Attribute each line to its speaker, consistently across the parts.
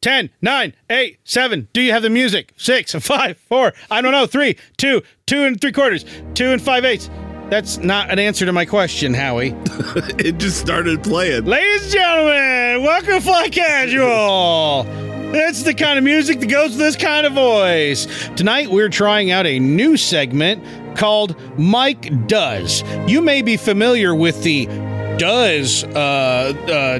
Speaker 1: 10, 9, 8, 7. Do you have the music? 6, 5, 4, I don't know, 3, 2, 2 and 3 quarters, 2 and 5 eighths. That's not an answer to my question, Howie.
Speaker 2: it just started playing.
Speaker 1: Ladies and gentlemen, welcome to Fly Casual. That's the kind of music that goes with this kind of voice. Tonight, we're trying out a new segment called Mike Does. You may be familiar with the does uh,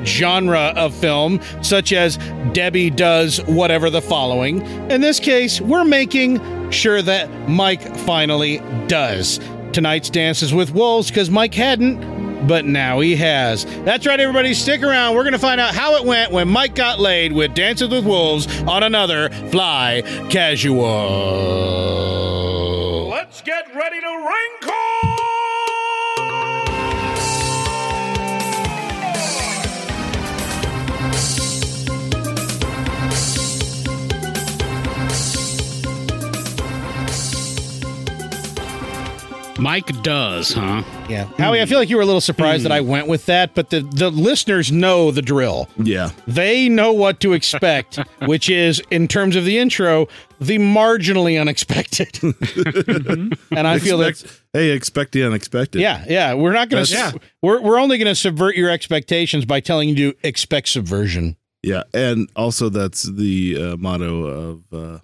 Speaker 1: uh, genre of film, such as Debbie Does Whatever the Following. In this case, we're making sure that Mike finally does. Tonight's Dance is with Wolves because Mike hadn't but now he has. That's right, everybody. Stick around. We're going to find out how it went when Mike got laid with Dances with Wolves on another Fly Casual.
Speaker 3: Let's get ready to wrinkle!
Speaker 4: Mike does, huh?
Speaker 1: Yeah. Howie, I feel like you were a little surprised that I went with that, but the, the listeners know the drill.
Speaker 2: Yeah.
Speaker 1: They know what to expect, which is, in terms of the intro, the marginally unexpected. and I feel that
Speaker 2: Expect- hey, expect the unexpected.
Speaker 1: Yeah, yeah. We're not going to.
Speaker 2: That's-
Speaker 1: We're we're only going to subvert your expectations by telling you to expect subversion.
Speaker 2: Yeah. And also, that's the uh, motto of uh,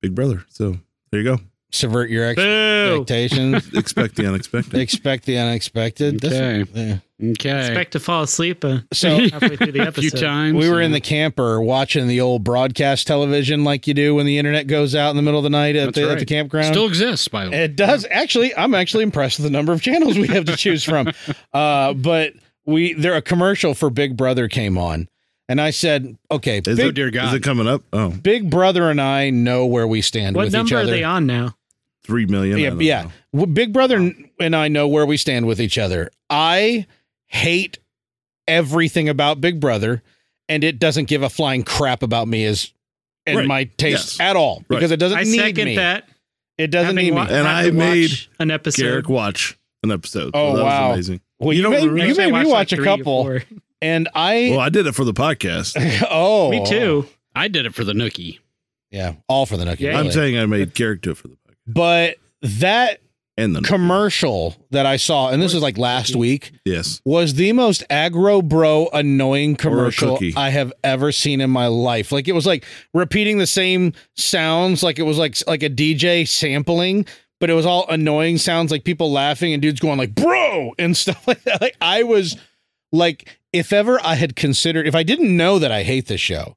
Speaker 2: Big Brother. So there you go.
Speaker 1: Subvert your ex-
Speaker 4: Boo.
Speaker 1: expectations.
Speaker 2: Expect the unexpected.
Speaker 1: expect the unexpected. This-
Speaker 4: Okay.
Speaker 1: yeah.
Speaker 4: Okay.
Speaker 5: Expect to fall asleep uh,
Speaker 1: So
Speaker 5: halfway through the
Speaker 4: a few
Speaker 5: episode.
Speaker 4: times.
Speaker 1: we were in the camper watching the old broadcast television, like you do when the internet goes out in the middle of the night at,
Speaker 4: That's
Speaker 1: the, at
Speaker 4: right.
Speaker 1: the campground.
Speaker 4: Still exists, by the way.
Speaker 1: It does actually. I'm actually impressed with the number of channels we have to choose from. Uh, but we there a commercial for Big Brother came on, and I said, "Okay,
Speaker 2: Is
Speaker 1: Big,
Speaker 2: it,
Speaker 4: dear
Speaker 2: Is
Speaker 4: God.
Speaker 2: it coming up? Oh,
Speaker 1: Big Brother and I know where we stand
Speaker 5: What
Speaker 1: with each
Speaker 5: number are
Speaker 1: other."
Speaker 5: they on now?
Speaker 2: three million. I
Speaker 1: yeah,
Speaker 2: don't
Speaker 1: yeah.
Speaker 2: know.
Speaker 1: Well, Big Brother n- and I know where we stand with each other. I hate everything about Big Brother, and it doesn't give a flying crap about me as and
Speaker 2: Right.
Speaker 1: my taste
Speaker 2: Yes.
Speaker 1: at all
Speaker 2: Right.
Speaker 1: because it doesn't
Speaker 5: I
Speaker 1: need
Speaker 5: second
Speaker 1: me.
Speaker 5: that.
Speaker 1: It doesn't
Speaker 5: Having
Speaker 1: need
Speaker 5: wa-
Speaker 1: me.
Speaker 2: And
Speaker 5: having
Speaker 2: I made
Speaker 5: watched an episode.
Speaker 2: Garrick watch an episode.
Speaker 1: Oh,
Speaker 2: so that
Speaker 1: wow.
Speaker 2: was amazing.
Speaker 1: Well, you,
Speaker 2: You don't
Speaker 1: made,
Speaker 2: remember-
Speaker 1: you
Speaker 5: I
Speaker 1: made me
Speaker 5: watched, like,
Speaker 1: watch a
Speaker 5: three or
Speaker 1: couple,
Speaker 5: four.
Speaker 1: and I
Speaker 2: Well, I did it for the podcast.
Speaker 1: oh
Speaker 5: Me too.
Speaker 4: I did it for the nookie.
Speaker 1: Yeah, all for the nookie.
Speaker 5: Yeah.
Speaker 1: really.
Speaker 2: I'm saying I made Garrick do it for the podcast
Speaker 1: but that
Speaker 2: and the
Speaker 1: commercial that I saw, and this was like last week,
Speaker 2: yes.
Speaker 1: was the most aggro bro annoying commercial
Speaker 2: cookie.
Speaker 1: I have ever seen in my life. Like it was like repeating the same sounds, like it was like like a DJ sampling, but it was all annoying sounds, like people laughing and dudes going like "bro" and stuff like that. Like I was like, if ever I had considered, if I didn't know that I hate this show.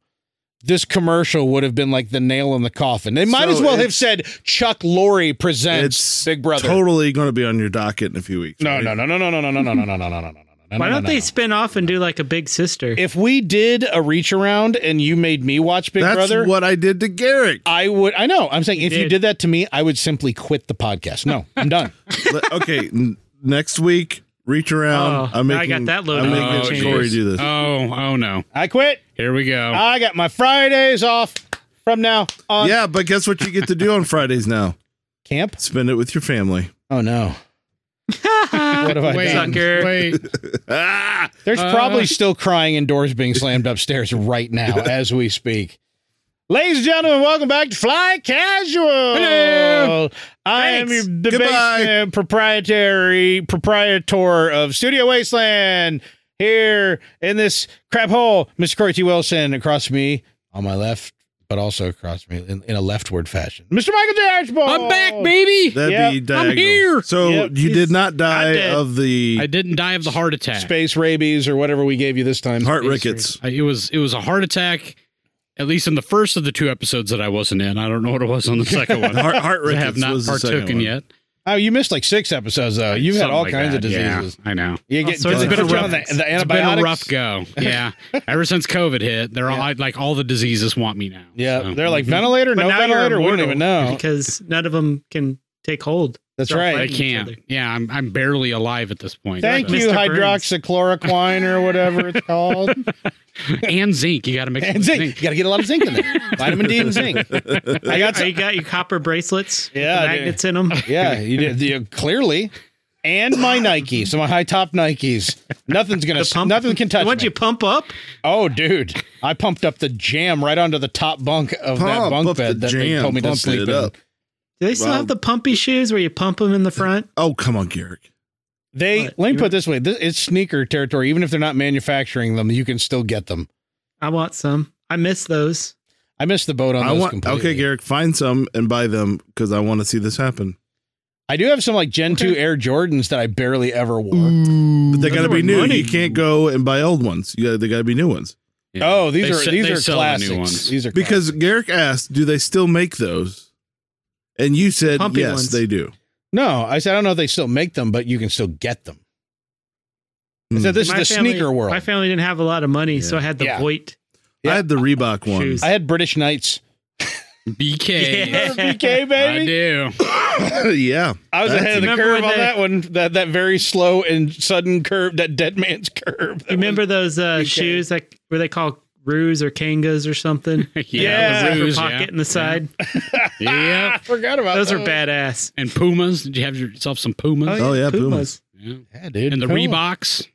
Speaker 1: This commercial would have been like the nail in the coffin. They might
Speaker 2: So
Speaker 1: as well have
Speaker 2: it's-
Speaker 1: said Chuck Lorre presents
Speaker 2: It's
Speaker 1: Big Brother.
Speaker 2: Totally going to be on your docket in a few weeks.
Speaker 1: no,
Speaker 2: right?
Speaker 1: no, no, no, no, no, no, no, no, no, no, no, no, no, no.
Speaker 5: Why
Speaker 1: no,
Speaker 5: don't
Speaker 1: no,
Speaker 5: they
Speaker 1: no.
Speaker 5: spin off and do like a big sister?
Speaker 1: if we did a reach around and you made me watch Big
Speaker 2: That's
Speaker 1: Brother,
Speaker 2: what I did to Garrick.
Speaker 1: I would. I know. I'm saying if you
Speaker 5: did.
Speaker 1: did that to me, I would simply quit the podcast. No, I'm done.
Speaker 2: Le- okay, n- next week, reach around.
Speaker 5: Oh,
Speaker 2: I'm
Speaker 5: now I
Speaker 2: making,
Speaker 5: got that loaded
Speaker 2: I'm
Speaker 5: up.
Speaker 2: making
Speaker 5: Oh,
Speaker 2: Corey
Speaker 4: jeez.
Speaker 2: do this.
Speaker 4: Oh, oh no.
Speaker 1: I quit.
Speaker 4: Here we go.
Speaker 1: I got my Fridays off from now on.
Speaker 2: yeah, but guess what you get to do on Fridays now?
Speaker 1: Camp.
Speaker 2: Spend it with your family.
Speaker 1: Oh no. what have I
Speaker 4: wait,
Speaker 1: done?
Speaker 5: Sucker.
Speaker 4: wait.
Speaker 2: Ah,
Speaker 1: There's
Speaker 4: Uh.
Speaker 1: probably still crying and doors being slammed upstairs right now as we speak. Ladies and gentlemen, welcome back to Fly Casual.
Speaker 4: Hello.
Speaker 1: I am
Speaker 5: Thanks.
Speaker 1: your
Speaker 2: Goodbye.
Speaker 1: debate proprietary proprietor of Studio Wasteland here in this crap hole. Mr. Corey T. Wilson across me on my left, but also across me in, in a leftward fashion. Mr. Michael J. Archibald.
Speaker 4: I'm back,
Speaker 1: Oh.
Speaker 4: baby.
Speaker 2: that'd
Speaker 1: Yep,
Speaker 2: be
Speaker 1: I'm
Speaker 2: diagonal.
Speaker 4: here.
Speaker 2: So
Speaker 1: Yep,
Speaker 2: you
Speaker 1: he's-
Speaker 2: did not
Speaker 5: I
Speaker 2: die
Speaker 5: did.
Speaker 2: of the
Speaker 4: I didn't die of the heart attack.
Speaker 1: Space rabies or whatever we gave you this time.
Speaker 2: heart rickets.
Speaker 4: I, it was it was a heart attack. At least in the first of the two episodes that I wasn't in. I don't know what it was on the second one.
Speaker 2: Heart, heart
Speaker 4: I
Speaker 2: rickets
Speaker 4: have not
Speaker 2: was the second
Speaker 4: partaken
Speaker 2: one.
Speaker 4: yet.
Speaker 1: Oh, you missed like six episodes though. Uh, You've had
Speaker 4: Something
Speaker 1: all
Speaker 4: like
Speaker 1: kinds of
Speaker 4: that. Yeah,
Speaker 1: diseases.
Speaker 4: I know.
Speaker 1: You
Speaker 5: All sorts
Speaker 1: dipped
Speaker 4: of different
Speaker 1: on the,
Speaker 5: routes.
Speaker 1: the
Speaker 4: It's been a rough
Speaker 1: antibiotics.
Speaker 4: go. Yeah. Ever since COVID hit, they're all I- like all the diseases want me now.
Speaker 1: Yeah,
Speaker 4: So- mm-hmm.
Speaker 1: they're like ventilator,
Speaker 5: But
Speaker 1: no
Speaker 5: now you're
Speaker 1: ventilator. We don't
Speaker 5: immortal
Speaker 1: even know.
Speaker 5: Because none of them can take hold.
Speaker 1: That's
Speaker 5: They're all
Speaker 1: right.
Speaker 4: I
Speaker 5: fighting each
Speaker 4: can't.
Speaker 5: other.
Speaker 4: Yeah, I'm I'm barely alive at this point.
Speaker 1: Thank
Speaker 4: So-
Speaker 1: you,
Speaker 5: Mr. Burns.
Speaker 1: hydroxychloroquine or whatever it's called.
Speaker 4: And zinc. You got to mix it
Speaker 1: and
Speaker 4: with
Speaker 1: zinc.
Speaker 4: zinc.
Speaker 1: You got to get a lot of zinc in there. Vitamin D and zinc. I got
Speaker 5: Are
Speaker 1: some.
Speaker 5: you got your copper bracelets? with
Speaker 1: Yeah,
Speaker 5: the
Speaker 1: I do.
Speaker 5: magnets in them.
Speaker 1: Yeah, you did. You, clearly, and my Nike, so my high top Nikes. Nothing's gonna,
Speaker 5: The pump-
Speaker 1: nothing can touch
Speaker 5: What'd
Speaker 1: me.
Speaker 5: you pump up?
Speaker 1: oh, dude, I pumped up the jam right onto the top bunk of that
Speaker 2: Pump
Speaker 1: bunk
Speaker 2: up the
Speaker 1: bed that they
Speaker 2: jam,
Speaker 1: told me to
Speaker 2: pump
Speaker 1: sleep
Speaker 2: it
Speaker 1: in.
Speaker 2: up.
Speaker 5: Do they still
Speaker 2: Well-
Speaker 5: have the pumpy shoes where you pump them in the front?
Speaker 2: Oh, come on, Garrick.
Speaker 1: They
Speaker 5: What?
Speaker 1: let me
Speaker 5: You-
Speaker 1: put it this way: this, it's sneaker territory. Even if they're not manufacturing them, you can still get them.
Speaker 5: I want some. I miss those.
Speaker 1: I missed the boat on
Speaker 2: I
Speaker 1: those
Speaker 2: want
Speaker 1: completely.
Speaker 2: okay, Garrick. Find some and buy them because I want to see this happen.
Speaker 1: I do have some like Gen two
Speaker 5: Okay.
Speaker 1: Air Jordans that I barely ever wore.
Speaker 2: But they
Speaker 5: Those
Speaker 2: got to
Speaker 5: are
Speaker 2: be new.
Speaker 5: money.
Speaker 2: You can't go and buy old ones. You got they got to be new ones
Speaker 4: Yeah.
Speaker 1: Oh, these
Speaker 4: They
Speaker 1: are
Speaker 4: se-
Speaker 1: these
Speaker 4: they
Speaker 1: are
Speaker 4: sell the new
Speaker 1: classics.
Speaker 4: ones.
Speaker 1: These are
Speaker 2: because Garrick asked, "Do they still make those?" And you said,
Speaker 5: Pumpy
Speaker 2: "Yes,
Speaker 5: ones.
Speaker 2: they do."
Speaker 1: No, I said I don't know if they still make them, but you can still get them. I
Speaker 2: Hmm.
Speaker 1: said this is
Speaker 5: My
Speaker 1: the
Speaker 5: family-
Speaker 1: sneaker world.
Speaker 5: My family didn't have a lot of money, so I had the
Speaker 1: Yeah.
Speaker 5: Voight.
Speaker 1: Yeah.
Speaker 2: I had the Reebok one.
Speaker 5: Shoes.
Speaker 1: I had British Knights.
Speaker 4: BK.
Speaker 5: Yeah.
Speaker 1: BK
Speaker 4: I
Speaker 1: baby.
Speaker 4: do.
Speaker 2: yeah,
Speaker 1: I, was
Speaker 2: That's-
Speaker 1: ahead of the
Speaker 5: Remember
Speaker 1: curve
Speaker 5: when
Speaker 1: on
Speaker 5: they-
Speaker 1: that one. That that very slow and sudden curve, that dead man's curve. That
Speaker 5: You remember those uh,
Speaker 1: BK.
Speaker 5: shoes like were they called Ruse or Kangas or something?
Speaker 4: Yeah.
Speaker 1: Yeah.
Speaker 5: With
Speaker 4: the
Speaker 5: the
Speaker 4: ruse,
Speaker 5: pocket
Speaker 4: yeah.
Speaker 5: in the side.
Speaker 4: Yeah.
Speaker 1: one? I Ah, forgot about
Speaker 5: Those are
Speaker 1: those.
Speaker 5: bad.
Speaker 4: And Pumas. Did you have yourself some Pumas?
Speaker 2: yeah. Oh, Pumas.
Speaker 4: yeah.
Speaker 1: Yeah, dude.
Speaker 4: And the
Speaker 1: Puma.
Speaker 4: Reeboks.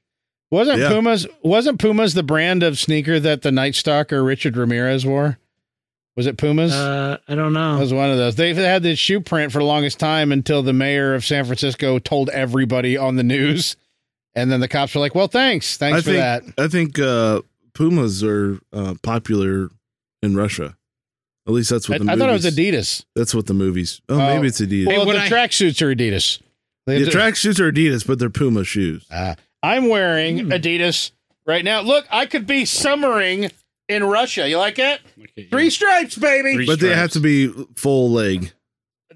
Speaker 1: wasn't
Speaker 2: Yeah.
Speaker 1: Pumas wasn't Pumas the brand of sneaker that the Night Stalker Richard Ramirez wore? Was it Pumas?
Speaker 5: Uh, I don't
Speaker 1: That
Speaker 5: know.
Speaker 1: was one of those. They've had this shoe print for the longest time until the mayor of San Francisco told everybody on the news. And then the cops were like, well, thanks. Thanks
Speaker 2: I
Speaker 1: for
Speaker 2: think
Speaker 1: that.
Speaker 2: I think uh, Pumas are uh, popular in Russia. At least that's
Speaker 1: I,
Speaker 2: what the
Speaker 1: I
Speaker 2: movies,
Speaker 1: thought it was Adidas.
Speaker 2: That's what the movies. Oh,
Speaker 1: Oh.
Speaker 2: maybe it's Adidas.
Speaker 1: Well,
Speaker 4: what
Speaker 1: the
Speaker 4: I-
Speaker 1: tracksuits are Adidas. They-
Speaker 2: the track shoes are Adidas, but they're Puma shoes.
Speaker 1: Ah. I'm wearing
Speaker 4: Hmm.
Speaker 1: Adidas right now. Look, I could be summering in Russia. You like it?
Speaker 4: Okay,
Speaker 1: Three stripes, baby.
Speaker 4: Three-
Speaker 2: But they
Speaker 4: stripes.
Speaker 2: have to be full leg.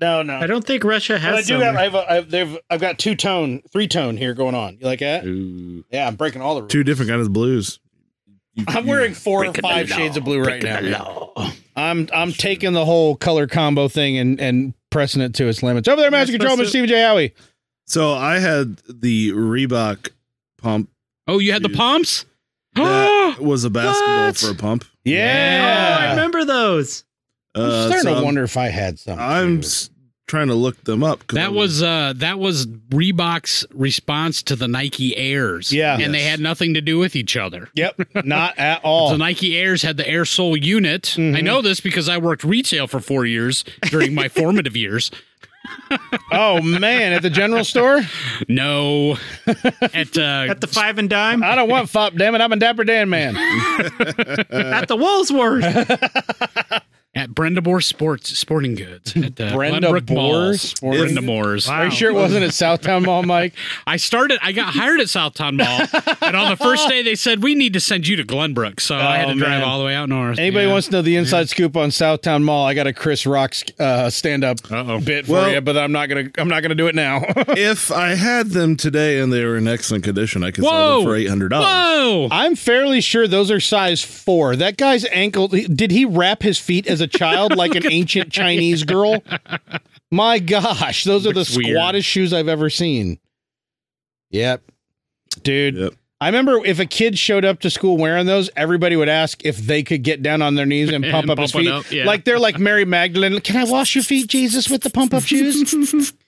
Speaker 1: No, no.
Speaker 5: I don't think Russia
Speaker 1: But I
Speaker 5: has.
Speaker 1: do have,
Speaker 5: summer.
Speaker 1: I have, a, I have, they've, I've got two tone, three tone here going on. You like
Speaker 4: yeah.
Speaker 1: that?
Speaker 4: Ooh.
Speaker 1: Yeah, I'm breaking all the rules.
Speaker 2: Two different kinds of blues. You-
Speaker 1: I'm
Speaker 2: you-
Speaker 1: wearing four or
Speaker 4: Breaking the
Speaker 1: five
Speaker 4: law,
Speaker 1: shades of blue right now.
Speaker 4: breaking
Speaker 1: man.
Speaker 4: the law.
Speaker 1: I'm I'm taking the whole color combo thing and and pressing it to its limits. Over there, Master
Speaker 5: You're
Speaker 1: Control, Mr.
Speaker 5: supposed
Speaker 1: Stephen J. Howie.
Speaker 2: So I had the Reebok pump.
Speaker 4: Oh, you had the
Speaker 2: Shoes.
Speaker 4: pumps? Ah!
Speaker 2: That was a basketball
Speaker 4: What?
Speaker 2: for a pump.
Speaker 5: Oh, I
Speaker 1: Yeah,
Speaker 5: remember those.
Speaker 1: I'm
Speaker 2: Uh,
Speaker 1: starting
Speaker 2: so
Speaker 1: to
Speaker 2: I'm-
Speaker 1: wonder if I had some.
Speaker 2: I'm
Speaker 1: too.
Speaker 2: s- trying to look them up. 'cause I
Speaker 4: That was uh that was Reebok's response to the Nike Airs.
Speaker 1: Yeah.
Speaker 4: And they
Speaker 2: Yes.
Speaker 4: had nothing to do with each other.
Speaker 1: yep, not at
Speaker 4: The
Speaker 1: all.
Speaker 4: Nike Airs had the Air Sole unit.
Speaker 1: Mhm.
Speaker 4: I know this because I worked retail for four years during my formative years.
Speaker 1: oh man, at the general store,
Speaker 4: No, at uh,
Speaker 5: At the five and dime.
Speaker 1: I don't want fop. Damn it, I'm a Dapper Dan man.
Speaker 5: At the Woolsworth.
Speaker 4: at Brenda Moore Sports Sporting Goods at the
Speaker 1: Brenda
Speaker 4: Glenbrook
Speaker 1: Moore
Speaker 4: Mall.
Speaker 1: Sports-
Speaker 4: Brenda Moore's.
Speaker 1: Are you sure it wasn't at Southtown Mall, Mike?
Speaker 4: I started. I got hired at Southtown Mall, and on the first day they said we need to send you to Glenbrook, so I had
Speaker 1: Oh,
Speaker 4: to drive
Speaker 1: man.
Speaker 4: all the way out north.
Speaker 1: Anybody wants to know the inside scoop on Southtown Mall? I got a Chris Rock uh, stand up
Speaker 4: Uh-oh.
Speaker 1: bit for
Speaker 2: Well-
Speaker 1: you, but I'm not gonna I'm not gonna do it now.
Speaker 2: If I had them today and they were in excellent condition, I could sell
Speaker 4: Whoa!
Speaker 2: them for eight hundred dollars.
Speaker 4: Whoa!
Speaker 1: I'm fairly sure those are size four. That guy's ankle, he- did he wrap his feet as a child like an ancient Chinese girl? My gosh, those are the
Speaker 4: Looks weird.
Speaker 1: squattest shoes I've ever seen. Yep. Dude,
Speaker 2: Yep.
Speaker 1: I remember if a kid showed up to school wearing those, everybody would ask if they could get down on their knees and pump
Speaker 4: And
Speaker 1: up his
Speaker 4: pump it
Speaker 1: feet.
Speaker 4: up, yeah.
Speaker 1: Like they're like Mary Magdalene. Can I wash your feet, Jesus, with the pump up shoes?
Speaker 5: Pump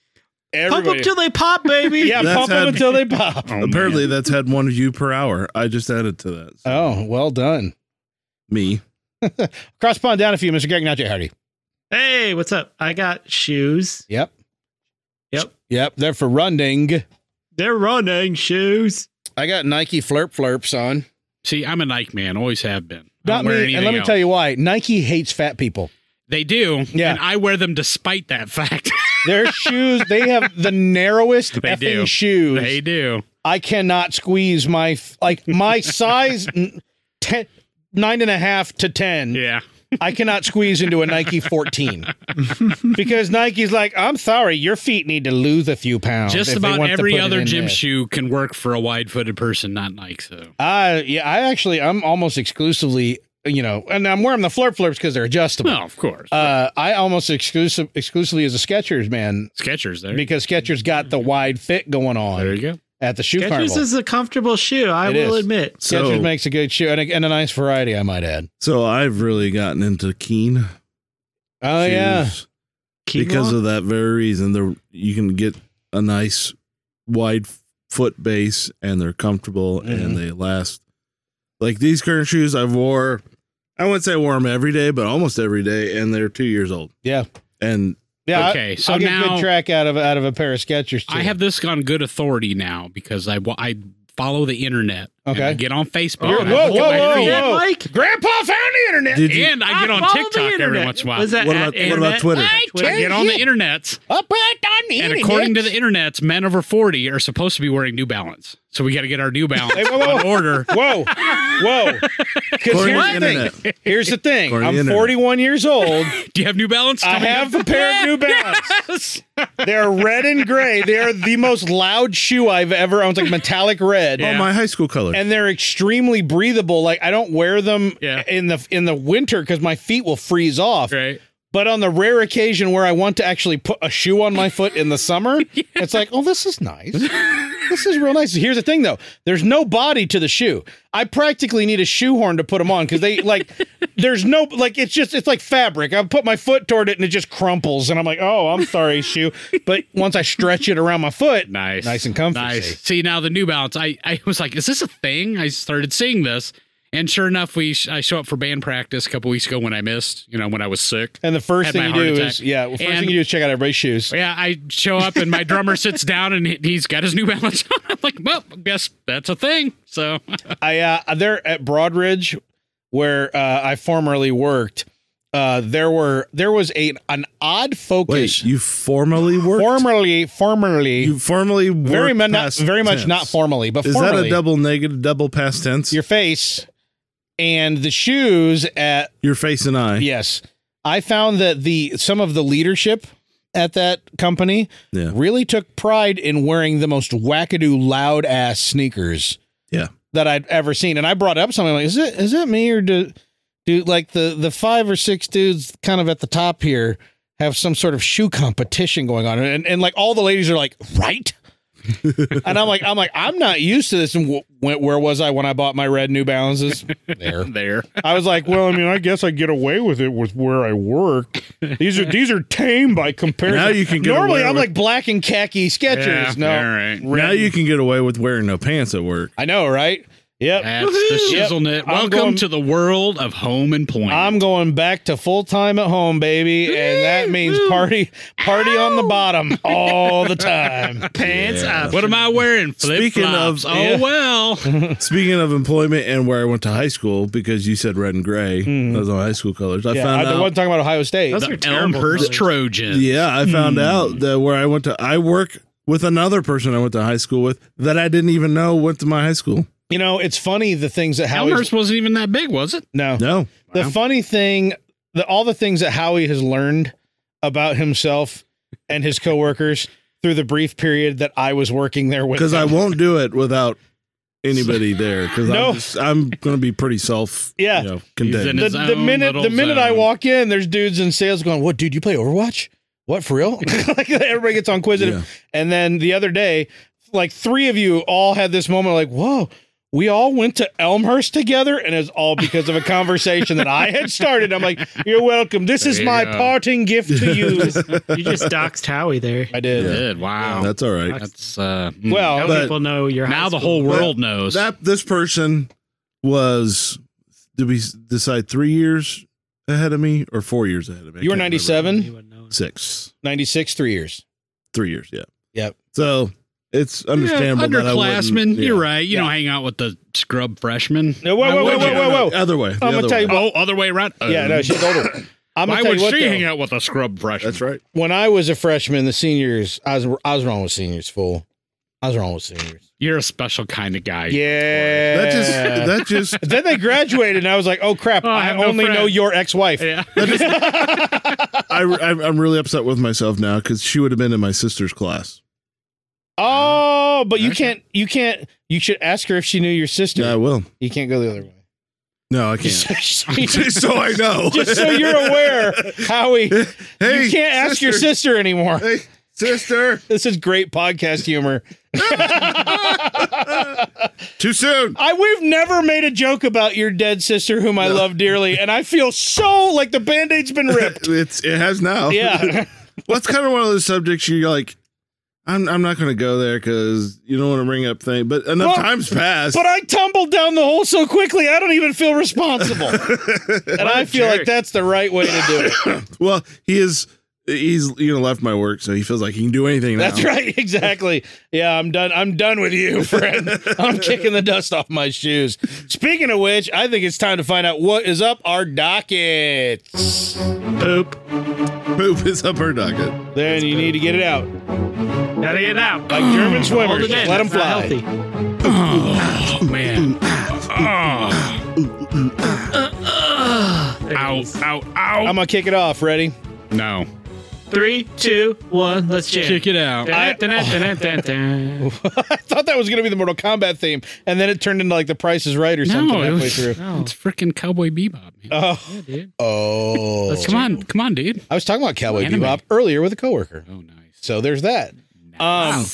Speaker 1: Everybody.
Speaker 5: up till they pop, baby.
Speaker 1: yeah,
Speaker 2: That's
Speaker 1: pump them
Speaker 2: had-
Speaker 1: until they pop.
Speaker 4: Oh,
Speaker 2: Apparently, that's had one view per hour. I just added to that. So,
Speaker 1: Oh, well done.
Speaker 2: me.
Speaker 1: Crosspawn down a few, Mr. Greg, not Jay Hardy.
Speaker 5: Hey, what's up? I got shoes.
Speaker 1: Yep.
Speaker 5: Yep.
Speaker 1: Yep, they're for running.
Speaker 5: They're running shoes.
Speaker 1: I got Nike Flurp Flurps on.
Speaker 4: See, I'm a Nike man, always have been. I
Speaker 1: Not
Speaker 4: don't wear
Speaker 1: me. And
Speaker 4: anything
Speaker 1: let me
Speaker 4: else.
Speaker 1: tell you why. Nike hates fat people.
Speaker 4: they do.
Speaker 1: Yeah.
Speaker 4: and I wear them despite that fact.
Speaker 1: Their shoes, they have the narrowest
Speaker 4: They
Speaker 1: effing
Speaker 4: do.
Speaker 1: shoes.
Speaker 4: they do.
Speaker 1: I cannot squeeze my, f- like, my size n- ten, nine and a half to 10.
Speaker 4: Yeah,
Speaker 1: I cannot squeeze into a Nike 14 because Nike's like, I'm sorry, your feet need to lose a few pounds.
Speaker 4: just
Speaker 1: if they
Speaker 4: about
Speaker 1: want to
Speaker 4: every
Speaker 1: put it
Speaker 4: other
Speaker 1: in
Speaker 4: gym
Speaker 1: there." Uh,
Speaker 4: shoe can work for a wide-footed person, not Nike. So
Speaker 1: I, yeah, I actually, I'm almost exclusively, you know, and I'm wearing the Flurp Flurps because they're adjustable.
Speaker 4: Well, of course.
Speaker 1: Uh, I almost exclusive, exclusively as a Skechers man
Speaker 4: Skechers there.
Speaker 1: because Skechers got the wide fit going
Speaker 4: There
Speaker 1: on
Speaker 4: you go.
Speaker 1: at the shoe
Speaker 5: Skechers
Speaker 1: carnival.
Speaker 5: is a comfortable shoe. I
Speaker 1: It
Speaker 5: will
Speaker 1: is.
Speaker 5: admit.
Speaker 1: Skechers
Speaker 2: So,
Speaker 1: makes a good shoe and a, and a nice variety, I might add.
Speaker 2: so I've really gotten into Keen.
Speaker 1: Oh yeah,
Speaker 5: Quinoa?
Speaker 2: because of that very reason. There, you can get a nice wide f- foot base and they're comfortable
Speaker 1: Mm-hmm.
Speaker 2: and they last. Like these current shoes I've wore, I wouldn't say I wore them every day, but almost every day, and they're two years old.
Speaker 1: Yeah.
Speaker 2: And
Speaker 1: Yeah. I,
Speaker 4: okay, so
Speaker 1: I'll get
Speaker 4: now
Speaker 1: good track out of out of a pair of Skechers. Too.
Speaker 4: I have this on good authority now because I wa- I follow the internet. and
Speaker 1: Okay.
Speaker 4: I get on Facebook.
Speaker 1: You're-
Speaker 4: and I
Speaker 1: whoa,
Speaker 4: look at
Speaker 1: whoa,
Speaker 4: my
Speaker 1: whoa,
Speaker 4: feed,
Speaker 1: whoa.
Speaker 5: Mike?
Speaker 1: Grandpa found the internet.
Speaker 2: did you?
Speaker 4: And I get on
Speaker 5: follow the
Speaker 4: TikTok every
Speaker 5: internet.
Speaker 4: once in a while.
Speaker 5: Was that
Speaker 2: What
Speaker 5: at
Speaker 2: about- what
Speaker 5: internet?
Speaker 2: about Twitter?
Speaker 1: I
Speaker 4: I get on the
Speaker 1: Yeah.
Speaker 4: internets.
Speaker 1: Up right on the
Speaker 4: And
Speaker 1: internet.
Speaker 4: according to the internets, men over 40 are supposed to be wearing New Balance. So we got to get our New Balance
Speaker 1: whoa, whoa,
Speaker 4: on
Speaker 1: whoa.
Speaker 4: order.
Speaker 1: Whoa, whoa. 'Cause
Speaker 2: According
Speaker 1: here's
Speaker 2: to
Speaker 1: the
Speaker 2: the internet.
Speaker 1: thing. Here's the thing.
Speaker 2: According to the
Speaker 1: I'm
Speaker 2: internet.
Speaker 1: 41 years old.
Speaker 4: Do you have New Balance?
Speaker 1: I
Speaker 4: coming
Speaker 1: have
Speaker 4: up?
Speaker 1: a pair of New Balance.
Speaker 4: Yes.
Speaker 1: They're red and gray. They are the most loud shoe I've ever owned. It's like metallic red.
Speaker 2: Oh,
Speaker 4: Yeah.
Speaker 2: my high school color.
Speaker 1: And they're extremely breathable. Like I don't wear them
Speaker 4: Yeah.
Speaker 1: in the in the winter because my feet will freeze off.
Speaker 4: Right.
Speaker 1: But on the rare occasion where I want to actually put a shoe on my foot in the summer, it's like, oh, this is nice. this is real nice. Here's the thing, though. There's no body to the shoe. I practically need a shoehorn to put them on because they like. There's no like. It's just it's like fabric. I put my foot toward it and it just crumples, and I'm like, oh, I'm sorry, shoe. But once I stretch it around my foot,
Speaker 4: Nice.
Speaker 1: nice and comfy.
Speaker 4: Nice.
Speaker 1: see?
Speaker 4: See, now the New Balance, I, I was like, is this a thing? I started seeing this. And sure enough, we sh- I show up for band practice a couple weeks ago when I missed, you know, when I was sick.
Speaker 1: And the first
Speaker 4: Had
Speaker 1: thing
Speaker 4: my
Speaker 1: you
Speaker 4: heart
Speaker 1: do
Speaker 4: attack.
Speaker 1: is yeah. Well, first
Speaker 4: And-
Speaker 1: thing you do is check out everybody's shoes.
Speaker 4: Yeah, I show up and my drummer sits down and he- he's got his New Balance on. I'm like, well, I guess that's a thing. So
Speaker 1: I uh there at Broadridge where uh I formerly worked, uh there were there was a an odd
Speaker 2: Wait,
Speaker 1: focus
Speaker 2: you formally worked?
Speaker 1: formerly formerly
Speaker 2: you formally worked
Speaker 1: very mu- not,
Speaker 2: past
Speaker 1: very much
Speaker 2: tense.
Speaker 1: not formally, but
Speaker 2: Is
Speaker 1: formerly
Speaker 2: that a double negative, double past tense?
Speaker 1: your face and the shoes at
Speaker 2: Your face and I.
Speaker 1: yes. I found that the some of the leadership at that company
Speaker 2: Yeah.
Speaker 1: really took pride in wearing the most wackadoo loud ass sneakers.
Speaker 2: Yeah.
Speaker 1: That I'd ever seen. And I brought up something like, is it is that me or do do like the the five or six dudes kind of at the top here have some sort of shoe competition going on? And and like all the ladies are like, right? and I'm like, I'm like, I'm not used to this. And wh- wh- where was I when I bought my red New Balances? There,
Speaker 4: there.
Speaker 1: I was like, well, I mean, I guess I get away with it with where I work. These are these are tame by comparison.
Speaker 2: Now you can get
Speaker 1: Normally,
Speaker 2: away
Speaker 1: I'm
Speaker 2: with-
Speaker 1: like black and khaki Skechers. no,
Speaker 4: All right.
Speaker 2: Now you can get away with wearing no pants at work.
Speaker 1: I know, right? Yep.
Speaker 4: That's the
Speaker 1: Yep.
Speaker 4: shizzle knit.
Speaker 1: I'm
Speaker 4: Welcome
Speaker 1: going-
Speaker 4: to the world of home employment.
Speaker 1: I'm going back to full time at home, baby, and that means party party on the bottom all the time.
Speaker 5: Pants up.
Speaker 4: what am I wearing? Flip
Speaker 2: Speaking of-
Speaker 4: flops. Oh well.
Speaker 2: Speaking of employment and where I went to high school, because you said red and gray, those are my high school colors. I
Speaker 1: Mm-hmm. Yeah,
Speaker 2: found
Speaker 1: I, I
Speaker 2: out.
Speaker 1: wasn't talking about Ohio State.
Speaker 5: Those are
Speaker 4: The
Speaker 5: terrible
Speaker 4: Elmhurst
Speaker 5: colors.
Speaker 4: Trojans.
Speaker 2: yeah, I found
Speaker 1: Mm.
Speaker 2: out that where I went to, I work with another person I went to high school with that I didn't even know went to my high school.
Speaker 1: you know, it's funny the things that Howie's
Speaker 4: Elmhurst wasn't even that big, was it?
Speaker 1: no.
Speaker 2: No,
Speaker 1: The funny thing, the, all the things that Howie has learned about himself and his coworkers through the brief period that I was working there with
Speaker 2: because I
Speaker 1: him.
Speaker 2: won't do it without anybody there. Because
Speaker 1: No.
Speaker 2: I'm, just- I'm going to be pretty self,
Speaker 1: Yeah.
Speaker 2: you know,
Speaker 4: He's in
Speaker 2: condemned.
Speaker 1: the,
Speaker 4: his
Speaker 1: the
Speaker 4: own
Speaker 1: minute
Speaker 4: little
Speaker 1: the minute I
Speaker 4: zone.
Speaker 1: walk in, there's dudes in sales going, "What, dude? You play Overwatch? What for real?" like everybody gets on quizzitive.
Speaker 2: Yeah.
Speaker 1: And then the other day, like three of you all had this moment, like, "Whoa." We all went to Elmhurst together, and it's all because of a conversation that I had started. I'm like, "You're welcome. This is
Speaker 4: There you
Speaker 1: my
Speaker 4: go.
Speaker 1: parting gift to you."
Speaker 5: You just doxed Howie there.
Speaker 1: I did.
Speaker 4: It did. Wow.
Speaker 2: That's all right.
Speaker 4: That's uh mm.
Speaker 1: Well,
Speaker 5: Now
Speaker 2: But-
Speaker 5: people know your
Speaker 4: now
Speaker 5: high
Speaker 4: the
Speaker 5: school.
Speaker 4: whole world knows.
Speaker 2: that this person was did we decide three years ahead of me or four years ahead of me I
Speaker 1: You were
Speaker 2: can't remember.
Speaker 1: 97,
Speaker 5: Anyone knows.
Speaker 2: six
Speaker 1: 96, three years.
Speaker 2: three years yeah
Speaker 1: Yep.
Speaker 2: so it's
Speaker 4: Yeah,
Speaker 2: understandable that I
Speaker 4: underclassmen.
Speaker 2: wouldn't- yeah.
Speaker 4: You're right. You
Speaker 1: Yeah.
Speaker 4: don't hang out with the scrub freshmen.
Speaker 1: No, whoa,
Speaker 4: Why
Speaker 1: whoa, whoa,
Speaker 4: would
Speaker 1: whoa,
Speaker 4: you?
Speaker 1: whoa, whoa.
Speaker 2: other way
Speaker 1: gonna
Speaker 2: other
Speaker 1: tell you
Speaker 2: way.
Speaker 1: what-
Speaker 4: Oh, other way around.
Speaker 1: Yeah, no, she's older. I'm
Speaker 4: Why
Speaker 1: gonna tell
Speaker 4: would
Speaker 1: you what,
Speaker 4: she
Speaker 1: though.
Speaker 4: hang out with a scrub freshman?
Speaker 2: that's right
Speaker 1: When I was a freshman, the seniors, I was I was wrong with seniors, fool. I was wrong with seniors.
Speaker 4: You're a special kind of guy.
Speaker 1: Yeah.
Speaker 2: that just that just
Speaker 1: then they graduated, and I was like, "Oh crap!
Speaker 4: Oh, I
Speaker 1: I,
Speaker 4: have no
Speaker 1: only
Speaker 4: friend.
Speaker 1: know your ex-wife."
Speaker 4: Yeah.
Speaker 2: I I'm I'm really upset with myself now because she would have been in my sister's class
Speaker 1: Oh, but you can't. You can't. You should ask her if she knew your sister.
Speaker 2: yeah I will
Speaker 1: You can't go the other way.
Speaker 2: no I can't just so I know
Speaker 1: Just so you're aware, Howie,
Speaker 2: hey
Speaker 1: you can't ask your sister anymore.
Speaker 2: hey sister
Speaker 1: This is great podcast humor.
Speaker 2: too soon
Speaker 1: I we've never made a joke about your dead sister, whom I love dearly, and I feel so like the band-aid's been ripped.
Speaker 2: it's it has now
Speaker 1: Yeah.
Speaker 2: Well, that's kind of one of those subjects you like. I'm I'm not gonna go there because you don't want to bring up things. But enough
Speaker 1: Well,
Speaker 2: times passed.
Speaker 1: But I tumbled down the hole so quickly, I don't even feel responsible. and I feel like
Speaker 5: jerk.
Speaker 1: that's the right way to do it.
Speaker 2: well, he is he's you know left my work, so he feels like he can do anything now.
Speaker 1: That's right, exactly. Yeah, I'm done. I'm done with you, friend. I'm kicking the dust off my shoes. Speaking of which, I think it's time to find out what is up our dockets.
Speaker 5: Poop.
Speaker 2: Poop is up our docket.
Speaker 1: Then you need to get it out,
Speaker 5: Gotta get it out.
Speaker 1: like German
Speaker 5: Hold
Speaker 1: swimmers.
Speaker 5: it in.
Speaker 1: Let them
Speaker 5: It's not
Speaker 1: fly.
Speaker 5: healthy.
Speaker 4: Oh man. Oh.
Speaker 5: There it
Speaker 4: Ow,
Speaker 5: is.
Speaker 4: ow, ow.
Speaker 1: I'm gonna kick it off. Ready?
Speaker 4: no.
Speaker 5: Three, two, one. Let's
Speaker 4: Check
Speaker 5: check.
Speaker 4: it out.
Speaker 5: Dun-dun-dun-dun-dun-dun.
Speaker 1: I thought that was gonna be the Mortal Kombat theme, and then it turned into like The Price is Right or something
Speaker 4: No, it
Speaker 1: halfway
Speaker 4: was,
Speaker 1: through.
Speaker 5: No.
Speaker 4: it's freaking Cowboy Bebop. Man.
Speaker 1: Oh,
Speaker 5: Dude.
Speaker 1: oh.
Speaker 5: Let's
Speaker 4: come on, come on, dude.
Speaker 1: I was talking about Cowboy
Speaker 4: Anime.
Speaker 1: Bebop earlier with a coworker,
Speaker 4: Oh, nice.
Speaker 1: so there's that. Um,
Speaker 5: Look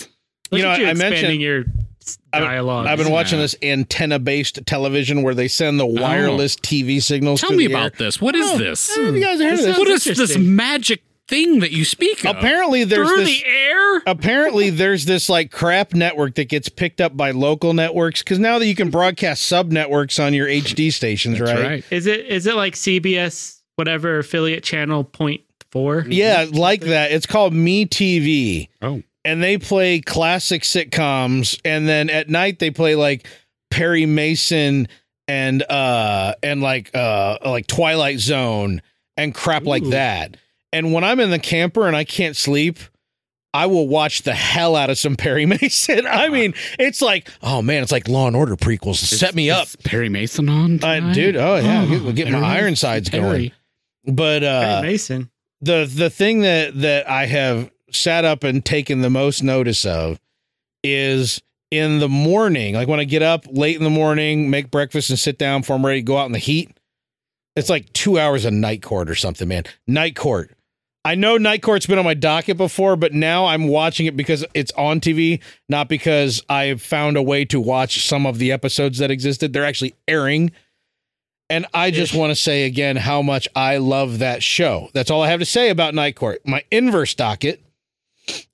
Speaker 1: You know,
Speaker 5: at you
Speaker 1: I mentioned-
Speaker 5: expanding your s-
Speaker 1: I've-
Speaker 5: dialogue.
Speaker 1: I've been
Speaker 4: Yeah.
Speaker 1: watching this antenna-based television where they send the wireless TV signals.
Speaker 4: Oh. Tell
Speaker 1: through
Speaker 4: me
Speaker 1: the air.
Speaker 4: about this. What is this?
Speaker 1: Have you guys heard of
Speaker 5: This
Speaker 1: this?
Speaker 4: What is
Speaker 5: That's
Speaker 4: this
Speaker 5: interesting.
Speaker 4: magic thing that you speak of?
Speaker 1: Apparently, there's
Speaker 5: Through
Speaker 1: this.
Speaker 5: the air?
Speaker 1: Apparently, there's this like crap network that gets picked up by local networks because now that you can broadcast sub networks on your HD stations,
Speaker 4: That's
Speaker 1: right?
Speaker 4: right.
Speaker 5: Is it is it like CBS whatever affiliate channel point four?
Speaker 1: Yeah, like that. It's called Me TV.
Speaker 4: Oh.
Speaker 1: and they play classic sitcoms and then at night they play like Perry Mason and uh and like uh like Twilight Zone and crap like
Speaker 5: Ooh.
Speaker 1: that. And when I'm in the camper and I can't sleep, I will watch the hell out of some Perry Mason. I mean, it's like, oh man, it's like Law and Order prequels. Set me up.
Speaker 4: Is Perry Mason on,
Speaker 1: Uh,
Speaker 4: tonight?
Speaker 1: dude, oh yeah, get- we'll get my
Speaker 4: Perry-
Speaker 1: Ironsides going.
Speaker 4: Perry.
Speaker 1: But uh
Speaker 5: Perry Mason.
Speaker 1: the the thing that that I have sat up and taken the most notice of is in the morning, like when I get up late in the morning, make breakfast and sit down before I'm ready to go out in the heat. It's like two hours of night court or something, man. Night court. I know night court's been on my docket before, but now I'm watching it because it's on TV, not because I've found a way to watch some of the episodes that existed. They're actually airing. And I just want to say again how much I love that show. That's all I have to say about Night Court. My inverse docket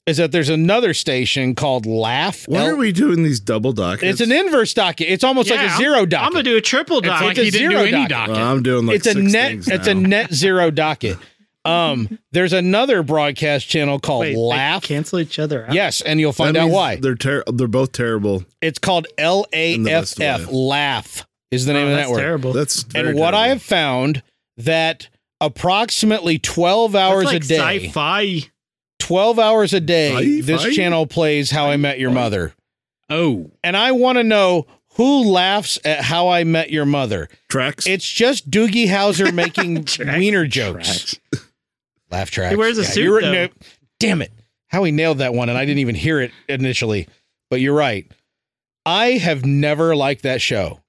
Speaker 1: is that there's another station called Laugh.
Speaker 2: Why
Speaker 1: L-
Speaker 2: are we doing these double dockets?
Speaker 1: it's an inverse docket. It's almost like
Speaker 5: Yeah,
Speaker 1: a zero
Speaker 5: I'm
Speaker 1: docket.
Speaker 5: gonna do a triple
Speaker 4: It's
Speaker 5: doc.
Speaker 4: like
Speaker 1: a
Speaker 4: he didn't do
Speaker 1: zero
Speaker 4: any
Speaker 1: docket.
Speaker 2: Well,
Speaker 4: docket.
Speaker 2: I'm doing like
Speaker 1: it's a
Speaker 2: six
Speaker 1: net.
Speaker 2: things
Speaker 1: It's a
Speaker 2: now.
Speaker 1: net zero docket. Um, there's another broadcast channel called
Speaker 5: Wait, they
Speaker 1: Laugh.
Speaker 5: cancel each other out.
Speaker 1: Yes, and you'll
Speaker 2: That
Speaker 1: find out
Speaker 2: means
Speaker 1: why.
Speaker 2: They're ter- they're both terrible.
Speaker 1: It's called L A
Speaker 2: the
Speaker 1: F
Speaker 2: best
Speaker 1: F.
Speaker 2: way.
Speaker 1: Laugh is the name
Speaker 5: Oh,
Speaker 1: of the
Speaker 5: that's
Speaker 1: network.
Speaker 5: terrible.
Speaker 2: That's very
Speaker 1: and what
Speaker 2: terrible.
Speaker 1: I have found that approximately 12 hours
Speaker 5: That's like
Speaker 1: a day,
Speaker 5: Sci-fi.
Speaker 1: 12 hours a day,
Speaker 2: Sci-fi?
Speaker 1: this channel plays How I Met Your Mother.
Speaker 4: oh,
Speaker 1: And I want to know who laughs at How I Met Your Mother.
Speaker 2: tracks.
Speaker 1: It's just Doogie Howser making
Speaker 5: Tracks.
Speaker 1: wiener jokes.
Speaker 4: Tracks.
Speaker 1: Laugh tracks.
Speaker 5: He wears a suit,
Speaker 1: you're-
Speaker 5: though.
Speaker 1: damn it. How he nailed that one, and I didn't even hear it initially. But you're right. I have never liked that show,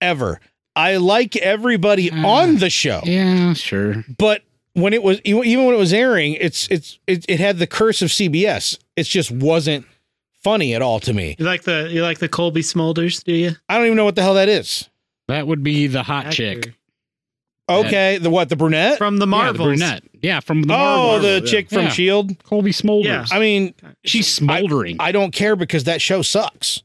Speaker 1: ever. I like everybody
Speaker 5: Mm.
Speaker 4: Ah.
Speaker 1: on the show.
Speaker 4: yeah, sure.
Speaker 1: but when it was e-, even when it was airing it's it's it, it had the curse of cbs it just wasn't funny at all to me
Speaker 5: You like the you like the Colby Smolders, do you?
Speaker 1: i don't even know what the hell that is
Speaker 4: That would be the hot chick
Speaker 5: Actor.
Speaker 1: okay the what the brunette
Speaker 5: from
Speaker 4: Yeah, the
Speaker 5: the Marvels.
Speaker 4: brunette. Yeah, from the
Speaker 1: oh
Speaker 4: Marvels.
Speaker 1: the
Speaker 2: yeah.
Speaker 1: chick from
Speaker 4: Yeah.
Speaker 1: shield
Speaker 4: Colby Smulders.
Speaker 5: Yeah.
Speaker 1: E i mean
Speaker 4: She's smoldering.
Speaker 1: i don't care because that show sucks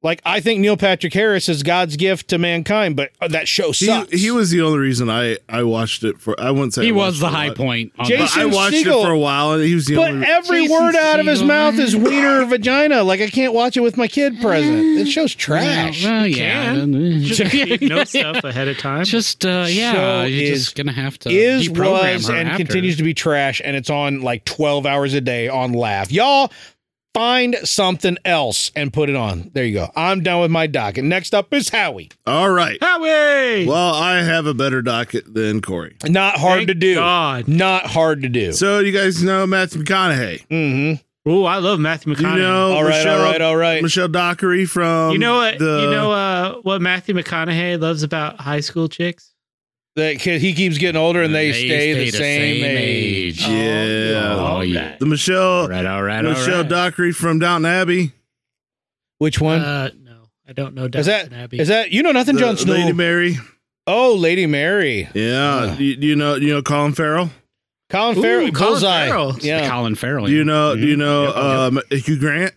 Speaker 1: like i think neil patrick harris is god's gift to mankind but uh, that show
Speaker 2: he,
Speaker 1: sucks
Speaker 2: he was the only reason I I watched it for. I wouldn't say
Speaker 4: he
Speaker 2: I watched
Speaker 4: was the
Speaker 2: it a
Speaker 4: high
Speaker 2: lot,
Speaker 4: point. On
Speaker 2: but I
Speaker 1: Jason
Speaker 2: watched
Speaker 1: Segel-
Speaker 2: it for a while, and he was the
Speaker 1: but
Speaker 2: only.
Speaker 1: every
Speaker 4: Jason
Speaker 1: word out of his
Speaker 4: Segel.
Speaker 1: mouth is wiener or vagina. Like I can't watch it with my kid present. That show's trash.
Speaker 4: Well, well,
Speaker 5: You
Speaker 4: yeah.
Speaker 5: can. Just you know
Speaker 4: Yeah.
Speaker 5: stuff ahead of time.
Speaker 4: Just uh, yeah,
Speaker 1: Show
Speaker 4: you're
Speaker 1: is-
Speaker 4: just gonna have to
Speaker 1: is
Speaker 4: deprogram
Speaker 1: was
Speaker 4: her
Speaker 1: and
Speaker 4: after.
Speaker 1: continues to be trash and it's on like 12 hours a day on laugh y'all find something else and put it on there you go i'm done with my docket next up is howie
Speaker 2: All right.
Speaker 5: Howie.
Speaker 2: Well, I have a better docket than Corey.
Speaker 1: not hard
Speaker 5: Thank
Speaker 1: to do
Speaker 5: God.
Speaker 1: not hard to do
Speaker 2: So you guys know Matthew McConaughey.
Speaker 1: hmm
Speaker 5: Ooh, I love Matthew
Speaker 2: You
Speaker 5: McConaughey.
Speaker 2: know,
Speaker 1: all right
Speaker 2: oh, Michelle,
Speaker 1: all right all right
Speaker 2: Michelle Dockery from
Speaker 1: um,
Speaker 5: you know what?
Speaker 2: The,
Speaker 5: you know uh, what Matthew McConaughey loves about high school chicks?
Speaker 1: That kid- he keeps getting older and they, stay, the same, age,
Speaker 2: yeah,
Speaker 4: Oh, yeah.
Speaker 5: that.
Speaker 2: the Michelle
Speaker 4: All right, all right, all
Speaker 2: Michelle
Speaker 4: right.
Speaker 2: Dockery from Downton Abbey.
Speaker 1: which one
Speaker 5: Uh, no, I don't know.
Speaker 1: is that
Speaker 5: Downton Abbey.
Speaker 1: is that you know nothing
Speaker 2: The
Speaker 1: Jon Snow
Speaker 2: Lady Mary.
Speaker 1: oh Lady Mary
Speaker 2: Yeah,
Speaker 1: Ugh.
Speaker 2: you, you know you know Colin Farrell.
Speaker 1: Colin
Speaker 5: Ooh,
Speaker 1: Farrell,
Speaker 5: Colin
Speaker 1: Bullseye.
Speaker 5: Farrell.
Speaker 1: Yeah.
Speaker 4: Colin Farrell.
Speaker 2: Do you know? Do you know?
Speaker 4: Oh, Mm-hmm. Yep, yep.
Speaker 2: Um, Hugh Grant.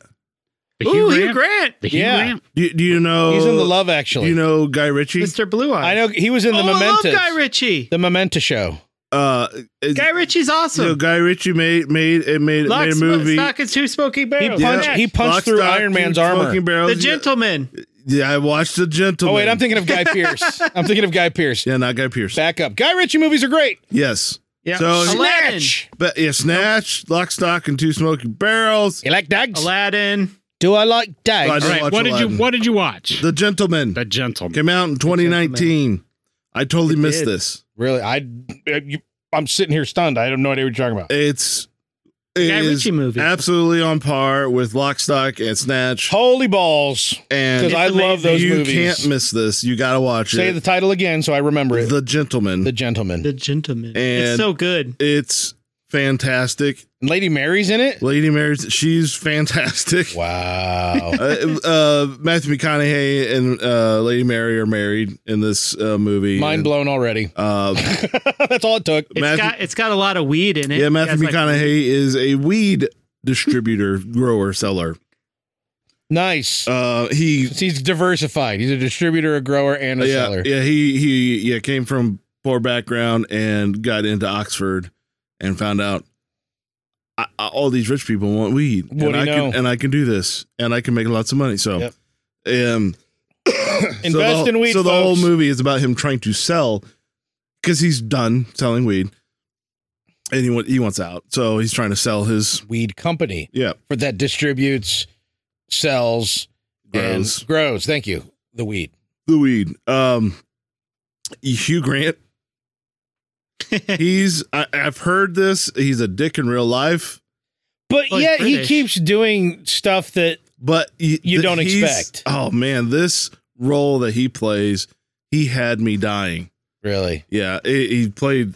Speaker 4: The
Speaker 5: Ooh, Hugh Grant,
Speaker 4: The Hugh
Speaker 1: Yeah.
Speaker 4: Grant.
Speaker 2: Do, you- do you know?
Speaker 1: He's in the Love
Speaker 2: Do
Speaker 1: Actually.
Speaker 2: Oh, you know Guy Ritchie?
Speaker 5: Mr. Blue Eye.
Speaker 1: I know he was in
Speaker 5: Oh,
Speaker 1: the
Speaker 5: I love
Speaker 1: Memento.
Speaker 5: Guy Ritchie.
Speaker 1: The Memento show.
Speaker 2: Uh, is-
Speaker 5: Guy Ritchie's
Speaker 2: you know,
Speaker 5: awesome.
Speaker 2: Guy Ritchie made made it made,
Speaker 5: Lock,
Speaker 2: made a
Speaker 5: Sm-
Speaker 2: movie.
Speaker 5: Stock and Two Smoking Barrels.
Speaker 1: He punched-
Speaker 5: Yeah.
Speaker 1: he punched
Speaker 2: Lock,
Speaker 1: through
Speaker 2: Stock,
Speaker 1: Iron Man's
Speaker 2: Two
Speaker 1: armor.
Speaker 2: Smoking Barrels.
Speaker 5: the Gentleman.
Speaker 2: Yeah, I watched The
Speaker 1: Oh
Speaker 2: Gentleman.
Speaker 1: wait, I'm thinking of Guy Pierce. I'm thinking of Guy Pierce.
Speaker 2: Yeah, not Guy Pierce.
Speaker 1: Back up. Guy Ritchie movies are great.
Speaker 2: Yes.
Speaker 5: Yeah.
Speaker 2: So-
Speaker 5: Aladdin.
Speaker 1: Snatch.
Speaker 2: But yeah, Snatch, Lock, Stock, and Two Smoking Barrels.
Speaker 1: You like dogs?
Speaker 5: Aladdin.
Speaker 1: Do I like
Speaker 2: I
Speaker 1: dogs?
Speaker 2: don't
Speaker 4: All right,
Speaker 2: watch
Speaker 4: what did you
Speaker 2: Aladdin.
Speaker 4: What did you watch? The,
Speaker 2: The Gentleman
Speaker 4: Gentleman.
Speaker 2: came out in 2019. I totally
Speaker 5: It
Speaker 2: missed
Speaker 5: did.
Speaker 2: this.
Speaker 1: Really? I, uh, you, I'm sitting here stunned. I have no idea what you're talking about.
Speaker 2: It's
Speaker 5: Guy
Speaker 2: it is
Speaker 5: Ritchie movie.
Speaker 2: absolutely on par with Lock, Stock, and Snatch.
Speaker 1: Holy balls! Because
Speaker 2: And
Speaker 1: I love those
Speaker 2: you
Speaker 1: movies.
Speaker 2: can't miss this. You got to watch
Speaker 1: Say
Speaker 2: it.
Speaker 1: the title again so I remember it. The,
Speaker 2: the Gentleman.
Speaker 1: Gentleman.
Speaker 5: the Gentleman.
Speaker 2: And-
Speaker 5: it's so good.
Speaker 2: it's fantastic.
Speaker 1: Lady Mary's in it.
Speaker 2: Lady Mary's. She's fantastic.
Speaker 1: Wow.
Speaker 2: uh, uh, Matthew McConaughey and uh, Lady Mary are married in this uh, movie.
Speaker 1: Mind blown already.
Speaker 2: And, uh,
Speaker 1: That's all it took.
Speaker 5: It's
Speaker 2: Matthew-
Speaker 5: got it's got a lot of weed in it.
Speaker 2: yeah, Matthew
Speaker 5: That's like-
Speaker 2: McConaughey is a weed distributor, grower, seller.
Speaker 1: Nice.
Speaker 2: Uh, he,
Speaker 1: He's diversified. He's a distributor, a grower, and a
Speaker 2: yeah,
Speaker 1: seller.
Speaker 2: yeah, he, he, yeah, came from poor background and got into Oxford and found out I, I- all these rich people want weed,
Speaker 1: What
Speaker 2: and
Speaker 1: do you
Speaker 2: I
Speaker 1: know?
Speaker 2: can, and I can do this, and I can make lots of money. So,
Speaker 1: Yep.
Speaker 2: um, So the
Speaker 1: Invest
Speaker 2: whole-
Speaker 1: in weed.
Speaker 2: So the
Speaker 1: folks.
Speaker 2: whole movie is about him trying to sell because he's done selling weed, and he wa- he wants out. So he's trying to sell his
Speaker 1: weed company
Speaker 2: yeah
Speaker 1: for that distributes, sells,
Speaker 2: grows
Speaker 1: and grows. Thank you. The weed.
Speaker 2: the weed. Um, Hugh Grant. he's I, I've heard this. He's a dick in real life,
Speaker 1: But
Speaker 5: Well, he's
Speaker 1: yet he
Speaker 5: British.
Speaker 1: keeps doing stuff that
Speaker 2: but y-
Speaker 1: You don't
Speaker 2: he's-
Speaker 1: expect.
Speaker 2: Oh man, this role that he plays, he had me dying.
Speaker 1: really.
Speaker 2: Yeah, he, he played.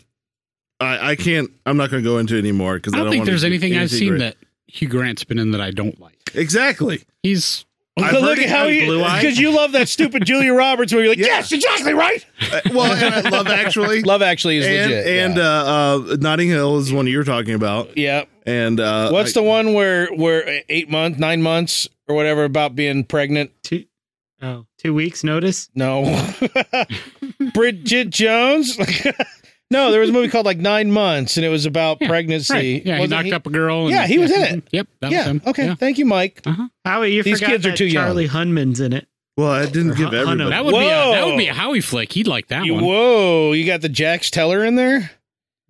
Speaker 2: I, I can't. I'm not going to go into it anymore because
Speaker 4: I
Speaker 2: I,
Speaker 4: don't think
Speaker 2: wanna
Speaker 4: there's
Speaker 2: do
Speaker 4: anything I've seen
Speaker 2: great.
Speaker 4: that Hugh Grant's been in that I don't like.
Speaker 2: Exactly.
Speaker 4: He's
Speaker 2: I've
Speaker 1: But look
Speaker 2: heard
Speaker 1: at
Speaker 2: he
Speaker 1: how
Speaker 2: had
Speaker 1: he
Speaker 2: blue eyes.
Speaker 1: because you love that stupid Julia Roberts where you're like,
Speaker 2: Yeah.
Speaker 1: yes, exactly right.
Speaker 2: Uh, well, and I Love Actually.
Speaker 1: Love Actually is
Speaker 2: and
Speaker 1: legit.
Speaker 2: and
Speaker 1: yeah.
Speaker 2: uh, uh, Notting Hill is one you were talking about.
Speaker 1: Yeah.
Speaker 2: And uh,
Speaker 1: What's the one where where uh, eight months, nine months, or whatever about being pregnant?
Speaker 5: two, oh, two weeks notice.
Speaker 1: No, Bridget Jones. no, there was a movie called like Nine Months, and it was about
Speaker 4: Yeah,
Speaker 1: pregnancy.
Speaker 4: right. Yeah, he
Speaker 1: Wasn't
Speaker 4: knocked up a girl. And,
Speaker 1: Yeah, he was in it.
Speaker 4: Yep, that was
Speaker 1: Yeah.
Speaker 4: him.
Speaker 1: Okay.
Speaker 4: Yeah.
Speaker 1: Thank you, Mike.
Speaker 5: Howie, you
Speaker 1: These
Speaker 5: forgot
Speaker 1: kids are
Speaker 5: that
Speaker 1: too young.
Speaker 5: Charlie Hunman's in it.
Speaker 2: Well, I didn't
Speaker 5: Or
Speaker 2: give
Speaker 5: Hun-
Speaker 2: everybody.
Speaker 4: That would be a, that would be a
Speaker 1: Whoa.
Speaker 4: Howie flick. He'd like that
Speaker 1: You-
Speaker 4: one.
Speaker 1: whoa, you got the Jax Teller in there,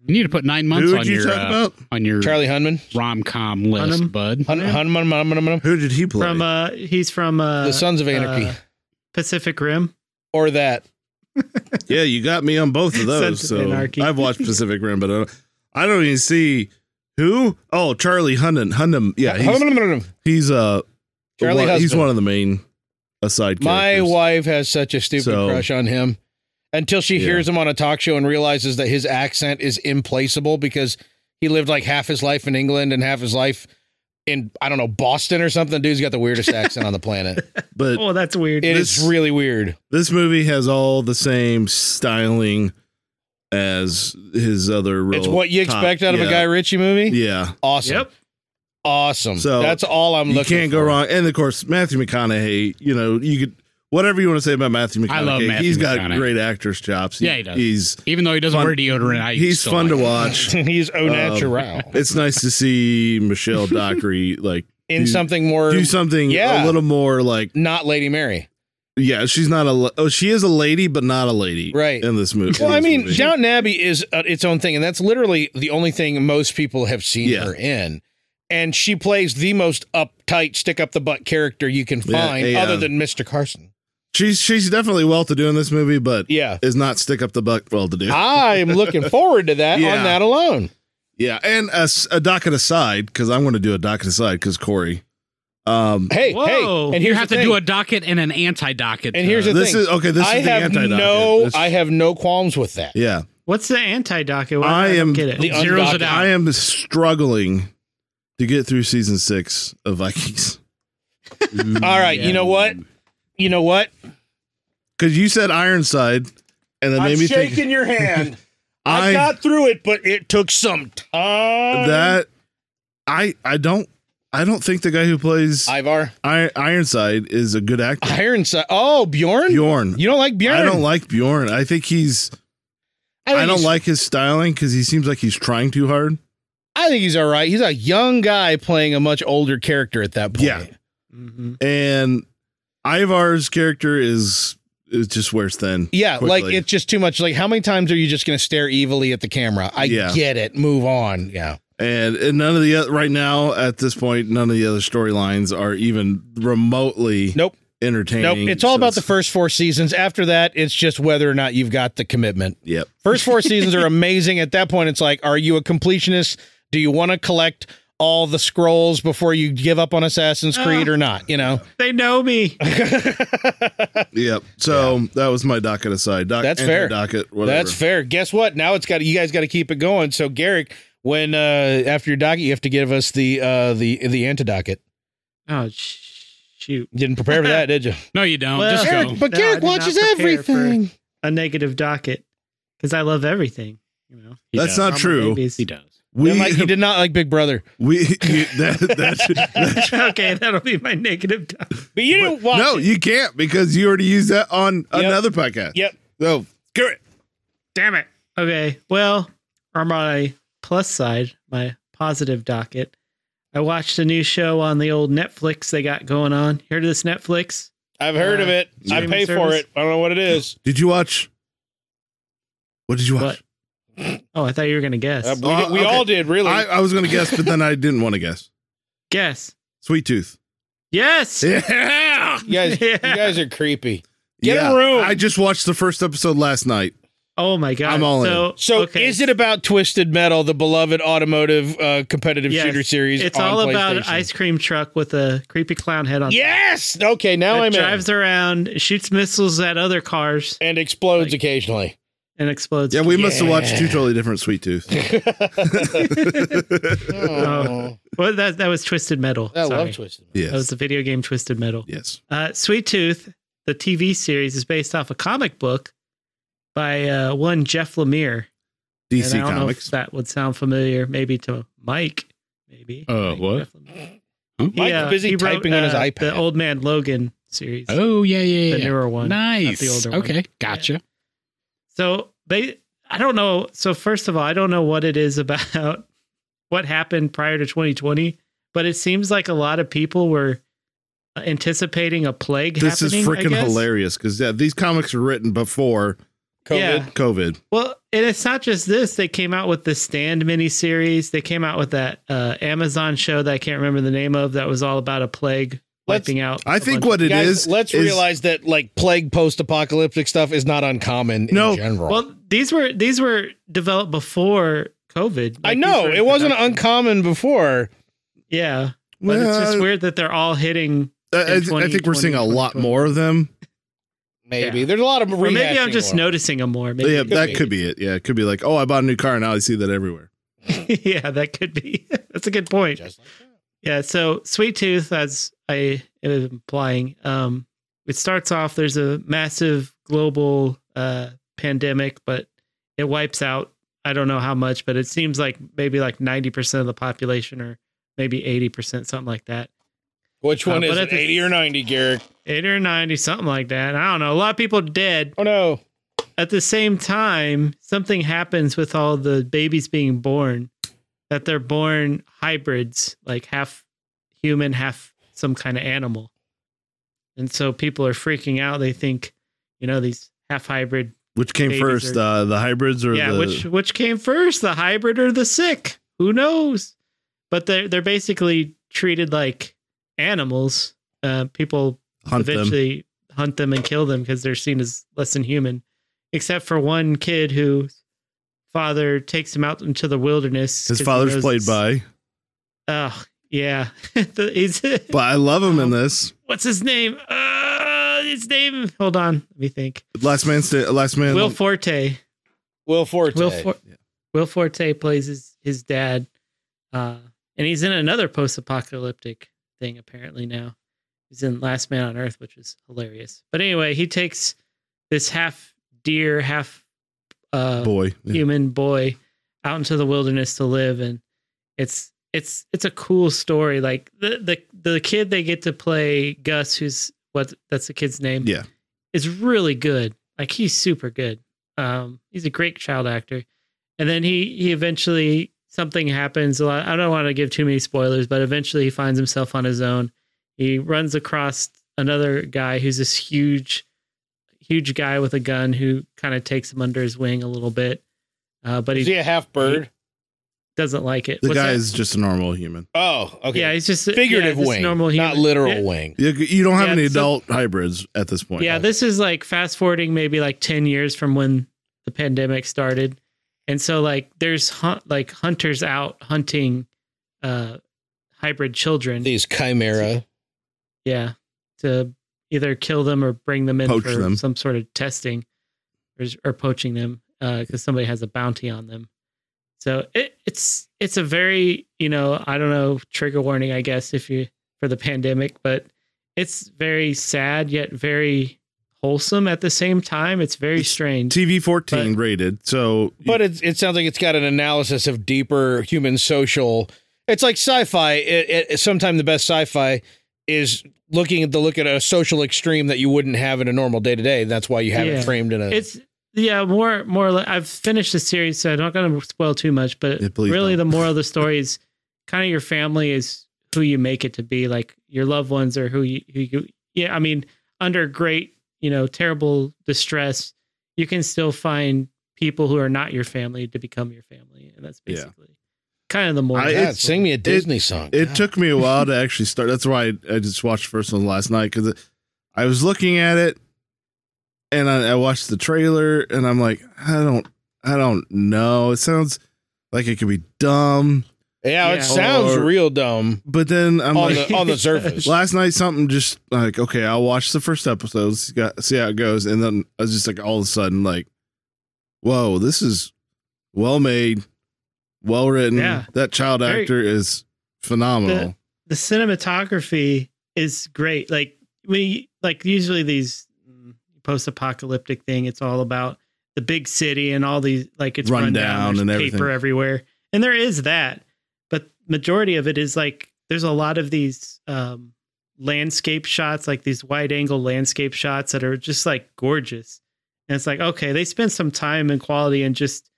Speaker 4: You need to put nine months
Speaker 2: Who
Speaker 4: on
Speaker 2: did you
Speaker 4: your
Speaker 2: talk
Speaker 4: uh,
Speaker 2: about?
Speaker 4: on your
Speaker 1: Charlie Hunman.
Speaker 4: rom com list,
Speaker 5: Hunnam?
Speaker 4: bud.
Speaker 1: Hun- Hunman, Hunman, Hunman, Hunman.
Speaker 2: Who did he play?
Speaker 5: From uh, he's from uh,
Speaker 1: the Sons of Anarchy,
Speaker 5: uh, Pacific Rim.
Speaker 1: or that.
Speaker 2: yeah, you got me on both of those.
Speaker 5: Sons of
Speaker 2: so
Speaker 5: Anarchy.
Speaker 2: I've watched Pacific Rim, but I don't, I don't even see who. Oh, Charlie Hunnam. Hunnam. Yeah, he's
Speaker 1: Hunman, Hunman, Hunman.
Speaker 2: he's uh
Speaker 1: Charlie
Speaker 2: one, he's
Speaker 1: Husband.
Speaker 2: one of the main aside.
Speaker 1: My
Speaker 2: characters.
Speaker 1: wife has such a stupid
Speaker 2: So-
Speaker 1: crush on him until she
Speaker 2: Yeah.
Speaker 1: hears him on a talk show and realizes that his accent is implaceable because he lived like half his life in England and half his life in I don't know Boston or something. Dude's got the weirdest accent on the planet.
Speaker 2: But
Speaker 5: Oh, that's weird.
Speaker 1: It is
Speaker 2: This-
Speaker 1: really weird.
Speaker 2: This movie has all the same styling as his other. Role
Speaker 1: it's what you
Speaker 2: Top-
Speaker 1: expect out of
Speaker 2: yeah.
Speaker 1: a Guy Ritchie movie.
Speaker 2: Yeah,
Speaker 1: Awesome,
Speaker 5: Yep.
Speaker 1: awesome.
Speaker 2: So,
Speaker 1: that's all I'm
Speaker 2: you
Speaker 1: looking.
Speaker 2: can't go
Speaker 1: for.
Speaker 2: wrong. And of course, Matthew McConaughey. You know, you could whatever you want to say about Matthew McConaughey.
Speaker 4: I love Matthew
Speaker 2: he's got
Speaker 4: McConaughey.
Speaker 2: great actor's chops.
Speaker 4: Yeah, he does.
Speaker 2: He's
Speaker 4: Even though he doesn't
Speaker 2: Fun-
Speaker 4: wear deodorant, I
Speaker 2: he's
Speaker 4: still
Speaker 2: fun
Speaker 4: like
Speaker 2: to
Speaker 4: him.
Speaker 2: watch.
Speaker 1: He's au
Speaker 2: Um,
Speaker 1: natural
Speaker 2: it's nice to see Michelle Dockery like
Speaker 1: in
Speaker 2: do-
Speaker 1: something more
Speaker 2: do something
Speaker 1: Um, Yeah.
Speaker 2: a little more like
Speaker 1: not Lady Mary.
Speaker 2: yeah. She's not a la- oh she is a lady, but not a lady.
Speaker 1: Right.
Speaker 2: in this movie.
Speaker 1: Well,
Speaker 2: in
Speaker 1: I
Speaker 2: this
Speaker 1: mean,
Speaker 2: movie.
Speaker 1: Downton Abbey is uh, its own thing, and that's literally the only thing most people have seen
Speaker 2: Yeah.
Speaker 1: her in. And she plays the most uptight, stick up the butt character you can
Speaker 2: Yeah, um,
Speaker 1: find,
Speaker 2: yeah.
Speaker 1: other than Mr. Carson.
Speaker 2: she's she's definitely well to do in this movie, but
Speaker 1: Yeah.
Speaker 2: is not stick up the buck well to do.
Speaker 1: I'm looking forward to that on
Speaker 2: Yeah.
Speaker 1: that alone.
Speaker 2: Yeah, and a, s- a docket aside because I'm going to do a docket aside because Corey. Um,
Speaker 1: Hey,
Speaker 5: Whoa.
Speaker 1: hey, and
Speaker 4: You
Speaker 1: here's
Speaker 4: have
Speaker 1: the
Speaker 4: to
Speaker 1: thing.
Speaker 4: do a docket and an anti docket.
Speaker 1: And here's the
Speaker 2: this
Speaker 1: thing.
Speaker 2: is okay. This
Speaker 1: I
Speaker 2: is the
Speaker 1: have
Speaker 2: anti
Speaker 1: no, I have no qualms with that.
Speaker 2: yeah,
Speaker 5: What's the anti docket?
Speaker 2: I am-
Speaker 5: get it.
Speaker 1: The
Speaker 4: zeros it
Speaker 1: undocumented.
Speaker 4: out.
Speaker 2: I am struggling to get through season six of Vikings
Speaker 1: All right, you know what? You know what?
Speaker 2: because you said Ironside, and it made me think.
Speaker 1: your hand. I,
Speaker 2: I-
Speaker 1: got through it, but it took some time.
Speaker 2: that I I don't I don't think the guy who plays
Speaker 1: Ivar
Speaker 2: I, Ironside is a good actor.
Speaker 1: Ironside. Oh, Bjorn.
Speaker 2: Bjorn.
Speaker 1: You don't like Bjorn?
Speaker 2: I don't like Bjorn. I think he's
Speaker 1: think
Speaker 2: I, don't
Speaker 1: he's-
Speaker 2: like his styling because he seems like he's trying too hard.
Speaker 1: I think he's all right. He's a young guy playing a much older character at that point.
Speaker 2: Yeah.
Speaker 5: Mm-hmm.
Speaker 2: And Ivar's character is it just wears thin.
Speaker 1: Yeah, like
Speaker 2: quickly.
Speaker 1: it's just too much. Like, how many times are you just going to stare evilly at the camera? I
Speaker 2: Yeah.
Speaker 1: get it. Move on. Yeah.
Speaker 2: and, and none of the oth- right now at this point none of the other storylines are even remotely
Speaker 1: Nope.
Speaker 2: entertaining.
Speaker 1: Nope. It's all
Speaker 2: So
Speaker 1: about the first four seasons. After that, it's just whether or not you've got the commitment.
Speaker 2: Yep.
Speaker 1: First four seasons are amazing. At that point, it's like, are you a completionist? Do you want to collect all the scrolls before you give up on Assassin's Creed or not? You know,
Speaker 5: They know me.
Speaker 2: Yep. So that was my docket aside. Doc,
Speaker 1: That's
Speaker 2: and
Speaker 1: fair.
Speaker 2: Docket. Whatever.
Speaker 1: that's fair. Guess what? Now it's got you guys got to keep it going. So Garrick, when uh, after your docket, you have to give us the uh, the the antidocket.
Speaker 5: Oh sh- shoot.
Speaker 1: You didn't prepare for that, did you?
Speaker 4: No, you don't.
Speaker 5: Well,
Speaker 4: Just
Speaker 5: Eric-
Speaker 4: go.
Speaker 1: but
Speaker 5: No, I
Speaker 1: Garrick
Speaker 5: did not
Speaker 1: watches
Speaker 5: prepare for-
Speaker 1: everything.
Speaker 5: A negative docket because I love everything. You know.
Speaker 4: He
Speaker 2: That's
Speaker 4: does.
Speaker 2: not
Speaker 5: All my
Speaker 2: true.
Speaker 5: babies.
Speaker 4: He does.
Speaker 2: We
Speaker 1: And, like you did not like Big Brother,
Speaker 2: we you, that, that, that-
Speaker 5: okay, that'll be my negative docket.
Speaker 1: but you didn't watch.
Speaker 2: no, you can't because you already used that on
Speaker 1: Yep.
Speaker 2: another podcast.
Speaker 1: Yep.
Speaker 2: So Garrett,
Speaker 5: Damn it. Okay. Well, on my plus side, my positive docket, I watched a new show on the old Netflix they got going on. Here to this Netflix.
Speaker 1: I've heard
Speaker 5: Uh,
Speaker 1: of it. I
Speaker 5: streaming
Speaker 1: pay for
Speaker 5: service?
Speaker 1: it. I don't know what it is.
Speaker 2: did you watch? What did you
Speaker 5: What?
Speaker 2: watch?
Speaker 5: Oh, I thought you were gonna guess.
Speaker 1: Uh, we
Speaker 2: Uh,
Speaker 1: we
Speaker 2: okay.
Speaker 1: all did, really.
Speaker 2: I, I was going to guess, but then I didn't want to guess.
Speaker 5: guess.
Speaker 2: Sweet Tooth.
Speaker 5: Yes.
Speaker 2: Yeah.
Speaker 1: you guys,
Speaker 5: Yeah.
Speaker 1: you guys are creepy. Get a
Speaker 2: Yeah.
Speaker 1: room.
Speaker 2: I just watched the first episode last night.
Speaker 5: Oh my god.
Speaker 2: I'm all in.
Speaker 5: so,
Speaker 1: So,
Speaker 5: okay.
Speaker 1: is it about Twisted Metal, the beloved automotive uh, competitive
Speaker 5: Yes.
Speaker 1: shooter series?
Speaker 5: It's
Speaker 1: on
Speaker 5: all about an
Speaker 1: PlayStation?
Speaker 5: ice cream truck with a creepy clown head on.
Speaker 1: Yes. Okay. Now
Speaker 5: It
Speaker 1: I'm
Speaker 5: drives
Speaker 1: in.
Speaker 5: around, shoots missiles at other cars,
Speaker 1: And explodes occasionally.
Speaker 5: and explodes.
Speaker 2: Yeah, we must have watched
Speaker 1: Yeah.
Speaker 2: two totally different Sweet Tooth.
Speaker 1: Oh,
Speaker 5: Well, that that was Twisted Metal.
Speaker 1: I
Speaker 5: Sorry.
Speaker 1: love Twisted. Metal.
Speaker 5: That was
Speaker 2: yes.
Speaker 5: the video game Twisted Metal.
Speaker 2: Yes.
Speaker 5: Uh, Sweet Tooth, the TV series, is based off a comic book by uh, one Jeff Lemire. And
Speaker 2: DC
Speaker 5: I don't know if
Speaker 2: Comics.
Speaker 5: that would sound familiar, maybe to Mike. Maybe.
Speaker 4: Uh,
Speaker 5: Mike
Speaker 4: what?
Speaker 5: Jeff Lemire.
Speaker 4: Huh?
Speaker 5: He,
Speaker 1: Mike's
Speaker 5: uh,
Speaker 1: busy
Speaker 5: he
Speaker 1: typing on his
Speaker 5: uh,
Speaker 1: iPad.
Speaker 5: The Old Man Logan series.
Speaker 4: Oh yeah, yeah,
Speaker 5: the
Speaker 4: yeah.
Speaker 5: newer one.
Speaker 4: nice.
Speaker 5: not the older one.
Speaker 4: okay, gotcha.
Speaker 5: So they, I don't know. So first of all, I don't know what it is about what happened prior to 2020, but it seems like a lot of people were anticipating a plague.
Speaker 2: This is
Speaker 5: happening, I
Speaker 2: freaking
Speaker 5: guess.
Speaker 2: hilarious because yeah, these comics were written before
Speaker 1: COVID.
Speaker 5: Yeah.
Speaker 2: COVID.
Speaker 5: Well, and it's not just this. They came out with the Stand miniseries. They came out with that uh, Amazon show that I can't remember the name of that was all about a plague
Speaker 1: Let's-
Speaker 5: wiping out.
Speaker 2: I
Speaker 5: a
Speaker 2: think
Speaker 5: bunch
Speaker 2: what it
Speaker 1: Guys,
Speaker 2: is,
Speaker 1: let's
Speaker 2: is-
Speaker 1: realize that like plague post-apocalyptic stuff is not uncommon
Speaker 2: No.
Speaker 1: in general.
Speaker 5: Of, well, these were these were developed before COVID.
Speaker 1: I
Speaker 5: Like, these
Speaker 1: know
Speaker 5: were in
Speaker 1: it wasn't
Speaker 5: production.
Speaker 1: uncommon before.
Speaker 5: Yeah, but it's just
Speaker 1: Uh,
Speaker 2: Well,
Speaker 5: weird that they're all hitting
Speaker 2: I, I-
Speaker 5: in
Speaker 2: I think we're seeing a
Speaker 5: 2020,
Speaker 2: lot more of them.
Speaker 1: Maybe
Speaker 5: Yeah.
Speaker 1: there's a lot of
Speaker 5: Or maybe I'm
Speaker 1: rehashing
Speaker 5: just
Speaker 1: going on.
Speaker 5: noticing them more. Maybe.
Speaker 2: yeah, that
Speaker 1: be.
Speaker 2: could be it. Yeah, it could be like, oh, I bought a new car and now I see that everywhere.
Speaker 5: yeah, that could be. That's a good point.
Speaker 1: Just like that.
Speaker 5: Yeah. So Sweet Tooth, as I am implying, um, it starts off. There's a massive global uh, pandemic, but it wipes out. I don't know how much, but it seems like maybe like 90% of the population, or maybe 80%, something like that.
Speaker 1: Which
Speaker 5: Uh,
Speaker 1: one is
Speaker 5: but at
Speaker 1: it,
Speaker 5: the-
Speaker 1: 80 or 90, Garrick?
Speaker 5: 80 or 90, something like that. I don't know. A lot of people dead.
Speaker 1: Oh no.
Speaker 5: at the same time, something happens with all the babies being born that they're born hybrids, like half human, half some kind of animal. And so people are freaking out. They think, you know, these half hybrid.
Speaker 2: Which came
Speaker 5: Babies
Speaker 2: first, uh, the hybrids or
Speaker 5: Yeah,
Speaker 2: the?
Speaker 5: which which came first, the hybrid or the sick? Who knows? But they're they're basically treated like animals. Uh, people
Speaker 2: hunt them.
Speaker 5: eventually hunt them and kill them because they're seen as less than human, except for one kid whose father takes him out into the wilderness.
Speaker 2: His
Speaker 5: 'cause he
Speaker 2: father's
Speaker 5: knows
Speaker 2: played
Speaker 5: it's-
Speaker 2: by,
Speaker 5: Oh yeah, The- he's
Speaker 2: but I love him in this.
Speaker 5: what's his name? Uh, his name. Hold on, let me think.
Speaker 2: Last man, sta- last man.
Speaker 5: Will Forte.
Speaker 1: Will Forte.
Speaker 5: Will For- Will Forte plays his his dad, uh, and he's in another post apocalyptic thing apparently now. He's in Last Man on Earth, which is hilarious. But anyway, he takes this half deer, half uh,
Speaker 2: boy. Yeah.
Speaker 5: human boy out into the wilderness to live and it's it's it's a cool story like the the the kid they get to play Gus who's what that's the kid's name
Speaker 2: Yeah.
Speaker 5: is really good like he's super good um he's a great child actor and then he he eventually something happens a lot I don't want to give too many spoilers but eventually he finds himself on his own he runs across another guy who's this huge huge guy with a gun who kind of takes him under his wing a little bit uh, but he
Speaker 1: Is he a half bird?
Speaker 5: doesn't like it.
Speaker 2: The
Speaker 5: What's
Speaker 2: guy
Speaker 5: that?
Speaker 2: is just a normal human.
Speaker 1: Oh, okay.
Speaker 5: yeah, he's just
Speaker 1: Figurative
Speaker 5: yeah, this
Speaker 1: wing,
Speaker 5: normal human.
Speaker 1: not literal
Speaker 5: Yeah,
Speaker 1: wing.
Speaker 2: You, you don't have
Speaker 5: Yeah,
Speaker 2: any
Speaker 5: so-
Speaker 2: adult hybrids at this point.
Speaker 5: Yeah, this is like fast forwarding maybe like ten years from when the pandemic started, and so like there's hun- like hunters out hunting uh hybrid children.
Speaker 1: These chimera.
Speaker 5: Yeah, to either kill them or bring them in
Speaker 2: Poach
Speaker 5: for
Speaker 2: them.
Speaker 5: some sort of testing or, or poaching them because somebody has a bounty on them. So it, it's it's a very you know I don't know trigger warning I guess if you for the pandemic, but it's very sad yet very wholesome at the same time. It's very
Speaker 2: It's
Speaker 5: strange.
Speaker 2: TV 14 rated. So,
Speaker 1: But it, it sounds like it's got an analysis of deeper human social. It's like sci-fi. It, it, sometime the best sci-fi is looking at the look at a social extreme that you wouldn't have in a normal day to day. That's why you have
Speaker 5: Yeah.
Speaker 1: it framed in a.
Speaker 5: It's yeah, more more. Like, I've finished the series, so I'm not going to spoil too much. But
Speaker 2: Yeah, please
Speaker 5: really,
Speaker 2: don't.
Speaker 5: the moral of the story is kind of your family is who you make it to be. Like your loved ones are who you who you. Yeah, I mean, under great you know terrible distress, you can still find people who are not your family to become your family, and that's
Speaker 2: Yeah.
Speaker 5: basically kind of the moral.
Speaker 2: I-
Speaker 5: of
Speaker 1: God,
Speaker 5: the
Speaker 2: it's-
Speaker 1: sing me a Disney song.
Speaker 2: It
Speaker 1: God.
Speaker 2: took me a while to actually start. That's why I, I just watched the first one last night because I was looking at it and I, I watched the trailer and I'm like, I don't, I don't know. It sounds like it could be dumb,
Speaker 1: yeah,
Speaker 5: yeah.
Speaker 1: it sounds
Speaker 2: Or-
Speaker 1: real dumb
Speaker 2: but then I'm
Speaker 1: on
Speaker 2: like,
Speaker 1: the on the surface.
Speaker 2: last night something just like, okay, I'll watch the first episode, see, got- see how it goes, and then I was just like, all of a sudden, like, whoa, this is well made, well written.
Speaker 5: Yeah.
Speaker 2: That child
Speaker 5: Very-
Speaker 2: actor is phenomenal.
Speaker 5: the cinematography is great. Like we like usually these post apocalyptic thing, it's all about the big city and all these like it's
Speaker 2: Rundown
Speaker 5: rundown
Speaker 2: and
Speaker 5: and
Speaker 2: everything.
Speaker 5: paper everywhere, and there is that. But majority of it is like there's a lot of these um, landscape shots, like these wide angle landscape shots that are just like gorgeous. And it's like okay, they spent some time and quality and just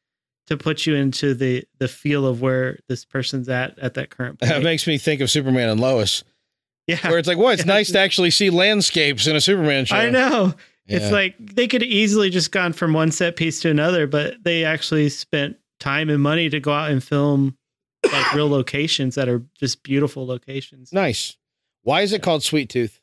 Speaker 5: to put you into the the feel of where this person's at at that current
Speaker 1: That
Speaker 5: point.
Speaker 1: makes me think of Superman and Lois,
Speaker 5: yeah,
Speaker 1: where it's like, well, it's
Speaker 5: Yeah.
Speaker 1: nice to actually see landscapes in a Superman show.
Speaker 5: I know. It's
Speaker 1: Yeah.
Speaker 5: like they could have easily just gone from one set piece to another, but they actually spent time and money to go out and film like real locations that are just beautiful locations.
Speaker 1: nice. Why is it called Sweet Tooth?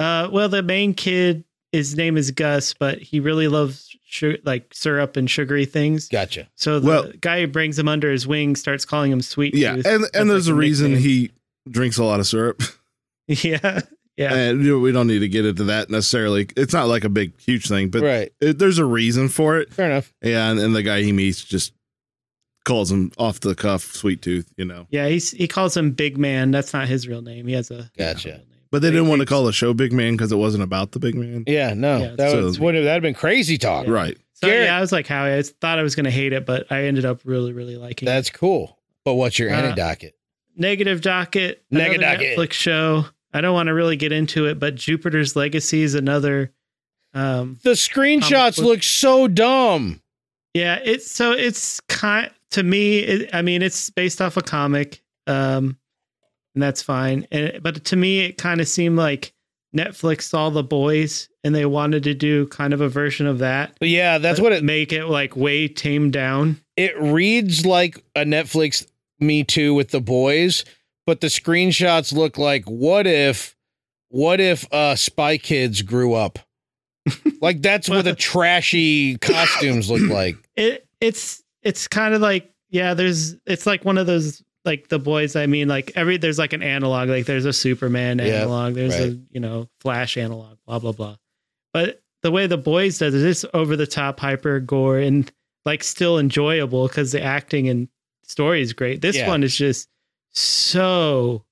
Speaker 5: Uh, well, the main kid, his name is Gus, but he really loves su- like syrup and sugary things.
Speaker 1: Gotcha.
Speaker 5: So the
Speaker 2: Well-
Speaker 5: guy who brings him under his wing starts calling him sweet.
Speaker 2: Yeah,
Speaker 5: Tooth.
Speaker 2: and
Speaker 5: That's
Speaker 2: and there's
Speaker 5: like
Speaker 2: a
Speaker 5: the
Speaker 2: reason
Speaker 5: nickname.
Speaker 2: he drinks a lot of syrup,
Speaker 5: yeah, yeah,
Speaker 2: and you know, we don't need to get into that necessarily. It's not like a big huge thing, but
Speaker 1: right.
Speaker 2: it, there's a reason for it.
Speaker 1: Fair enough.
Speaker 2: Yeah, and, and the guy he meets just calls him off the cuff, sweet tooth, you know.
Speaker 5: yeah. He's, he calls him Big Man. That's not his real name. He has a
Speaker 1: Gotcha.
Speaker 5: real name.
Speaker 2: But they didn't want to call the show Big Man because it wasn't about the big man,
Speaker 1: Yeah, no.
Speaker 5: Yeah,
Speaker 1: that
Speaker 2: so-
Speaker 1: was would have that'd been crazy talk.
Speaker 5: Yeah.
Speaker 2: right?
Speaker 5: So
Speaker 1: Garrett-
Speaker 5: yeah, I was like Howie. I thought I was going to hate it, but I ended up really, really liking it.
Speaker 1: That's cool. But what's your
Speaker 5: Uh,
Speaker 1: antidocket?
Speaker 5: Negative Docket, another
Speaker 1: Negadocket.
Speaker 5: Netflix show. I don't want to really get into it, but Jupiter's Legacy is another. Um,
Speaker 1: The screenshots
Speaker 5: book.
Speaker 1: look so dumb.
Speaker 5: yeah, it's so it's kind to me. It, I mean, it's based off a comic, um, and that's fine. And but to me, it kind of seemed like Netflix saw the boys, and they wanted to do kind of a version of that.
Speaker 1: But yeah, that's
Speaker 5: but
Speaker 1: what it
Speaker 5: make it like way tamed down.
Speaker 1: it reads like a Netflix Me Too with the boys, but the screenshots look like what if what if uh spy kids grew up? like that's what the trashy costumes look like.
Speaker 5: it it's it's kind of like yeah there's it's like one of those like the boys i mean like every there's like an analog like there's a superman
Speaker 1: Yeah,
Speaker 5: analog there's a
Speaker 1: right.
Speaker 5: you know flash analog blah blah blah but the way the boys does it is over the top hyper gore and like still enjoyable because the acting and story is great this
Speaker 1: Yeah.
Speaker 5: one is just so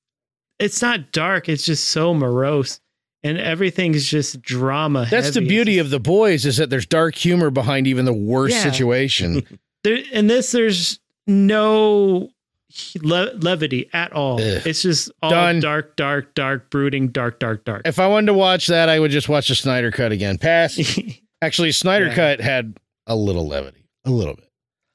Speaker 5: it's not dark it's just so morose and everything's just drama.
Speaker 1: That's the
Speaker 5: heavy.
Speaker 1: beauty of the boys is that there's dark humor behind even the worst
Speaker 5: Yeah.
Speaker 1: situation.
Speaker 5: there in this there's no le- levity at all
Speaker 1: Ugh.
Speaker 5: it's just all
Speaker 1: Done.
Speaker 5: dark dark dark brooding dark dark dark
Speaker 1: if I wanted to watch that, I would just watch the Snyder Cut again. Pass. Actually, Snyder
Speaker 5: Yeah.
Speaker 1: Cut had a little levity, a little bit.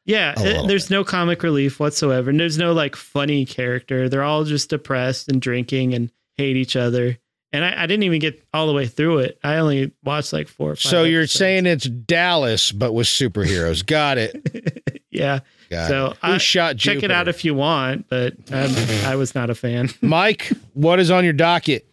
Speaker 5: yeah
Speaker 1: A
Speaker 5: it-
Speaker 1: little
Speaker 5: there's no comic relief whatsoever and there's no like funny character they're all just depressed and drinking and hate each other and I, I didn't even get all the way through it i only watched like four or five
Speaker 1: So you're
Speaker 5: episodes.
Speaker 1: saying it's Dallas, but with superheroes. Got it.
Speaker 5: yeah
Speaker 1: Got it.
Speaker 5: so
Speaker 4: uh,
Speaker 1: Who
Speaker 5: I,
Speaker 1: shot
Speaker 5: check it
Speaker 1: Jupiter?
Speaker 5: out if you want but um, i was not a fan
Speaker 1: Mike, what is on your docket?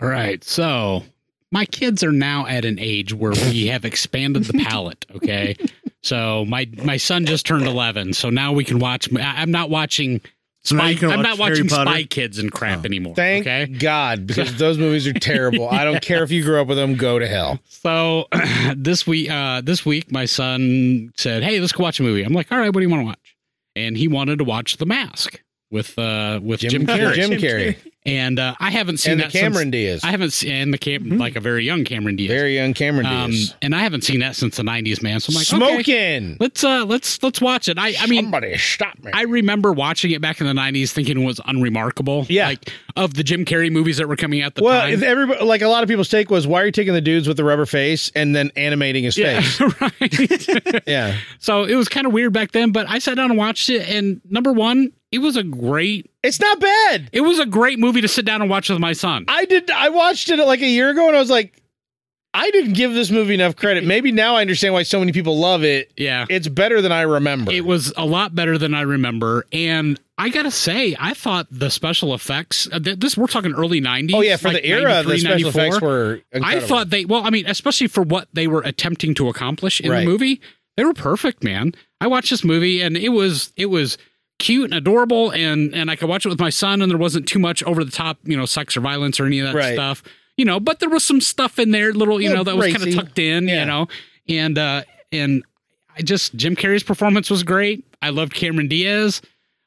Speaker 4: All right. So my kids are now at an age where we have expanded the palette. Okay. So my my son just turned eleven, so now we can watch. I- I'm not watching.
Speaker 2: So now
Speaker 4: Spy,
Speaker 2: you can
Speaker 4: I'm
Speaker 2: watch
Speaker 4: not
Speaker 2: Harry
Speaker 4: watching
Speaker 2: Potter. Oh.
Speaker 4: Spy Kids and crap anymore.
Speaker 1: Thank
Speaker 4: okay.
Speaker 1: God, because those movies are terrible. I don't care if you grew up with them. Go to hell.
Speaker 4: So this week, uh, this week, my son said, "Hey, let's go watch a movie." I'm like, "All right, what do you want to watch?" And he wanted to watch The Mask with uh, with Jim, Carrey.
Speaker 1: Jim Carrey.
Speaker 4: And uh, I haven't seen
Speaker 1: and the
Speaker 4: that
Speaker 1: Cameron
Speaker 4: Since,
Speaker 1: Diaz.
Speaker 4: I haven't seen and the Cam- like a very young Cameron Diaz.
Speaker 1: Very young Cameron
Speaker 4: um,
Speaker 1: Diaz.
Speaker 4: and I haven't seen that since the '90s, man. So I'm like,
Speaker 1: Smoking.
Speaker 4: okay, let's uh, let's let's watch it. I I mean,
Speaker 1: somebody stop me.
Speaker 4: I remember watching it back in the '90s, thinking it was unremarkable.
Speaker 1: Yeah.
Speaker 4: like of the Jim Carrey movies that were coming out at the
Speaker 1: well,
Speaker 4: time.
Speaker 1: if everybody, like a lot of people's take was, why are you taking the dudes with the rubber face and then animating his
Speaker 4: yeah,
Speaker 1: face?
Speaker 4: right.
Speaker 1: Yeah.
Speaker 4: So it was kind of weird back then, but I sat down and watched it. And number one, it was a great,
Speaker 1: It's not bad.
Speaker 4: it was a great movie to sit down and watch with my son.
Speaker 1: I did. I watched it like a year ago, and I was like, I didn't give this movie enough credit. Maybe now I understand why so many people love it.
Speaker 4: Yeah,
Speaker 1: It's better than I remember.
Speaker 4: it was a lot better than I remember. And I gotta say, I thought the special effects. uh, th- This we're talking early '90s.
Speaker 1: oh yeah, for
Speaker 4: like
Speaker 1: the era, the
Speaker 4: 93,
Speaker 1: special
Speaker 4: 94.
Speaker 1: effects were.
Speaker 4: I
Speaker 1: Incredible.
Speaker 4: thought they well, I mean, especially for what they were attempting to accomplish in
Speaker 1: Right.
Speaker 4: the movie, they were perfect, man. I watched this movie and it was it was cute and adorable and and I could watch it with my son and there wasn't too much over the top, you know, sex or violence or any of that
Speaker 1: Right.
Speaker 4: stuff. You know, but there was some stuff in there, little, you
Speaker 1: Little
Speaker 4: know, that was kind of
Speaker 1: racy.
Speaker 4: tucked in,
Speaker 1: Yeah.
Speaker 4: you know. And uh and I just Jim Carrey's performance was great. I loved Cameron Diaz.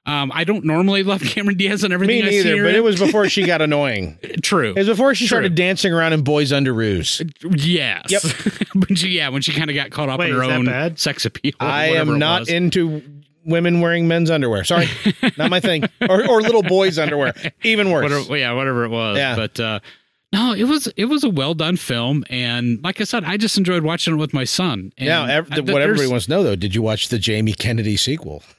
Speaker 4: Um, I don't normally love Cameron Diaz and everything.
Speaker 1: me
Speaker 4: I see
Speaker 1: neither,
Speaker 4: her
Speaker 1: but
Speaker 4: in.
Speaker 1: it was before she got annoying.
Speaker 4: true.
Speaker 1: It was before she
Speaker 4: True.
Speaker 1: started dancing around in boys' underoos.
Speaker 4: Yes.
Speaker 1: Yep.
Speaker 4: but she- yeah, when she kind of got caught up
Speaker 5: Wait,
Speaker 4: in her
Speaker 5: is that
Speaker 4: own
Speaker 5: bad?
Speaker 4: sex appeal. or
Speaker 1: I
Speaker 4: whatever
Speaker 1: am
Speaker 4: it
Speaker 1: not
Speaker 4: was.
Speaker 1: into women wearing men's underwear. Sorry, not my thing. Or, or little boys' underwear. Even worse.
Speaker 4: Whatever, yeah, whatever it was.
Speaker 1: Yeah.
Speaker 4: But uh, no, it was it was a well done film, and like I said, I just enjoyed watching it with my son. And
Speaker 1: now, ev-
Speaker 4: I-
Speaker 1: what everybody
Speaker 4: there's-
Speaker 1: wants to know though, did you watch the Jamie Kennedy sequel?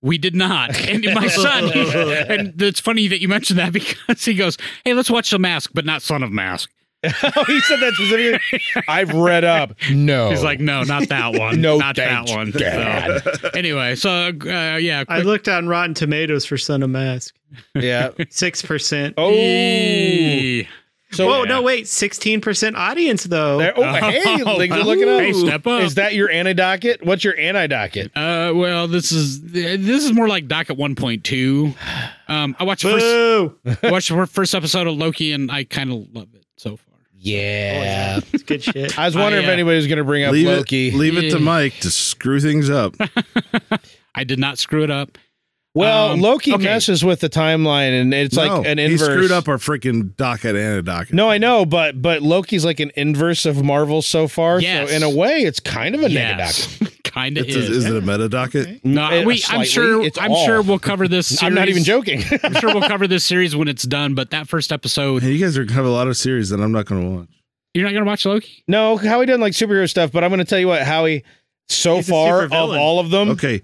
Speaker 4: We did not, and my son. and it's funny that you mentioned that because he goes, "Hey, let's watch The Mask, but not Son of Mask."
Speaker 1: oh, he said that specifically. I've read up. No,
Speaker 4: He's like, "No, not that one.
Speaker 1: No,
Speaker 4: not that
Speaker 1: thanks,
Speaker 4: one."
Speaker 1: Dad.
Speaker 4: So, anyway, so uh, yeah,
Speaker 5: i
Speaker 4: quick-
Speaker 5: looked on rotten tomatoes for son of mask
Speaker 1: yeah.
Speaker 5: six percent
Speaker 1: Oh,
Speaker 4: Eee.
Speaker 1: so
Speaker 5: Whoa,
Speaker 4: yeah.
Speaker 5: no, wait, 16% audience though.
Speaker 1: there- oh, hey,
Speaker 4: Oh,
Speaker 1: like, look it up.
Speaker 4: hey, step up.
Speaker 1: Is that your anti docket? What's your anti docket?
Speaker 4: Uh, well, this is this is more like Doc at 1.2. Um, I watched the first,
Speaker 5: Boo!
Speaker 4: I watched the first episode of Loki, and I kind of love it so far.
Speaker 1: Yeah.
Speaker 5: It's good shit.
Speaker 1: I was wondering
Speaker 4: I,
Speaker 1: if
Speaker 4: uh,
Speaker 1: anybody was going to bring up
Speaker 2: Leave
Speaker 1: Loki.
Speaker 2: it, leave it to Mike to screw things up.
Speaker 4: I did not screw it up.
Speaker 1: well,
Speaker 4: Um,
Speaker 1: Loki
Speaker 4: okay.
Speaker 1: messes with the timeline, and it's
Speaker 2: No,
Speaker 1: like an
Speaker 2: he
Speaker 1: inverse.
Speaker 2: screwed up our freaking docket and a docket.
Speaker 1: No, I know, but but Loki's like an inverse of Marvel so far.
Speaker 4: Yes.
Speaker 1: So in a way, it's kind of a negadocket.
Speaker 4: kind of
Speaker 2: It's
Speaker 4: is.
Speaker 2: a- is it a meta docket?
Speaker 4: no,
Speaker 1: Uh,
Speaker 4: we, I'm
Speaker 1: slightly,
Speaker 4: sure.
Speaker 1: it's
Speaker 4: I'm
Speaker 1: all.
Speaker 4: sure we'll cover this. Series.
Speaker 1: I'm not even joking.
Speaker 4: I'm sure we'll cover this series when it's done. But that first episode,
Speaker 2: Hey, you guys are gonna have a lot of series that I'm not gonna watch.
Speaker 4: you're not gonna watch Loki.
Speaker 1: no, Howie doesn't like superhero stuff, but I'm going to tell you what, Howie. So
Speaker 5: He's a
Speaker 1: far of
Speaker 5: supervillain.
Speaker 1: all of them,
Speaker 2: Okay,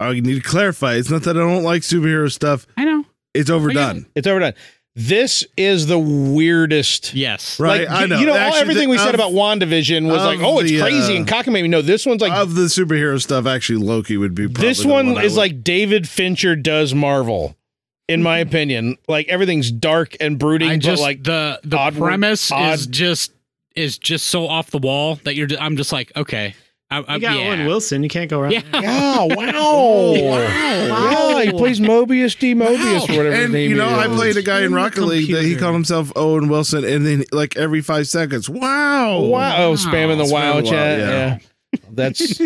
Speaker 2: I need to clarify. It's not that I don't like superhero stuff.
Speaker 4: I know.
Speaker 2: It's overdone,
Speaker 1: it's overdone. This is is the weirdest.
Speaker 4: Yes.
Speaker 2: right?
Speaker 1: Like,
Speaker 2: I
Speaker 1: you-
Speaker 2: know.
Speaker 1: You know, all-
Speaker 2: Actually,
Speaker 1: everything
Speaker 2: the-
Speaker 1: we said
Speaker 2: of-
Speaker 1: about WandaVision was
Speaker 2: of
Speaker 1: like, oh, it's
Speaker 2: the,
Speaker 1: crazy
Speaker 2: uh,
Speaker 1: and cockamamie. No, this one's like,
Speaker 2: of the superhero stuff. Actually, Loki would be. Probably
Speaker 1: this
Speaker 2: the
Speaker 1: one
Speaker 2: I
Speaker 1: is
Speaker 2: would-
Speaker 1: like David Fincher does Marvel, in my opinion. Like, everything's dark and brooding,
Speaker 4: Mm-hmm. I
Speaker 1: but
Speaker 4: just
Speaker 1: like,
Speaker 4: like the the
Speaker 1: odd-
Speaker 4: premise
Speaker 1: odd-
Speaker 4: is just is just so off the wall that you're. Just, I'm just like, okay. I, I,
Speaker 5: You got
Speaker 4: yeah.
Speaker 5: Owen Wilson. You can't go wrong.
Speaker 4: Yeah.
Speaker 1: yeah, wow. Yeah, he plays Mobius D. Mobius or whatever his
Speaker 2: And
Speaker 1: name
Speaker 2: you know,
Speaker 1: is.
Speaker 2: I played a guy in Rocket League that he
Speaker 5: Computer.
Speaker 2: called himself Owen Wilson, and then like every five seconds, wow,
Speaker 1: Wow. Oh, spamming the
Speaker 2: Spamming
Speaker 1: wow
Speaker 2: the wow,
Speaker 1: chat.
Speaker 2: yeah.
Speaker 1: yeah. That's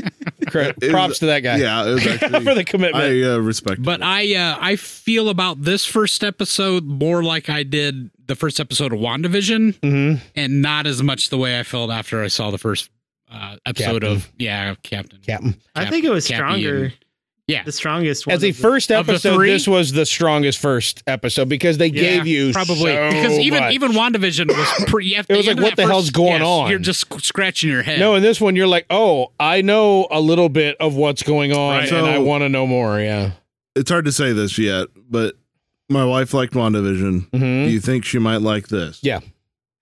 Speaker 1: cre-
Speaker 2: was-
Speaker 1: props to that guy
Speaker 2: Yeah, it was actually.
Speaker 1: for the commitment.
Speaker 2: I uh, respect.
Speaker 4: But I uh, I feel about this first episode more like I did the first episode of WandaVision,
Speaker 1: Mhm.
Speaker 4: and not as much the way I felt after I saw the first uh, episode of yeah Captain.
Speaker 1: Captain.
Speaker 5: I think it was
Speaker 4: Cappy
Speaker 5: stronger.
Speaker 4: and- yeah.
Speaker 5: the strongest one.
Speaker 1: As a
Speaker 5: of the-
Speaker 1: first
Speaker 4: Of the
Speaker 1: episode,
Speaker 4: three?
Speaker 1: this was the strongest first episode because they
Speaker 5: Yeah,
Speaker 1: gave you
Speaker 4: Probably
Speaker 1: so
Speaker 4: because even
Speaker 1: much.
Speaker 4: even WandaVision was pretty. It
Speaker 1: was like, what the hell's going on?
Speaker 4: You're just sc- scratching your head.
Speaker 1: no, in this one you're like, oh, I know a little bit of what's going on,
Speaker 2: Right.
Speaker 1: and I
Speaker 2: So-
Speaker 1: want to know more. Yeah.
Speaker 2: It's hard to say this yet, but my wife liked WandaVision. Do
Speaker 1: Mhm.
Speaker 2: you think she might like this?
Speaker 1: Yeah.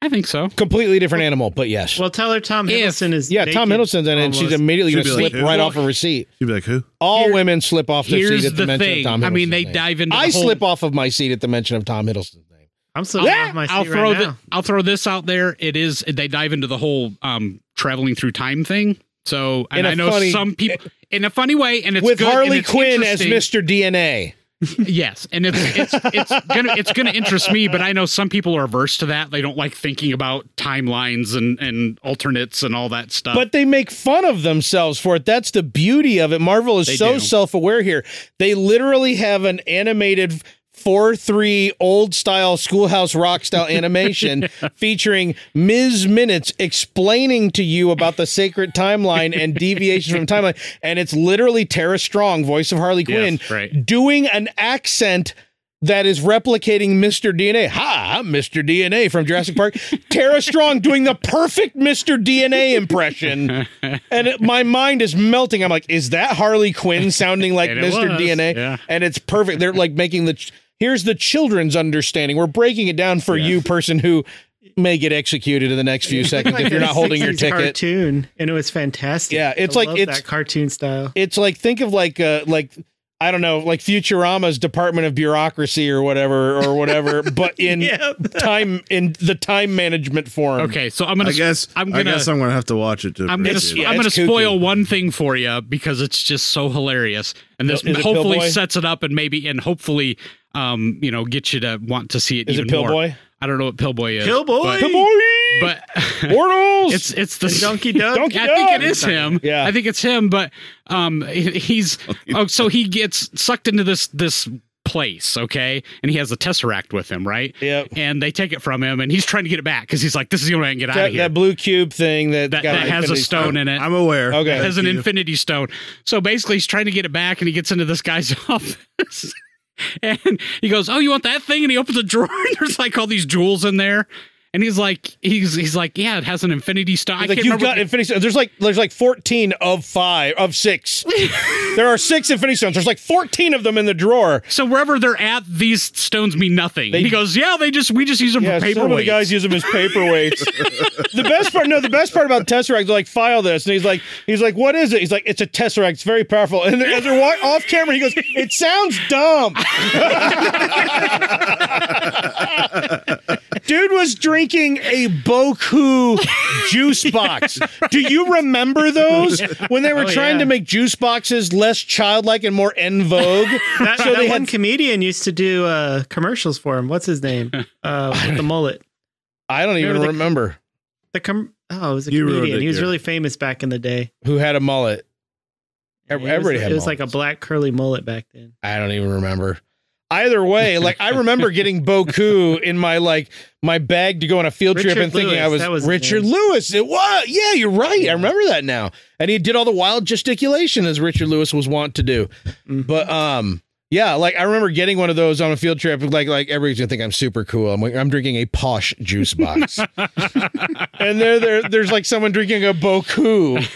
Speaker 4: I think so.
Speaker 1: Completely different animal, but yes.
Speaker 5: Well, tell her Tom
Speaker 4: If-
Speaker 5: Hiddleston is.
Speaker 1: yeah, Tom
Speaker 5: naked
Speaker 1: Hiddleston's in it, and she's
Speaker 5: almost.
Speaker 1: immediately going
Speaker 2: She'd
Speaker 1: to
Speaker 2: be like,
Speaker 1: slip right
Speaker 2: "Who?"
Speaker 1: off of her seat.
Speaker 2: She'd be like, "Who?"
Speaker 1: All
Speaker 4: Here-
Speaker 1: women slip off their
Speaker 4: Here's
Speaker 1: seat at the,
Speaker 4: the
Speaker 1: mention
Speaker 4: thing.
Speaker 1: of Tom Hiddleston's
Speaker 4: I mean, they
Speaker 1: name.
Speaker 4: dive into.
Speaker 1: I
Speaker 4: the whole,
Speaker 1: slip off of my seat at the mention of Tom Hiddleston's name.
Speaker 5: I'm so
Speaker 4: Yeah,
Speaker 5: off my seat
Speaker 4: I'll throw
Speaker 5: right
Speaker 4: thi-
Speaker 5: now.
Speaker 4: I'll throw this out there. It is they dive into the whole um traveling through time thing. So and
Speaker 1: In a
Speaker 4: I know
Speaker 1: funny-
Speaker 4: some people in a funny way, and it's
Speaker 1: With
Speaker 4: good, and
Speaker 1: Harley
Speaker 4: it's
Speaker 1: Quinn as
Speaker 4: interesting.
Speaker 1: Mr. DNA.
Speaker 4: Yes, and it's it's it's gonna it's gonna interest me, but I know some people are averse to that. They don't like thinking about timelines and and alternates and all that stuff.
Speaker 1: But they make fun of themselves for it. That's the beauty of it. Marvel is
Speaker 4: They
Speaker 1: so
Speaker 4: do.
Speaker 1: self aware here. They literally have an animated 4 3 old style schoolhouse rock style animation featuring Ms. Minutes explaining to you about the sacred timeline and deviations from timeline. And it's literally Tara Strong, voice of Harley Quinn,
Speaker 4: Yes, right.
Speaker 1: doing an accent that is replicating Mr. DNA. Hi, I'm Mr. DNA from Jurassic Park. Tara Strong doing the perfect Mr. DNA impression. And it, my mind is melting. I'm like, is that Harley Quinn sounding like
Speaker 4: And it
Speaker 1: Mr.
Speaker 4: was,
Speaker 1: DNA?
Speaker 4: yeah.
Speaker 1: And it's perfect. They're like making the ch- here's the children's understanding. We're breaking it down for you, person who may get executed in the next few seconds if
Speaker 5: Like
Speaker 1: you're
Speaker 5: a
Speaker 1: not holding your
Speaker 5: 60s
Speaker 1: ticket.
Speaker 5: Cartoon, and it was fantastic.
Speaker 1: Yeah, it's
Speaker 5: I
Speaker 1: like-
Speaker 5: love
Speaker 1: it's-
Speaker 5: that cartoon style.
Speaker 1: it's like think of like uh like I don't know, like Futurama's Department of Bureaucracy or whatever or whatever, but in
Speaker 5: Yep.
Speaker 1: time in the time management form.
Speaker 4: okay, so I'm gonna
Speaker 2: I guess.
Speaker 4: I'm
Speaker 2: I
Speaker 4: gonna
Speaker 2: guess I'm gonna have to watch it to.
Speaker 4: I'm gonna
Speaker 2: appreciate
Speaker 4: sp-
Speaker 2: it.
Speaker 1: yeah,
Speaker 4: I'm
Speaker 1: it's
Speaker 4: gonna
Speaker 1: kooky.
Speaker 4: spoil one thing for you because it's just so hilarious, and this
Speaker 1: Is it
Speaker 4: hopefully
Speaker 1: Pillboy?
Speaker 4: sets it up and maybe and hopefully um you know get you to want to see it.
Speaker 1: Is it
Speaker 4: even More.
Speaker 1: Pillboy?
Speaker 4: I don't know what Pillboy is.
Speaker 5: Pillboy?
Speaker 4: but,
Speaker 1: Pillboy,
Speaker 4: but
Speaker 1: Bortles.
Speaker 4: it's it's the
Speaker 5: Donkey Doug.
Speaker 1: Donkey
Speaker 4: I think
Speaker 1: Dog.
Speaker 4: it is him.
Speaker 1: Yeah.
Speaker 4: I think it's him. But um, he- he's oh, so he gets sucked into this this place, okay, and he has the tesseract with him, right?
Speaker 1: Yep.
Speaker 4: And they take it from him, and he's trying to get it back because he's like, "This is the only way I can get out of
Speaker 1: that,
Speaker 4: here."
Speaker 1: that blue cube thing that
Speaker 4: That,
Speaker 1: got
Speaker 4: that has a
Speaker 1: Infinity
Speaker 4: stone in it.
Speaker 2: I'm aware.
Speaker 1: Okay.
Speaker 4: Has an
Speaker 2: Thank you.
Speaker 4: infinity stone. So basically, he's trying to get it back, and he gets into this guy's office. And he goes, "Oh, you want that thing?" And he opens a drawer, and there's like all these jewels in there. And he's like, he's he's like, "Yeah, it has an infinity stone." I
Speaker 1: He's like
Speaker 4: can't
Speaker 1: you've
Speaker 4: remember
Speaker 1: got Infinity Stones. There's like there's like 14 of five of six. there are six Infinity Stones. There's like 14 of them in the drawer.
Speaker 4: So wherever they're at, these stones mean nothing.
Speaker 1: They-
Speaker 4: he goes, yeah, they just we just use them
Speaker 1: Yeah,
Speaker 4: for
Speaker 1: some of the
Speaker 4: paperweight.
Speaker 1: guys use them as paperweights. the best part, no, the best part about Tesseract is like file this, and he's like, he's like, what is it? He's like, it's a Tesseract. It's very powerful. And as they're walk- off camera, he goes, it sounds dumb. Dude was drinking a Boku juice box. Do you remember those when they were
Speaker 5: Oh,
Speaker 1: trying
Speaker 5: yeah.
Speaker 1: to make juice boxes less childlike and more en vogue?
Speaker 5: That,
Speaker 1: so
Speaker 5: that
Speaker 1: they
Speaker 5: one
Speaker 1: had.
Speaker 5: comedian used to do uh, commercials for him. What's his name? Uh, with the mullet.
Speaker 1: I don't even
Speaker 5: remember the-
Speaker 1: remember
Speaker 5: The com- oh, it was a
Speaker 2: You ruined
Speaker 5: comedian.
Speaker 2: it,
Speaker 5: he was
Speaker 2: Garrett.
Speaker 5: really famous back in the day.
Speaker 1: who had a mullet.
Speaker 5: It was-
Speaker 1: Everybody had
Speaker 5: It was like a
Speaker 1: mullets.
Speaker 5: black curly mullet back then.
Speaker 1: I don't even remember. Either way, like I remember getting Boku in my like my bag to go on a field trip
Speaker 5: Richard
Speaker 1: and thinking I
Speaker 5: Lewis,
Speaker 1: was,
Speaker 5: that was his
Speaker 1: Richard
Speaker 5: name.
Speaker 1: Lewis. It was yeah, you're right. I
Speaker 5: Yeah.
Speaker 1: remember that now. And he did all the wild gesticulation as Richard Lewis was wont to do.
Speaker 5: Mhm.
Speaker 1: But um yeah, like I remember getting one of those on a field trip. Like, like everybody's gonna think I'm super cool. I'm like, I'm drinking a posh juice box, and there, there, there's like someone drinking a boku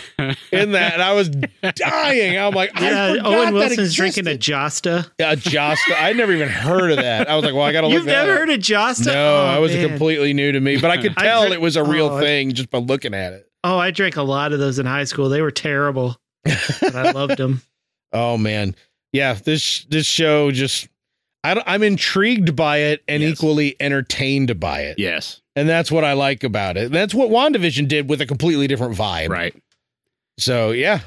Speaker 1: in that, and I was dying. I'm like, I
Speaker 5: yeah,
Speaker 1: forgot that
Speaker 5: Owen Wilson's drinking a
Speaker 1: existed.
Speaker 5: Josta.
Speaker 1: A Josta. I'd never even heard of that. I was like, well, I gotta look
Speaker 5: You've
Speaker 1: that
Speaker 5: never
Speaker 1: up.
Speaker 5: heard of Josta?
Speaker 1: No,
Speaker 5: Oh,
Speaker 1: I was
Speaker 5: man.
Speaker 1: completely new to me, but I could
Speaker 5: I
Speaker 1: tell
Speaker 5: drink-
Speaker 1: it was a real
Speaker 5: oh, I-
Speaker 1: thing just by looking at it.
Speaker 5: Oh, I drank a lot of those in high school. They were terrible, but I loved them.
Speaker 1: Oh man, yeah this this show just I don't, I'm intrigued by it and
Speaker 4: Yes.
Speaker 1: equally entertained by it,
Speaker 4: yes,
Speaker 1: and that's what I like about it. That's what Wandavision did with a completely different vibe.
Speaker 4: right.
Speaker 1: So yeah,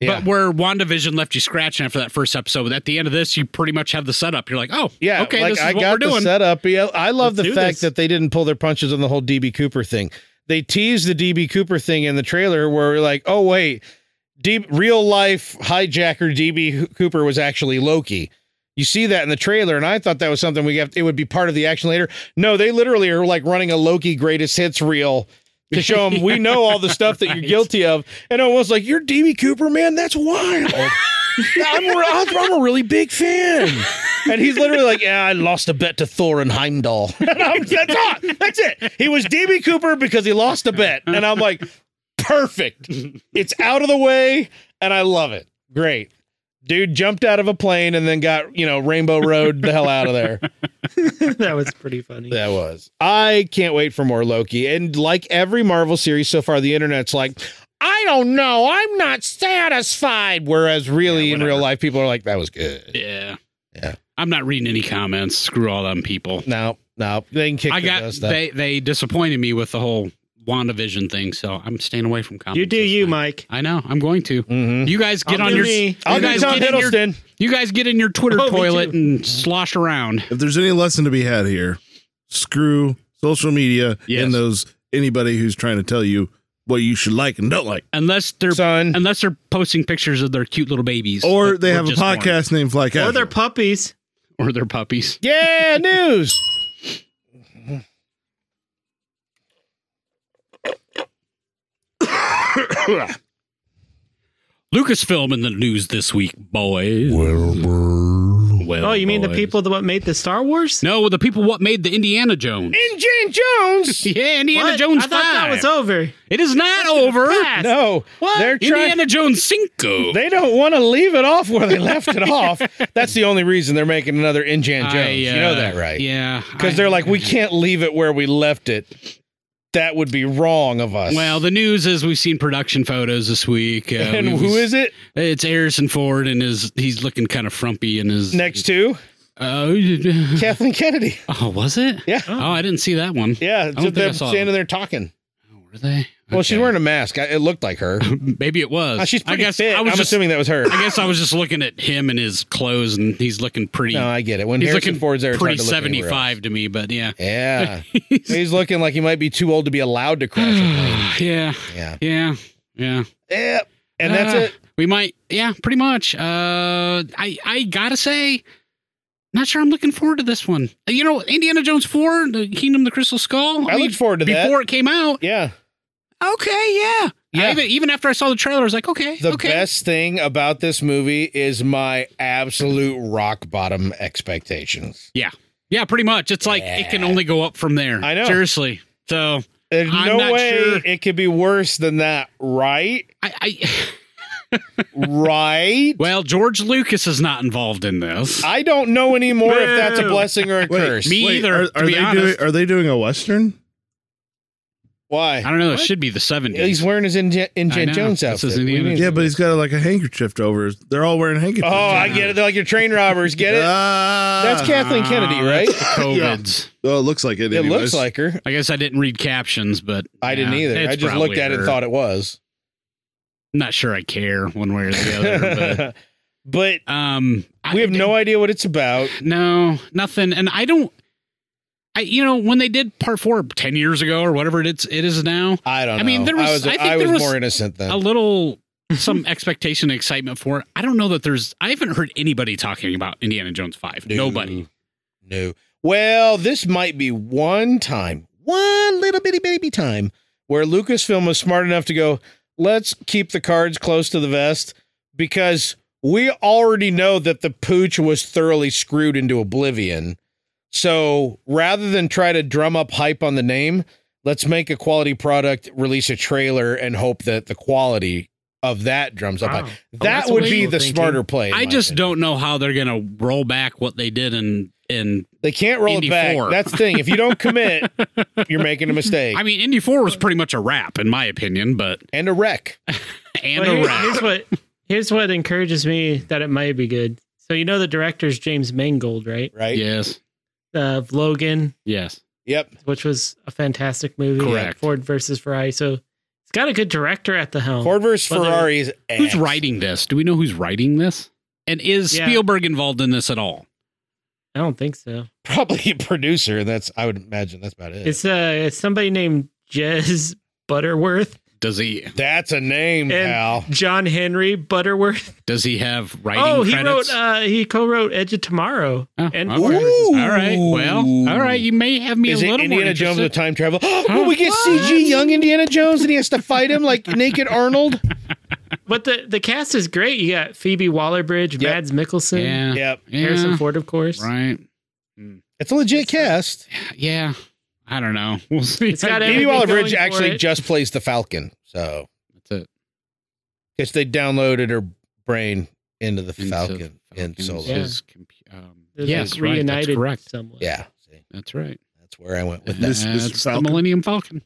Speaker 1: yeah,
Speaker 4: But where WandaVision left you scratching after that first episode, at the end of this, you pretty much have the setup. You're like, oh,
Speaker 1: yeah.
Speaker 4: okay,
Speaker 1: like
Speaker 4: this is
Speaker 1: I
Speaker 4: what
Speaker 1: got
Speaker 4: we're
Speaker 1: the
Speaker 4: doing.
Speaker 1: setup. Yeah, I love
Speaker 5: Let's
Speaker 1: the
Speaker 5: do
Speaker 1: fact
Speaker 5: this.
Speaker 1: that they didn't pull their punches on the whole DB Cooper thing. They teased the DB Cooper thing in the trailer where we're like, oh wait. deep real life hijacker DB Cooper was actually Loki. You see that in the trailer, and I thought that was something we have. It would be part of the action later. No, they literally are like running a Loki greatest hits reel to show them we know all the stuff that you're
Speaker 4: Right.
Speaker 1: guilty of. And I was like, "You're DB Cooper, man. That's wild. I'm, a- I'm a really big fan." And he's literally like, "Yeah, I lost a bet to Thor and Heimdall." And I'm, that's, all, that's it. He was DB Cooper because he lost a bet, and I'm like, "Perfect. It's out of the way, and I love it. Great." Dude jumped out of a plane and then got, you know, Rainbow Road the hell out of there.
Speaker 5: that was pretty funny.
Speaker 1: That was. I can't wait for more Loki. And like every Marvel series so far, the internet's like, I don't know. I'm not satisfied. Whereas, really,
Speaker 4: Yeah,
Speaker 1: in real
Speaker 4: whatever.
Speaker 1: life, people are like, that was good.
Speaker 4: Yeah.
Speaker 1: Yeah.
Speaker 4: I'm not reading any comments. Screw all them people.
Speaker 1: No, no. They can kick
Speaker 4: I
Speaker 1: the
Speaker 4: got
Speaker 1: dust up.
Speaker 4: they they disappointed me with the whole WandaVision thing, so I'm staying away from comments.
Speaker 5: you do
Speaker 4: this
Speaker 5: you,
Speaker 4: time.
Speaker 5: Mike.
Speaker 4: I know. I'm going to.
Speaker 1: Mhm.
Speaker 4: You guys get
Speaker 5: I'll
Speaker 4: on
Speaker 5: do
Speaker 4: your
Speaker 5: me.
Speaker 1: I'll
Speaker 4: you
Speaker 1: be
Speaker 4: guys
Speaker 1: Tom
Speaker 4: get in your
Speaker 1: Hiddleston.
Speaker 4: you guys get in your Twitter
Speaker 5: Oh, me
Speaker 4: toilet
Speaker 5: too.
Speaker 4: and slosh around.
Speaker 2: If there's any lesson to be had here, screw social media
Speaker 4: Yes.
Speaker 2: and those anybody who's trying to tell you what you should like and don't like.
Speaker 4: Unless they're
Speaker 1: Son.
Speaker 4: unless they're posting pictures of their cute little babies.
Speaker 2: Or
Speaker 4: that
Speaker 2: they
Speaker 4: were
Speaker 2: have a
Speaker 4: just born.
Speaker 2: podcast named Fly
Speaker 5: Or
Speaker 2: Casual.
Speaker 5: they're puppies.
Speaker 4: Or their puppies.
Speaker 1: Yeah, news.
Speaker 4: Lucasfilm in the news this week, boys. Well,
Speaker 5: Oh, you mean the
Speaker 4: boys.
Speaker 5: people that what made the Star Wars?
Speaker 4: No, the people what made the Indiana Jones.
Speaker 1: Indiana Jones.
Speaker 4: Yeah, Indiana
Speaker 5: What?
Speaker 4: Jones
Speaker 5: I thought that
Speaker 4: 5.
Speaker 5: was over.
Speaker 4: It is not over.
Speaker 5: Pass.
Speaker 1: No, they're trying.
Speaker 4: Indiana Jones Cinco.
Speaker 1: They don't want to leave it off where they left it off. That's the only reason they're making another Indiana Jones.
Speaker 4: I, uh,
Speaker 1: you know that, right?
Speaker 4: Yeah,
Speaker 1: because
Speaker 4: I-
Speaker 1: they're like, we can't leave it where we left it. That would be wrong of us.
Speaker 4: Well, the news is we've seen production photos this week, uh,
Speaker 1: and
Speaker 4: we-
Speaker 1: who
Speaker 4: we-
Speaker 1: is it
Speaker 4: It's Harrison Ford, and his he's looking kind of frumpy in his
Speaker 1: next to?
Speaker 4: Uh,
Speaker 1: Kathleen Kennedy.
Speaker 4: oh, was it?
Speaker 1: Yeah.
Speaker 4: Oh, I didn't see that one.
Speaker 1: Yeah,
Speaker 4: don't think I
Speaker 1: they're
Speaker 4: saw
Speaker 1: standing
Speaker 4: them.
Speaker 1: there talking.
Speaker 4: Oh, were they?
Speaker 1: Well, she's
Speaker 4: Okay.
Speaker 1: wearing a mask. I, it looked like her.
Speaker 4: Maybe it was.
Speaker 1: Uh, she's
Speaker 4: I
Speaker 1: pretty
Speaker 4: guess
Speaker 1: fit.
Speaker 4: I was
Speaker 1: I'm
Speaker 4: just,
Speaker 1: assuming that was her.
Speaker 4: I guess I was just looking at him and his clothes, and he's looking pretty.
Speaker 1: No, I get it. When
Speaker 4: he's
Speaker 1: Harrison
Speaker 4: looking
Speaker 1: Ford's there, it's
Speaker 4: pretty
Speaker 1: hard to look anywhere
Speaker 4: seventy-five to me, but yeah,
Speaker 1: else. Yeah, he's looking like he might be too old to be allowed to crash a plane.
Speaker 4: yeah,
Speaker 1: Yeah,
Speaker 4: yeah, yeah.
Speaker 1: yeah, and that's
Speaker 4: Uh,
Speaker 1: it.
Speaker 4: We might, yeah, pretty much. Uh, I I gotta say, not sure I'm looking forward to this one. Uh, You know, Indiana Jones four, the Kingdom of the Crystal Skull.
Speaker 1: I looked forward to that.
Speaker 4: before it came out.
Speaker 1: Yeah,
Speaker 4: Okay, yeah,
Speaker 1: Yeah.
Speaker 4: I even, even after I saw the trailer, I was like, okay,
Speaker 1: the
Speaker 4: okay.
Speaker 1: best thing about this movie is my absolute rock bottom expectations.
Speaker 4: Yeah, pretty much. It's like it can
Speaker 1: Yeah.
Speaker 4: only go up from there.
Speaker 1: I know.
Speaker 4: Seriously. So
Speaker 1: There's
Speaker 4: I'm
Speaker 1: no
Speaker 4: not
Speaker 1: way
Speaker 4: sure.
Speaker 1: it could be worse than that, right?
Speaker 4: I, I
Speaker 1: right?
Speaker 4: well, George Lucas is not involved in this.
Speaker 1: I don't know anymore if that's a
Speaker 5: No.
Speaker 1: blessing or a
Speaker 2: Wait,
Speaker 1: curse.
Speaker 4: me- either,
Speaker 2: Are,
Speaker 4: to
Speaker 2: are
Speaker 4: be
Speaker 2: they doing,
Speaker 4: honest.
Speaker 2: are they doing a Western?
Speaker 4: I
Speaker 1: Why?
Speaker 4: don't know. It
Speaker 2: What?
Speaker 4: should be the
Speaker 1: He's
Speaker 4: seventies.
Speaker 1: wearing his Indiana
Speaker 4: I know.
Speaker 1: Jones
Speaker 4: This
Speaker 1: outfit.
Speaker 4: is Indiana
Speaker 1: What do you mean?
Speaker 2: Yeah, but he's got like a handkerchief over. his- They're all wearing handkerchiefs.
Speaker 1: Oh, I get it. They're like your train robbers. Get it?
Speaker 2: Ah.
Speaker 1: That's Kathleen Kennedy, right?
Speaker 4: COVIDs.
Speaker 2: Oh, it looks like it.
Speaker 1: It
Speaker 2: anyways.
Speaker 1: looks like her.
Speaker 4: I guess I didn't read captions, but
Speaker 1: I didn't
Speaker 4: yeah,
Speaker 1: either.
Speaker 4: it's
Speaker 1: I just looked
Speaker 4: probably
Speaker 1: at it and
Speaker 4: her.
Speaker 1: thought it was.
Speaker 4: I'm not sure I care one way or the other.
Speaker 1: but
Speaker 4: But, um,
Speaker 1: we have no idea what it's about.
Speaker 4: no nothing, and I don't. I you know when they did part four ten years ago or whatever it's it is now,
Speaker 1: I don't know.
Speaker 4: I mean, there was-
Speaker 1: I was,
Speaker 4: I think
Speaker 1: I was
Speaker 4: there was
Speaker 1: more innocent then.
Speaker 4: a little some expectation and excitement for it. I don't know that there's. I haven't heard anybody talking about Indiana Jones five.
Speaker 1: No.
Speaker 4: Nobody.
Speaker 1: No. Well, this might be one time, one little bitty baby time, where Lucasfilm was smart enough to go, let's keep the cards close to the vest because we already know that the pooch was thoroughly screwed into oblivion. So rather than try to drum up hype on the name, let's make a quality product, release a trailer, and hope that the quality of that drums up hype.
Speaker 5: Wow.
Speaker 1: That
Speaker 5: that's
Speaker 1: would be
Speaker 5: wishful
Speaker 1: the
Speaker 5: thinking.
Speaker 1: smarter play. in
Speaker 4: I
Speaker 1: my
Speaker 4: just
Speaker 1: opinion.
Speaker 4: don't know how they're gonna roll back what they did in in.
Speaker 1: They can't roll
Speaker 4: Indy
Speaker 1: it back.
Speaker 4: four.
Speaker 1: That's the thing. If you don't commit, you're making a mistake
Speaker 4: I mean, Indy four was pretty much a wrap in my opinion, but
Speaker 1: and a wreck.
Speaker 4: and
Speaker 5: Well,
Speaker 4: a
Speaker 5: here-
Speaker 4: wrap.
Speaker 5: here's what here's what encourages me that it might be good. So you know the director's James Mangold, right?
Speaker 1: Right?
Speaker 4: Yes.
Speaker 5: Of Logan,
Speaker 4: Yes.
Speaker 1: Yep.
Speaker 5: which was a fantastic movie.
Speaker 4: Correct.
Speaker 5: Ford versus Ferrari. So it's got a good director at the helm.
Speaker 1: Ford versus
Speaker 5: Well, there-
Speaker 1: Ferrari is ass.
Speaker 4: Who's writing this? Do we know who's writing this? And is
Speaker 5: Yeah.
Speaker 4: Spielberg involved in this at all?
Speaker 5: I don't think so.
Speaker 1: Probably a producer. That's I would imagine that's about it.
Speaker 5: It's uh it's somebody named Jez Butterworth.
Speaker 4: Does he
Speaker 1: That's a name,
Speaker 5: and
Speaker 1: pal.
Speaker 5: John Henry Butterworth.
Speaker 4: does he have writing
Speaker 5: Oh, he
Speaker 4: credits?
Speaker 5: wrote. Uh, he co-wrote Edge of Tomorrow.
Speaker 4: Oh,
Speaker 5: and
Speaker 4: all right. all right. Well, all right. You may have me
Speaker 1: Is
Speaker 4: a
Speaker 1: it
Speaker 4: little more
Speaker 1: Indiana Jones with
Speaker 4: interested.
Speaker 1: time travel? Will we get CG young Indiana Jones and he has to fight him like naked Arnold?
Speaker 5: but the the cast is great. You got Phoebe
Speaker 1: Yep.
Speaker 5: Waller-Bridge, Mads Mikkelsen,
Speaker 4: Yeah.
Speaker 1: Yep.
Speaker 4: Yeah.
Speaker 5: Harrison Ford, of course.
Speaker 4: Right.
Speaker 1: It's a legit cast.
Speaker 4: Yeah. I don't know. We'll see.
Speaker 5: It's got
Speaker 1: Phoebe
Speaker 5: everything
Speaker 1: Waller
Speaker 5: going
Speaker 1: Bridge
Speaker 5: for
Speaker 1: actually
Speaker 5: it.
Speaker 1: just plays the Falcon. So,
Speaker 4: That's it.
Speaker 1: because they downloaded her brain into the
Speaker 4: Into
Speaker 1: Falcon in
Speaker 4: Falcon's
Speaker 1: Solo.
Speaker 5: Yeah.
Speaker 1: Yeah.
Speaker 4: his compu- um,
Speaker 5: They're,
Speaker 4: yes,
Speaker 5: like,
Speaker 4: right. That's
Speaker 5: reunited
Speaker 4: correct.
Speaker 5: someone.
Speaker 1: See,
Speaker 4: That's right.
Speaker 1: that's where I went with that.
Speaker 2: Miss- Miss
Speaker 4: That's the
Speaker 2: Falcon?
Speaker 4: Millennium Falcon.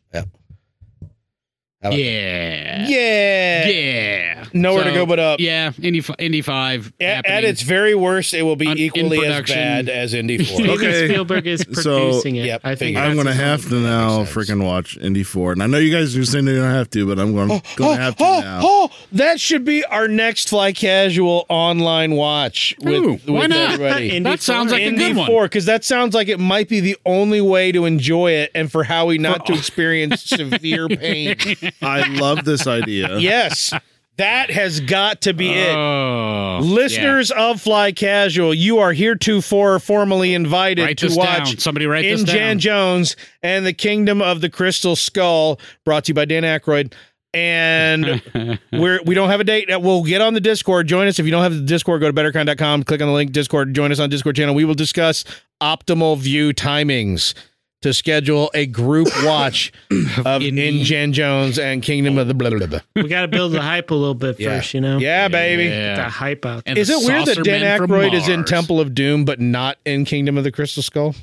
Speaker 1: How about-
Speaker 4: Yeah.
Speaker 1: Yeah.
Speaker 4: Yeah.
Speaker 1: Nowhere to
Speaker 4: So,
Speaker 1: go but up.
Speaker 4: Yeah. Indy, fi- Indy 5.
Speaker 1: A- At,
Speaker 4: happening.
Speaker 1: its very worst, it will be
Speaker 4: Un- in
Speaker 1: equally as
Speaker 4: production.
Speaker 1: bad as Indy 4.
Speaker 5: Steven
Speaker 2: Okay.
Speaker 5: Spielberg is
Speaker 2: So,
Speaker 5: producing it.
Speaker 1: yep,
Speaker 5: I think
Speaker 1: figured.
Speaker 2: I'm
Speaker 5: that's
Speaker 2: gonna
Speaker 5: his
Speaker 2: have
Speaker 5: own-
Speaker 2: to now
Speaker 1: makes sense.
Speaker 2: freaking watch Indy Four, and I know you guys are saying you don't have to, but I'm going to gonna have to now.
Speaker 1: oh, that should be our next Fly Casual online watch with,
Speaker 4: Ooh,
Speaker 1: with
Speaker 4: why not?
Speaker 1: everybody.
Speaker 4: That sounds like a
Speaker 1: Indy
Speaker 4: good one.
Speaker 1: 4, because that sounds like it might be the only way to enjoy it and for Howie not to
Speaker 4: all-
Speaker 1: experience severe pain.
Speaker 2: I love this idea.
Speaker 1: Yes, that has got to be it.
Speaker 4: Oh,
Speaker 1: Listeners of Fly Casual, you are heretofore formally invited
Speaker 4: yeah. write
Speaker 1: to
Speaker 4: this
Speaker 1: watch
Speaker 4: down. Somebody write this
Speaker 1: in
Speaker 4: down.
Speaker 1: Jan Jones and the Kingdom of the Crystal Skull, brought to you by Dan Aykroyd. And we're we don't have a date. We'll get on the Discord. Join us if you don't have the Discord. Go to betterkind.com. Click on the link Discord. Join us on Discord channel. We will discuss optimal view timings to schedule a group watch of
Speaker 4: Indie.
Speaker 1: In Jan Jones and Kingdom of the blah blah blah.
Speaker 5: We got to build the hype a little bit
Speaker 1: Yeah.
Speaker 5: first, you know.
Speaker 1: Yeah, baby.
Speaker 5: Get that hype out.
Speaker 4: And
Speaker 1: Is
Speaker 4: the
Speaker 1: it weird that
Speaker 4: Saucer
Speaker 1: Dan
Speaker 4: Men from
Speaker 1: Aykroyd is in
Speaker 4: Mars.
Speaker 1: Temple of Doom but not in Kingdom of the Crystal Skull?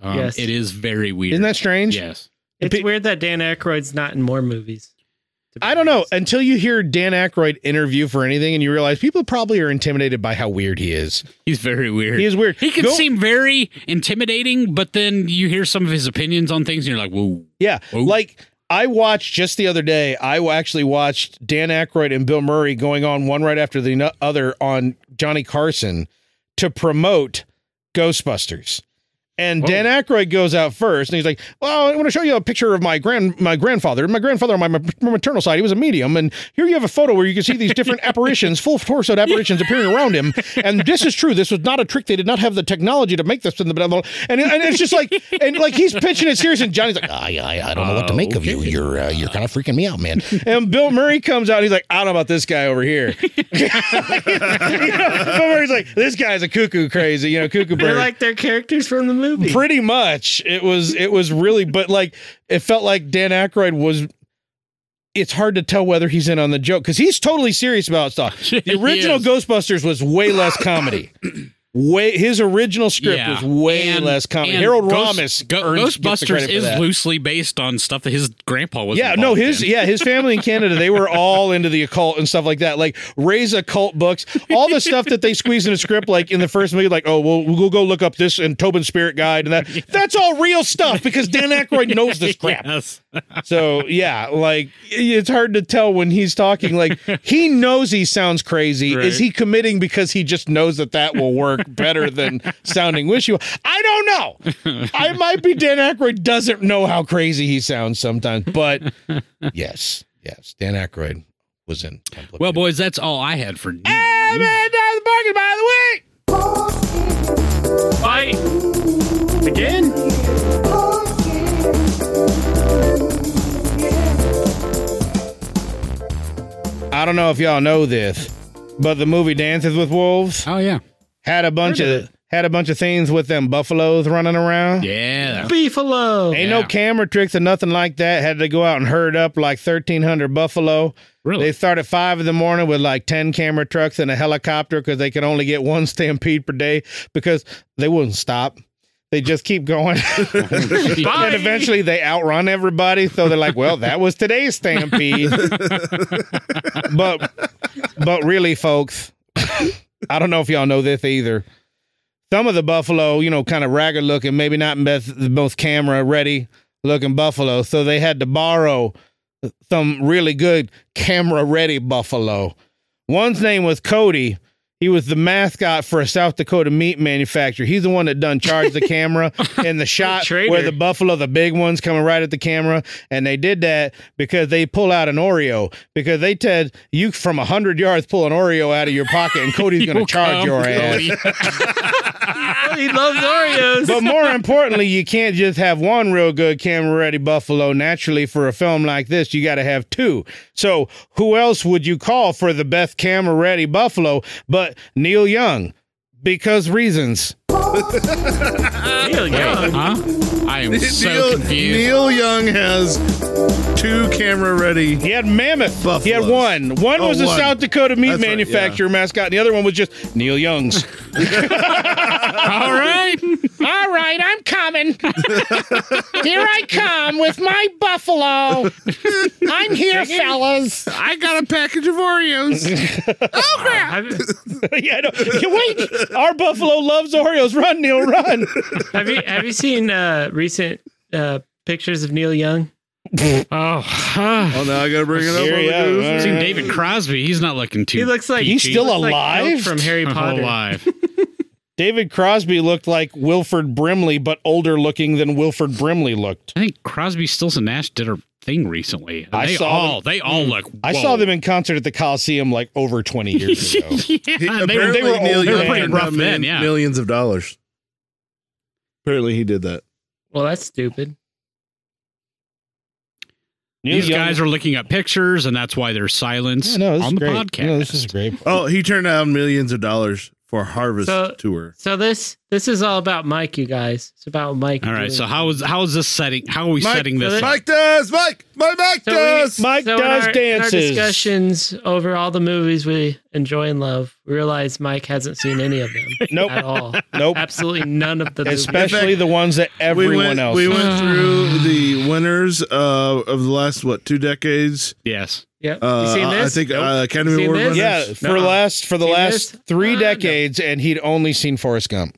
Speaker 4: Um,
Speaker 5: Yes.
Speaker 4: It is very weird.
Speaker 1: Isn't that strange?
Speaker 4: Yes.
Speaker 5: It's
Speaker 1: Pe-
Speaker 5: weird that Dan Aykroyd's not in more movies. to be
Speaker 1: I don't know
Speaker 5: honest.
Speaker 1: until you hear Dan Aykroyd interview for anything, and you realize people probably are intimidated by how weird he is.
Speaker 4: He's very weird.
Speaker 1: He is weird.
Speaker 4: He can
Speaker 1: Go-
Speaker 4: seem very intimidating, but then you hear some of his opinions on things, and you're like, "Whoa!"
Speaker 1: yeah.
Speaker 4: Oh.
Speaker 1: Like I watched just the other day. I actually watched Dan Aykroyd and Bill Murray going on one right after the no- other on Johnny Carson to promote Ghostbusters. And
Speaker 4: Whoa.
Speaker 1: Dan Aykroyd goes out first, and he's like, "Well, I want to show you a picture of my grand my grandfather. My grandfather on my, ma- my maternal side, he was a medium, and here you have a photo where you can see these different apparitions, full torso apparitions appearing around him. And this is true. This was not a trick. They did not have the technology to make this in the blah, blah, blah. and and it's just like and like he's pitching it serious, and Johnny's like, I I, I don't know what to make of you. You're uh, you're kind of freaking me out, man. And Bill Murray comes out, and he's like, I don't know about this guy over here. you know, Bill Murray's like, this guy's a cuckoo crazy, you know, cuckoo
Speaker 5: They're
Speaker 1: bird
Speaker 5: like their characters from the movie.
Speaker 1: pretty much it was it was really but like it felt like Dan Aykroyd was it's hard to tell whether he's in on the joke because he's totally serious about stuff. The original
Speaker 4: Yes.
Speaker 1: Ghostbusters was way less comedy. Way his original script
Speaker 4: Yeah.
Speaker 1: was way
Speaker 4: And-
Speaker 1: less comedy.
Speaker 4: and
Speaker 1: Harold
Speaker 4: Ghost-
Speaker 1: Ramis
Speaker 4: Go-
Speaker 1: earns- gets the
Speaker 4: Ghostbusters
Speaker 1: credit for
Speaker 4: is
Speaker 1: that.
Speaker 4: loosely based on stuff that his grandpa was.
Speaker 1: Yeah, no,
Speaker 4: involved
Speaker 1: his
Speaker 4: in.
Speaker 1: yeah, his family in Canada, they were all into the occult and stuff like that. Like raise occult books, all the stuff that they squeeze in a script, like in the first movie, like, oh, well, we'll go look up this and Tobin Spirit Guide and that. That's all real stuff because Dan Aykroyd knows this crap.
Speaker 4: Yes.
Speaker 1: So yeah, like it's hard to tell when he's talking. Like he knows he sounds crazy.
Speaker 4: Right.
Speaker 1: Is he committing because he just knows that that will work better than sounding wishy? I don't know. I might be Dan Aykroyd doesn't know how crazy he sounds sometimes, but yes, yes, Dan Aykroyd was in. Temple of
Speaker 4: Well,
Speaker 1: Doom.
Speaker 4: boys, that's all I had for. you.
Speaker 1: And that's the bargain by the week.
Speaker 5: Fight again.
Speaker 1: I don't know if y'all know this, but the movie Dances with Wolves
Speaker 4: Oh yeah,
Speaker 1: had a bunch
Speaker 5: Heard of
Speaker 1: of had a bunch of scenes with them buffaloes running around.
Speaker 4: yeah.
Speaker 5: Beefalo.
Speaker 1: Ain't
Speaker 4: Yeah.
Speaker 1: no camera tricks or nothing like that. Had to go out and herd up like 1,300 buffalo.
Speaker 4: Really?
Speaker 1: They start at 5 in the morning with like 10 camera trucks and a helicopter because they could only get one stampede per day because they wouldn't stop. They just keep going.
Speaker 4: Bye.
Speaker 1: and eventually they outrun everybody. So they're like, well, that was today's stampede. but but really, folks, I don't know if y'all know this either. Some of the buffalo, you know, kind of ragged looking, maybe not best, the most camera ready looking buffalo. So they had to borrow some really good camera ready buffalo. One's name was Cody. He was the mascot for a South Dakota meat manufacturer. He's the one that done charged the camera in the shot
Speaker 5: traitor.
Speaker 1: where the buffalo, the big ones, coming right at the camera, and they did that because they pull out an Oreo because they said you from hundred yards pull an Oreo out of your pocket and Cody's going to
Speaker 4: You'll
Speaker 1: charge
Speaker 4: come,
Speaker 1: your ass.
Speaker 4: Cody.
Speaker 5: he loves Oreos.
Speaker 1: But more importantly, you can't just have one real good camera ready buffalo. Naturally, for a film like this, you got to have two. So, who else would you call for the best camera ready buffalo but Neil Young? Because reasons.
Speaker 5: Neil Young.
Speaker 4: huh? I am so
Speaker 2: Neil,
Speaker 4: confused.
Speaker 2: Neil Young has two camera ready.
Speaker 1: He had Mammoth. He had
Speaker 2: Buffaloes.
Speaker 1: one. One
Speaker 2: Oh,
Speaker 1: was a
Speaker 2: one.
Speaker 1: South Dakota meat
Speaker 2: That's right,
Speaker 1: manufacturer mascot, and the other one was just Neil Young's.
Speaker 4: All right.
Speaker 1: All right, I'm coming. here I come with my buffalo. I'm here, fellas.
Speaker 2: I got a package of Oreos.
Speaker 5: Have,
Speaker 1: yeah, I know. Yeah, wait, our buffalo loves Oreos. Run, Neil, run.
Speaker 5: have you have you seen uh, recent uh, pictures of Neil Young?
Speaker 4: Oh, huh.
Speaker 2: oh, now I gotta bring it up.
Speaker 1: Here
Speaker 2: on
Speaker 1: we
Speaker 2: the
Speaker 1: are.
Speaker 2: news.
Speaker 4: Seen David Crosby. He's not looking too.
Speaker 5: He looks like
Speaker 1: He's
Speaker 5: he
Speaker 1: still
Speaker 5: looks like
Speaker 1: alive?
Speaker 5: Elf from Harry Potter.
Speaker 4: alive.
Speaker 1: David Crosby looked like Wilford Brimley, but older looking than Wilford Brimley looked.
Speaker 4: I think Crosby, Stills, and Nash did a thing recently.
Speaker 1: I
Speaker 4: they
Speaker 1: saw
Speaker 4: all. They all look.
Speaker 1: I
Speaker 4: whoa.
Speaker 1: saw them in concert at the Coliseum like over 20 years ago.
Speaker 4: yeah,
Speaker 2: He-
Speaker 4: Ah, they were,
Speaker 2: apparently
Speaker 1: they were
Speaker 2: Neil
Speaker 1: old. They were
Speaker 2: Young
Speaker 1: pretty
Speaker 2: turned
Speaker 4: rough
Speaker 2: down
Speaker 4: then,
Speaker 2: mil-
Speaker 4: yeah.
Speaker 2: millions of dollars. Apparently, he did that.
Speaker 5: Well, that's stupid.
Speaker 1: Neil
Speaker 4: these
Speaker 1: Young-
Speaker 4: guys are looking up pictures, and that's why there's silence
Speaker 1: Yeah, no, this
Speaker 4: on
Speaker 1: is
Speaker 4: the
Speaker 1: great.
Speaker 4: podcast.
Speaker 1: No, this is great.
Speaker 2: Oh, he turned down millions of dollars for Harvest
Speaker 5: So-
Speaker 2: tour.
Speaker 5: So this this is all about Mike, you guys. It's about Mike.
Speaker 4: all right.
Speaker 5: doing-
Speaker 4: So how is how is this setting? How are we
Speaker 2: Mike,
Speaker 4: setting this? up?
Speaker 2: Mike does. Mike. My Mike
Speaker 5: So we-
Speaker 2: does.
Speaker 1: Mike
Speaker 5: so in
Speaker 1: does
Speaker 5: our, in our
Speaker 1: dances.
Speaker 5: discussions over all the movies we enjoy and love, we realize Mike hasn't seen any of them
Speaker 1: Nope.
Speaker 5: at all.
Speaker 1: Nope.
Speaker 5: Absolutely none of the movies.
Speaker 1: Especially the ones that everyone
Speaker 2: we went,
Speaker 1: else.
Speaker 2: We
Speaker 4: Ah.
Speaker 2: went through the winners uh, of the last what two decades.
Speaker 4: Yes.
Speaker 5: Yep.
Speaker 2: Uh,
Speaker 5: you seen
Speaker 2: I-
Speaker 5: this?
Speaker 2: I think
Speaker 5: Nope.
Speaker 2: uh, Academy
Speaker 5: Seen
Speaker 2: Award
Speaker 5: this?
Speaker 2: winners.
Speaker 1: yeah, for
Speaker 5: No.
Speaker 1: last for the
Speaker 5: Seen
Speaker 1: last
Speaker 5: this?
Speaker 1: three
Speaker 5: Ah, no.
Speaker 1: decades, and he'd only seen Forrest Gump.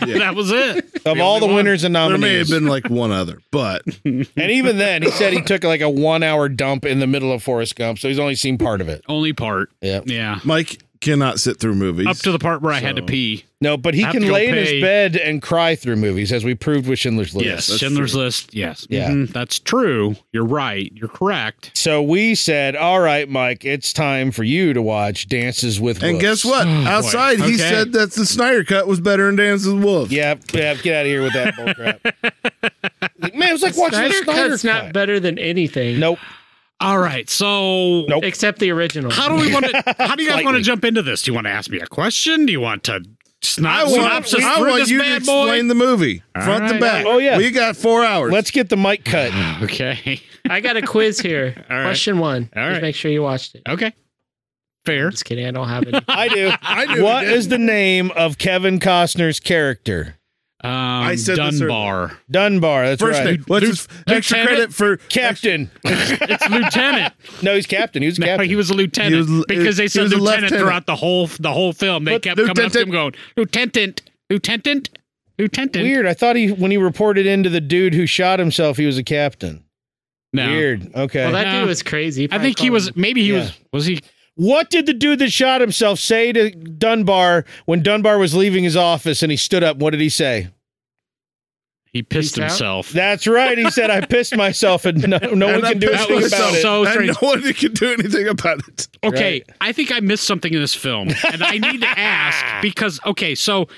Speaker 4: that was it.
Speaker 1: Of
Speaker 4: The
Speaker 1: all the
Speaker 4: only one.
Speaker 1: winners and
Speaker 2: There
Speaker 1: nominees,
Speaker 2: may have been like one other, but
Speaker 1: And even then, he said he took like a one hour dump in the middle of Forrest Gump, so he's only seen part of it.
Speaker 4: Only part.
Speaker 1: Yeah.
Speaker 4: Yeah.
Speaker 2: Mike cannot sit through movies.
Speaker 4: Up to the part where I had to
Speaker 2: So-
Speaker 4: pee.
Speaker 1: No, but he
Speaker 4: I have
Speaker 1: can
Speaker 4: to go
Speaker 1: lay in
Speaker 4: pay.
Speaker 1: his bed and cry through movies, as we proved with Schindler's List.
Speaker 4: Yes.
Speaker 2: that's
Speaker 4: Schindler's
Speaker 2: true.
Speaker 4: List. Yes.
Speaker 1: Yeah.
Speaker 4: Mhm, That's true. You're right. You're correct.
Speaker 1: So we said, all right, Mike, it's time for you to watch Dances with
Speaker 2: and
Speaker 1: Wolves."
Speaker 2: guess what?
Speaker 4: Oh, boy.
Speaker 2: Outside, he
Speaker 4: Okay.
Speaker 2: said that the Snyder cut was better than Dance with Wolves.
Speaker 1: Yeah, yeah, get out of here with that bullcrap. Man, it was like watching
Speaker 5: Snyder
Speaker 1: the Snyder
Speaker 5: Cut's
Speaker 1: Cut.
Speaker 5: not better than anything.
Speaker 1: Nope.
Speaker 4: All right. So
Speaker 1: Nope.
Speaker 5: Except the original.
Speaker 4: how do we want to? How do you guys want
Speaker 1: Slightly.
Speaker 4: to jump into this? Do you want to ask me a question? Do you want to?
Speaker 2: I
Speaker 4: Snop,
Speaker 2: want,
Speaker 4: synopsis
Speaker 2: I
Speaker 4: through
Speaker 2: want
Speaker 4: this
Speaker 2: you to
Speaker 4: bad boy?
Speaker 2: explain the movie front to
Speaker 4: right.
Speaker 2: back.
Speaker 1: Oh, yeah.
Speaker 2: we got four hours.
Speaker 1: Let's get the mic cut.
Speaker 4: Okay.
Speaker 5: I got a quiz here.
Speaker 4: All right.
Speaker 5: Question one.
Speaker 4: All
Speaker 5: Just
Speaker 4: right.
Speaker 5: make sure you watched it.
Speaker 4: Okay. Fair.
Speaker 5: Just kidding. I don't have any.
Speaker 1: I do.
Speaker 2: I knew we
Speaker 1: What
Speaker 2: did.
Speaker 1: is the name of Kevin Costner's character?
Speaker 4: Um,
Speaker 2: said this
Speaker 4: Dunbar.
Speaker 1: Dunbar. That's
Speaker 2: first
Speaker 1: right.
Speaker 2: name? What's his extra
Speaker 4: Lieutenant-
Speaker 2: credit for?
Speaker 1: Captain.
Speaker 4: It's lieutenant.
Speaker 1: no, he's captain. He was
Speaker 4: No,
Speaker 1: captain.
Speaker 4: he was a lieutenant
Speaker 2: He was-
Speaker 4: because they
Speaker 2: he
Speaker 4: said
Speaker 2: was a
Speaker 4: lieutenant,
Speaker 2: lieutenant.
Speaker 4: throughout the whole the whole film. They
Speaker 1: But
Speaker 4: kept coming up to him going lieutenant, lieutenant, lieutenant.
Speaker 1: Weird. I thought he when he reported into the dude who shot himself, he was a captain.
Speaker 4: No.
Speaker 1: Weird. Okay.
Speaker 5: Well, that
Speaker 4: No.
Speaker 5: dude was crazy.
Speaker 4: I think he was. Maybe he
Speaker 1: Yeah.
Speaker 4: was. Was he?
Speaker 1: what did the dude that shot himself say to Dunbar when Dunbar was leaving his office and he stood up? What did he say?
Speaker 4: He pissed
Speaker 5: Peace out?
Speaker 4: himself.
Speaker 1: That's right. He said, "I pissed myself, and no, no one
Speaker 2: And I
Speaker 1: can do
Speaker 2: pissed
Speaker 1: anything
Speaker 2: myself.
Speaker 1: about it."
Speaker 4: So
Speaker 2: and
Speaker 4: strange.
Speaker 2: no one can do anything about it.
Speaker 4: Okay,
Speaker 1: Right.
Speaker 4: I think I missed something in this film, and I need to ask because okay, so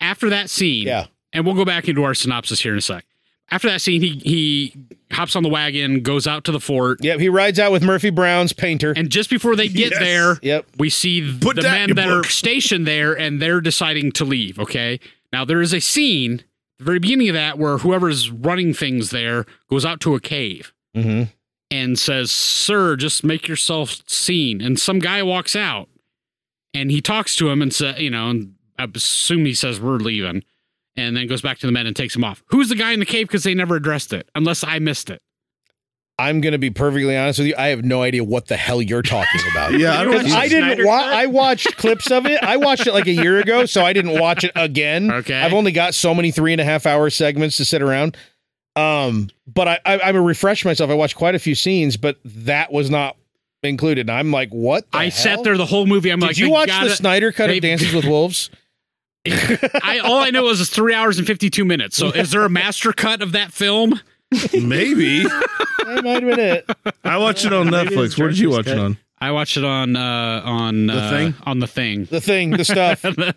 Speaker 4: after that scene,
Speaker 1: Yeah.
Speaker 4: and we'll go back into our synopsis here in a sec. After that scene, he he hops on the wagon, goes out to the fort,
Speaker 1: Yep. He rides out with Murphy Brown's painter.
Speaker 4: and just before they get
Speaker 2: Yes.
Speaker 4: there,
Speaker 1: Yep.
Speaker 4: we see
Speaker 2: Put
Speaker 4: the
Speaker 2: that in
Speaker 4: men
Speaker 2: your
Speaker 4: that
Speaker 2: book.
Speaker 4: are stationed there and they're deciding to leave. Okay. Now, there is a scene, at the very beginning of that, where whoever's running things there goes out to a cave
Speaker 1: Mm-hmm.
Speaker 4: and says, Sir, just make yourself seen. And some guy walks out and he talks to him and says, You know, and I assume he says, We're leaving. And then goes back to the men and takes him off. Who's the guy in the cave? Because they never addressed it, unless I missed it.
Speaker 1: I'm gonna be perfectly honest with you. I have no idea what the hell you're talking about.
Speaker 2: Yeah, I
Speaker 5: You
Speaker 2: don't.
Speaker 5: watched
Speaker 1: I
Speaker 5: the
Speaker 1: didn't
Speaker 5: Snyder
Speaker 1: watch.
Speaker 5: Cut?
Speaker 1: I watched clips of it. I watched it like a year ago, so I didn't watch it again.
Speaker 4: Okay.
Speaker 1: I've only got so many three and a half hour segments to sit around. Um, but I, I I'm a refresh myself. I watched quite a few scenes, but that was not included. And I'm like, what? the
Speaker 4: I
Speaker 1: hell?
Speaker 4: sat there the whole movie. I'm
Speaker 1: Did
Speaker 4: like,
Speaker 1: you
Speaker 4: they
Speaker 1: watch
Speaker 4: gotta-
Speaker 1: the Snyder cut
Speaker 4: they-
Speaker 1: of Dances with Wolves?
Speaker 4: I all I know was it's three hours and fifty two minutes. So is there a master cut of that film?
Speaker 2: Maybe
Speaker 1: that might have been it.
Speaker 2: I watch it on
Speaker 5: Maybe it's
Speaker 2: Netflix. What did you watch
Speaker 5: director's
Speaker 2: it on?
Speaker 4: I watched it on uh on
Speaker 2: The
Speaker 4: uh,
Speaker 2: Thing?
Speaker 4: on the thing.
Speaker 1: The thing, the stuff, the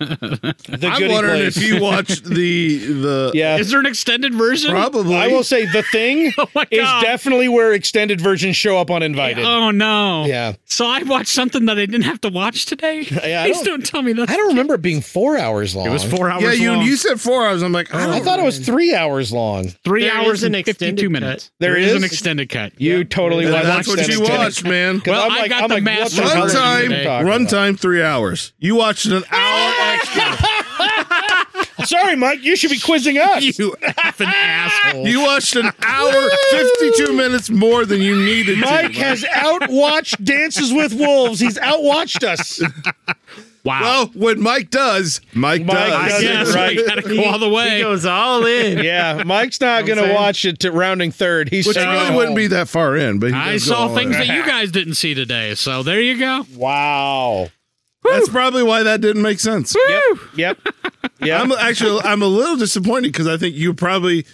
Speaker 2: I'm
Speaker 1: goody
Speaker 2: wondering
Speaker 1: place.
Speaker 2: if you watched the the
Speaker 1: Yeah,
Speaker 4: Is there an extended version?
Speaker 2: probably.
Speaker 1: I will say the thing
Speaker 4: Oh my
Speaker 1: is
Speaker 4: God.
Speaker 1: definitely where extended versions show up uninvited.
Speaker 4: Oh no.
Speaker 1: Yeah.
Speaker 4: So I watched something that I didn't have to watch today.
Speaker 1: Yeah, I
Speaker 4: Please
Speaker 1: don't-
Speaker 4: don't, tell me that.
Speaker 1: I don't remember it being four hours long.
Speaker 4: It was four hours.
Speaker 2: yeah, you
Speaker 4: long. Oh.
Speaker 2: you said four hours. I'm like, oh, I
Speaker 1: I
Speaker 2: don't
Speaker 1: thought it was three hours long.
Speaker 4: three
Speaker 5: There
Speaker 4: hours
Speaker 5: is an
Speaker 4: and fifty
Speaker 5: extended
Speaker 4: two
Speaker 5: cut.
Speaker 4: minutes.
Speaker 1: There
Speaker 4: there is?
Speaker 1: is?
Speaker 4: an extended cut.
Speaker 1: You
Speaker 5: Yeah.
Speaker 1: totally
Speaker 5: Yeah,
Speaker 1: watched
Speaker 2: That's what
Speaker 1: that
Speaker 2: you
Speaker 1: extended-
Speaker 2: watched, man.
Speaker 1: 'Cause
Speaker 4: Well,
Speaker 1: I'm
Speaker 4: I
Speaker 1: like,
Speaker 4: got
Speaker 1: I'm
Speaker 4: the
Speaker 1: like, what
Speaker 4: master
Speaker 1: the hell are you
Speaker 4: version today.
Speaker 1: talking
Speaker 2: Runtime,
Speaker 1: about?
Speaker 2: runtime three hours. You watched an hour extra.
Speaker 1: Sorry, Mike, you should be quizzing us.
Speaker 4: You effing asshole.
Speaker 2: You watched an hour, fifty-two minutes more than you needed. to.
Speaker 1: Mike has outwatched Dances with Wolves. He's outwatched us.
Speaker 4: Wow.
Speaker 2: Well, when Mike does, Mike,
Speaker 1: Mike
Speaker 2: does.
Speaker 1: does it,
Speaker 4: yes,
Speaker 1: right.
Speaker 4: we gotta go all the
Speaker 5: He
Speaker 4: way.
Speaker 5: goes all in.
Speaker 1: Yeah, Mike's not going to
Speaker 5: saying?
Speaker 1: watch it to rounding third. He's
Speaker 2: Which
Speaker 1: taking it
Speaker 2: really wouldn't
Speaker 1: home.
Speaker 2: be that far in, but he
Speaker 4: I
Speaker 2: does go
Speaker 4: saw
Speaker 2: all
Speaker 4: things
Speaker 2: in.
Speaker 4: that you guys didn't see today, so there you go.
Speaker 1: Wow.
Speaker 2: That's probably why that didn't make sense.
Speaker 1: Yep. Yep.
Speaker 2: I'm actually I'm a little disappointed because I think you probably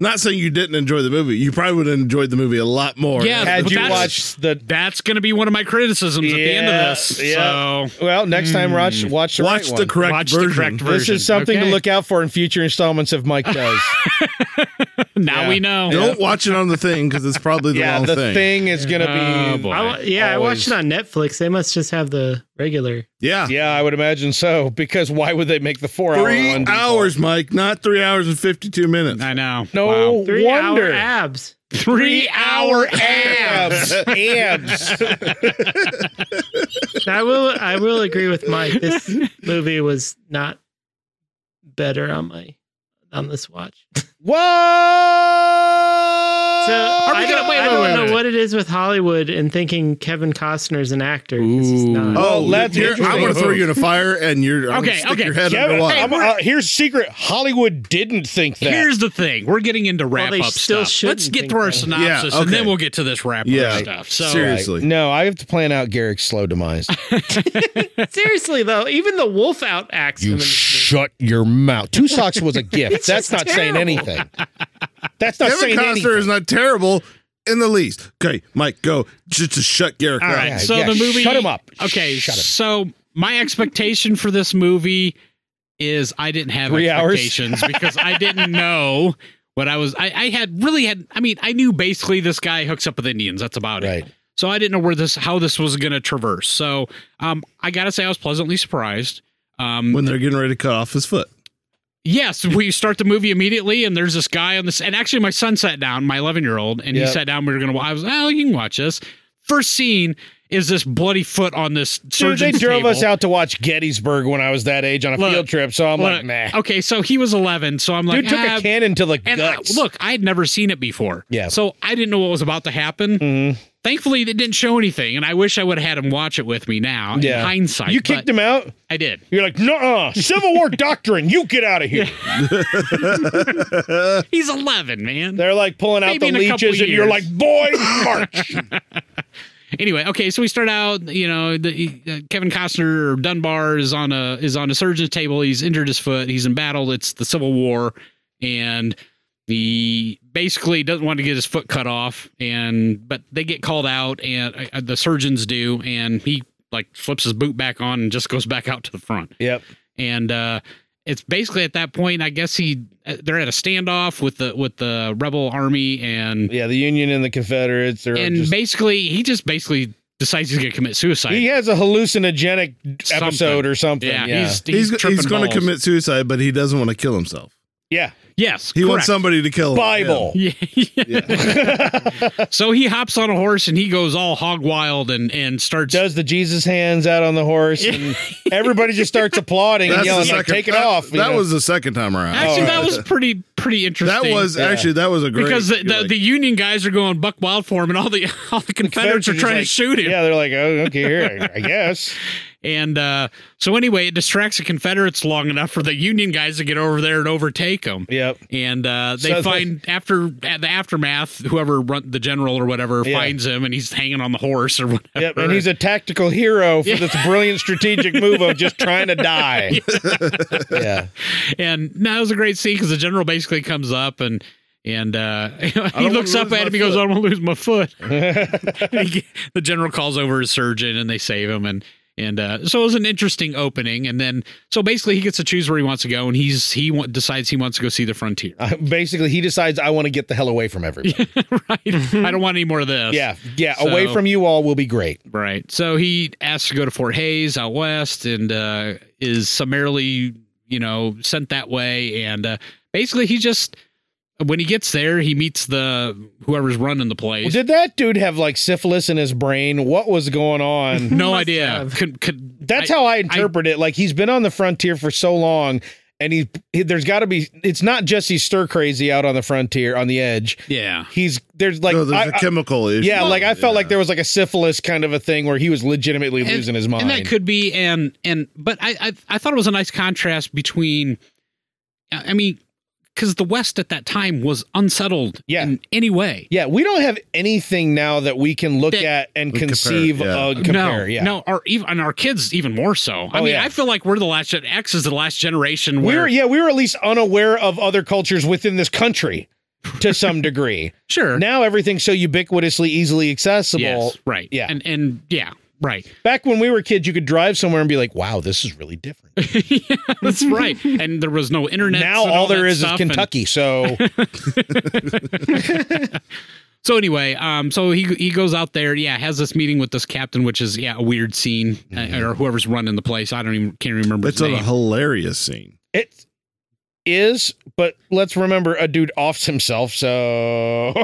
Speaker 2: not saying you didn't enjoy the movie. You probably would have enjoyed the movie a lot more.
Speaker 4: Yeah,
Speaker 1: Had
Speaker 4: but
Speaker 1: you
Speaker 4: that's-
Speaker 1: watched the
Speaker 4: That's gonna be one of my criticisms at the end
Speaker 1: Yeah,
Speaker 4: of this.
Speaker 1: yeah.
Speaker 4: So
Speaker 1: well, next time watch watch the
Speaker 2: watch
Speaker 1: right
Speaker 2: the
Speaker 1: one.
Speaker 2: correct
Speaker 4: watch
Speaker 2: version.
Speaker 4: the correct version.
Speaker 1: This is something
Speaker 4: okay?
Speaker 1: to look out for in future installments of Mike Does.
Speaker 4: Now
Speaker 1: Yeah.
Speaker 4: we know.
Speaker 2: Don't watch it on the thing because it's probably the
Speaker 1: yeah,
Speaker 2: wrong
Speaker 1: the thing,
Speaker 2: thing.
Speaker 1: is going to
Speaker 4: Oh,
Speaker 1: be.
Speaker 4: boy.
Speaker 5: I wa- yeah, I watched it on Netflix. They must just have the regular.
Speaker 2: Yeah,
Speaker 1: Yeah, I would imagine so. Because why would they make the four hour
Speaker 2: three
Speaker 1: one? before?
Speaker 2: hours, Mike, not three hours and fifty-two minutes.
Speaker 4: I know.
Speaker 1: No
Speaker 4: Wow.
Speaker 5: Three
Speaker 1: wonder.
Speaker 5: hour abs.
Speaker 4: Three hour abs.
Speaker 1: abs.
Speaker 5: I will I will agree with Mike. This movie was not better on my on this watch.
Speaker 1: What?
Speaker 2: Uh,
Speaker 5: So I,
Speaker 4: gonna-
Speaker 5: don't,
Speaker 4: wait,
Speaker 5: I
Speaker 4: wait,
Speaker 5: don't
Speaker 4: wait,
Speaker 5: know
Speaker 4: wait.
Speaker 5: what it is with Hollywood and thinking Kevin Costner is an actor. 'cause he's
Speaker 1: Ooh.
Speaker 5: not.
Speaker 1: Well,
Speaker 2: Oh,
Speaker 1: that's
Speaker 2: you're-
Speaker 1: interesting.
Speaker 2: I'm going to throw you in a fire, and you're I'm gonna
Speaker 4: Okay,
Speaker 2: Stick
Speaker 4: okay.
Speaker 2: Your head
Speaker 1: Yeah,
Speaker 2: underwater.
Speaker 1: I'm- uh, here's secret. Hollywood didn't think that.
Speaker 4: Here's the thing. We're getting into wrap
Speaker 5: they
Speaker 4: up
Speaker 5: still
Speaker 4: stuff.
Speaker 5: shouldn't
Speaker 4: Let's get
Speaker 5: think
Speaker 4: to our
Speaker 5: that.
Speaker 4: synopsis
Speaker 2: Yeah,
Speaker 4: and then
Speaker 2: okay.
Speaker 4: we'll get to this wrap up
Speaker 2: Yeah.
Speaker 4: stuff. So
Speaker 1: Right.
Speaker 2: Seriously.
Speaker 1: No, I have to plan out Garrick's slow demise.
Speaker 2: Oh.
Speaker 5: Seriously though, even the wolf out acts him in
Speaker 1: you
Speaker 5: this movie.
Speaker 1: shut your mouth. Two socks was a gift. That's
Speaker 5: just
Speaker 1: not saying
Speaker 5: terrible.
Speaker 1: anything. That's not
Speaker 2: Kevin
Speaker 1: saying
Speaker 2: Costner
Speaker 1: anything.
Speaker 2: is not terrible in the least. Okay, Mike, go just to shut Garrick
Speaker 4: All
Speaker 2: up.
Speaker 4: right.
Speaker 1: Yeah,
Speaker 4: so
Speaker 1: yeah,
Speaker 4: the movie.
Speaker 1: shut him up.
Speaker 4: Okay.
Speaker 1: Shut him.
Speaker 4: So my expectation for this movie is I didn't have
Speaker 1: Three hours?
Speaker 4: expectations because I didn't know what I was. I, I had really had. I mean, I knew basically this guy hooks up with Indians. That's about it.
Speaker 1: Right.
Speaker 4: So I didn't know where this how this was going to traverse. So um, I gotta say I was pleasantly surprised. Um,
Speaker 2: When they're getting ready to cut off his foot.
Speaker 4: Yes, we start the movie immediately, and there's this guy on this. And actually, my son sat down, my 11 year old, and
Speaker 1: Yep.
Speaker 4: he sat down. We were gonna. wa- I was, oh, you can watch this. First scene is this bloody foot on this
Speaker 1: Dude, they
Speaker 4: surgeon's
Speaker 1: drove
Speaker 4: table.
Speaker 1: us out to watch Gettysburg when I was that age on a
Speaker 4: Look,
Speaker 1: field trip, so I'm
Speaker 4: Look,
Speaker 1: like, nah.
Speaker 4: Okay, so he was 11, so I'm like,
Speaker 1: Dude took
Speaker 4: ah,
Speaker 1: a cannon to the
Speaker 4: and I-
Speaker 1: guts.
Speaker 4: look, I had never seen it before.
Speaker 1: Yeah.
Speaker 4: So I didn't know what was about to happen.
Speaker 1: Mhm.
Speaker 4: Thankfully, it didn't show anything, and I wish I would have had him watch it with me now.
Speaker 1: Yeah.
Speaker 4: In hindsight,
Speaker 1: you
Speaker 4: but
Speaker 1: kicked him out.
Speaker 4: I did.
Speaker 1: You're like, nah, Civil War doctrine. You get out of here.
Speaker 4: He's 11, man.
Speaker 1: They're like pulling out
Speaker 4: Maybe
Speaker 1: the
Speaker 4: in a couple
Speaker 1: leeches, and you're
Speaker 4: years.
Speaker 1: like, boy, march.
Speaker 4: anyway, okay, so we start out. You know, the, uh, Kevin Costner or Dunbar is on a is on a surgeon's table. He's injured his foot. He's in battle. It's the Civil War, and he basically doesn't want to get his foot cut off. And but they get called out, and uh, the surgeons do, and he like flips his boot back on and just goes back out to the front
Speaker 1: yep.
Speaker 4: and uh it's basically at that point i guess he uh, they're at a standoff with the with the rebel army and
Speaker 1: Yeah, the Union and the Confederates. They're
Speaker 4: and
Speaker 1: just-
Speaker 4: basically he just basically decides he's gonna commit suicide
Speaker 1: he has a hallucinogenic episode or something.
Speaker 4: yeah,
Speaker 1: Yeah. Yeah.
Speaker 4: he's
Speaker 2: He's,
Speaker 4: he's,
Speaker 2: he's,
Speaker 4: tripping
Speaker 2: going to
Speaker 4: balls.
Speaker 2: commit suicide, but he doesn't want to kill himself.
Speaker 4: yes
Speaker 2: He wants
Speaker 4: correct.
Speaker 2: somebody to kill him.
Speaker 1: Bible.
Speaker 4: yeah.
Speaker 2: Yeah.
Speaker 4: so he hops on a horse and he goes all hog wild and and starts
Speaker 1: Does the Jesus hands out on the horse, and everybody just starts applauding and
Speaker 2: That's the
Speaker 1: yelling, like,
Speaker 2: second-
Speaker 1: "Take it
Speaker 2: that-
Speaker 1: off!" you
Speaker 2: That
Speaker 1: know?
Speaker 2: was the second time around.
Speaker 4: actually
Speaker 1: Oh,
Speaker 4: that
Speaker 1: right.
Speaker 4: was pretty pretty interesting
Speaker 2: that was
Speaker 1: Yeah.
Speaker 2: actually that was a great
Speaker 4: because the,
Speaker 2: you're
Speaker 4: the,
Speaker 2: like,
Speaker 4: the union guys are going buck wild for him and all the all the confederates are
Speaker 1: Confederates
Speaker 4: trying to
Speaker 1: just like-
Speaker 4: shoot him
Speaker 1: Yeah, they're like, "Oh, okay, here, I guess."
Speaker 4: And uh, so anyway, it distracts the Confederates long enough for the Union guys to get over there and overtake them.
Speaker 1: Yep.
Speaker 4: And uh, they
Speaker 1: So-
Speaker 4: find after at the aftermath, whoever run, the general or whatever
Speaker 1: Yeah.
Speaker 4: finds him, and he's hanging on the horse or whatever.
Speaker 1: Yep, and he's a tactical hero for this brilliant strategic move of just trying to die. yeah.
Speaker 4: And no, that was a great scene because the general basically comes up and and uh, he
Speaker 2: wanna
Speaker 4: looks up
Speaker 2: lose my
Speaker 4: at him. He goes,
Speaker 2: foot.
Speaker 4: "I don't want to lose my foot." And he- the general calls over his surgeon and they save him. And and uh, so it was an interesting opening. And then so basically he gets to choose where he wants to go, and he's he wa- decides he wants to go see the frontier.
Speaker 1: Uh, Basically, he decides I want to get the hell away from everybody.
Speaker 4: right?
Speaker 2: Mm-hmm.
Speaker 4: I don't want any more of this.
Speaker 1: Yeah. Yeah.
Speaker 4: So-
Speaker 1: away from you all will be great.
Speaker 4: Right. So he asks to go to Fort Hayes out west and uh, is summarily, you know, sent that way. And uh, basically, he just when he gets there, he meets the whoever's running the place.
Speaker 1: Did that dude have like syphilis in his brain? What was going on?
Speaker 4: no
Speaker 5: Must
Speaker 4: idea.
Speaker 5: have.
Speaker 4: Could, could,
Speaker 1: That's
Speaker 4: I-
Speaker 1: how I interpret it. Like he's been on the frontier for so long. And he, he there's got to be. It's not just he's stir crazy out on the frontier on the edge.
Speaker 4: Yeah.
Speaker 1: He's there's like
Speaker 2: no, there's
Speaker 1: I-
Speaker 2: a
Speaker 1: I-
Speaker 2: chemical issue.
Speaker 1: yeah, like I felt
Speaker 2: Yeah.
Speaker 1: like there was like a syphilis kind of a thing where he was legitimately
Speaker 4: And-
Speaker 1: losing his mind.
Speaker 4: And that could be and and but I I, I thought it was a nice contrast between I I mean because the West at that time was unsettled
Speaker 1: Yeah.
Speaker 4: in any way.
Speaker 1: Yeah, we don't have anything now that we can look
Speaker 4: That-
Speaker 1: at and
Speaker 2: compare,
Speaker 1: conceive
Speaker 2: yeah.
Speaker 1: uh, compare.
Speaker 4: no,
Speaker 1: yeah.
Speaker 4: no, our even and our kids even more so. I
Speaker 1: Oh,
Speaker 4: mean,
Speaker 1: yeah.
Speaker 4: I feel like we're the last gen- X is the last generation
Speaker 1: we
Speaker 4: where
Speaker 1: were yeah, we were at least unaware of other cultures within this country to some degree.
Speaker 4: sure
Speaker 1: Now everything's so ubiquitously easily accessible.
Speaker 4: yes, right
Speaker 1: Yeah.
Speaker 4: and and yeah right
Speaker 1: Back when we were kids, you could drive somewhere and be like, "Wow, this is really different."
Speaker 4: Yeah, that's right and there was no internet
Speaker 1: now all, there is is Kentucky. So
Speaker 4: so anyway um so he he goes out there yeah has this meeting with this captain which is yeah a weird scene uh,
Speaker 1: Mm-hmm.
Speaker 4: or whoever's running the place I don't even can't remember
Speaker 2: It's
Speaker 4: his
Speaker 2: a
Speaker 4: name
Speaker 2: hilarious scene.
Speaker 1: it is, but let's remember a dude offs himself. So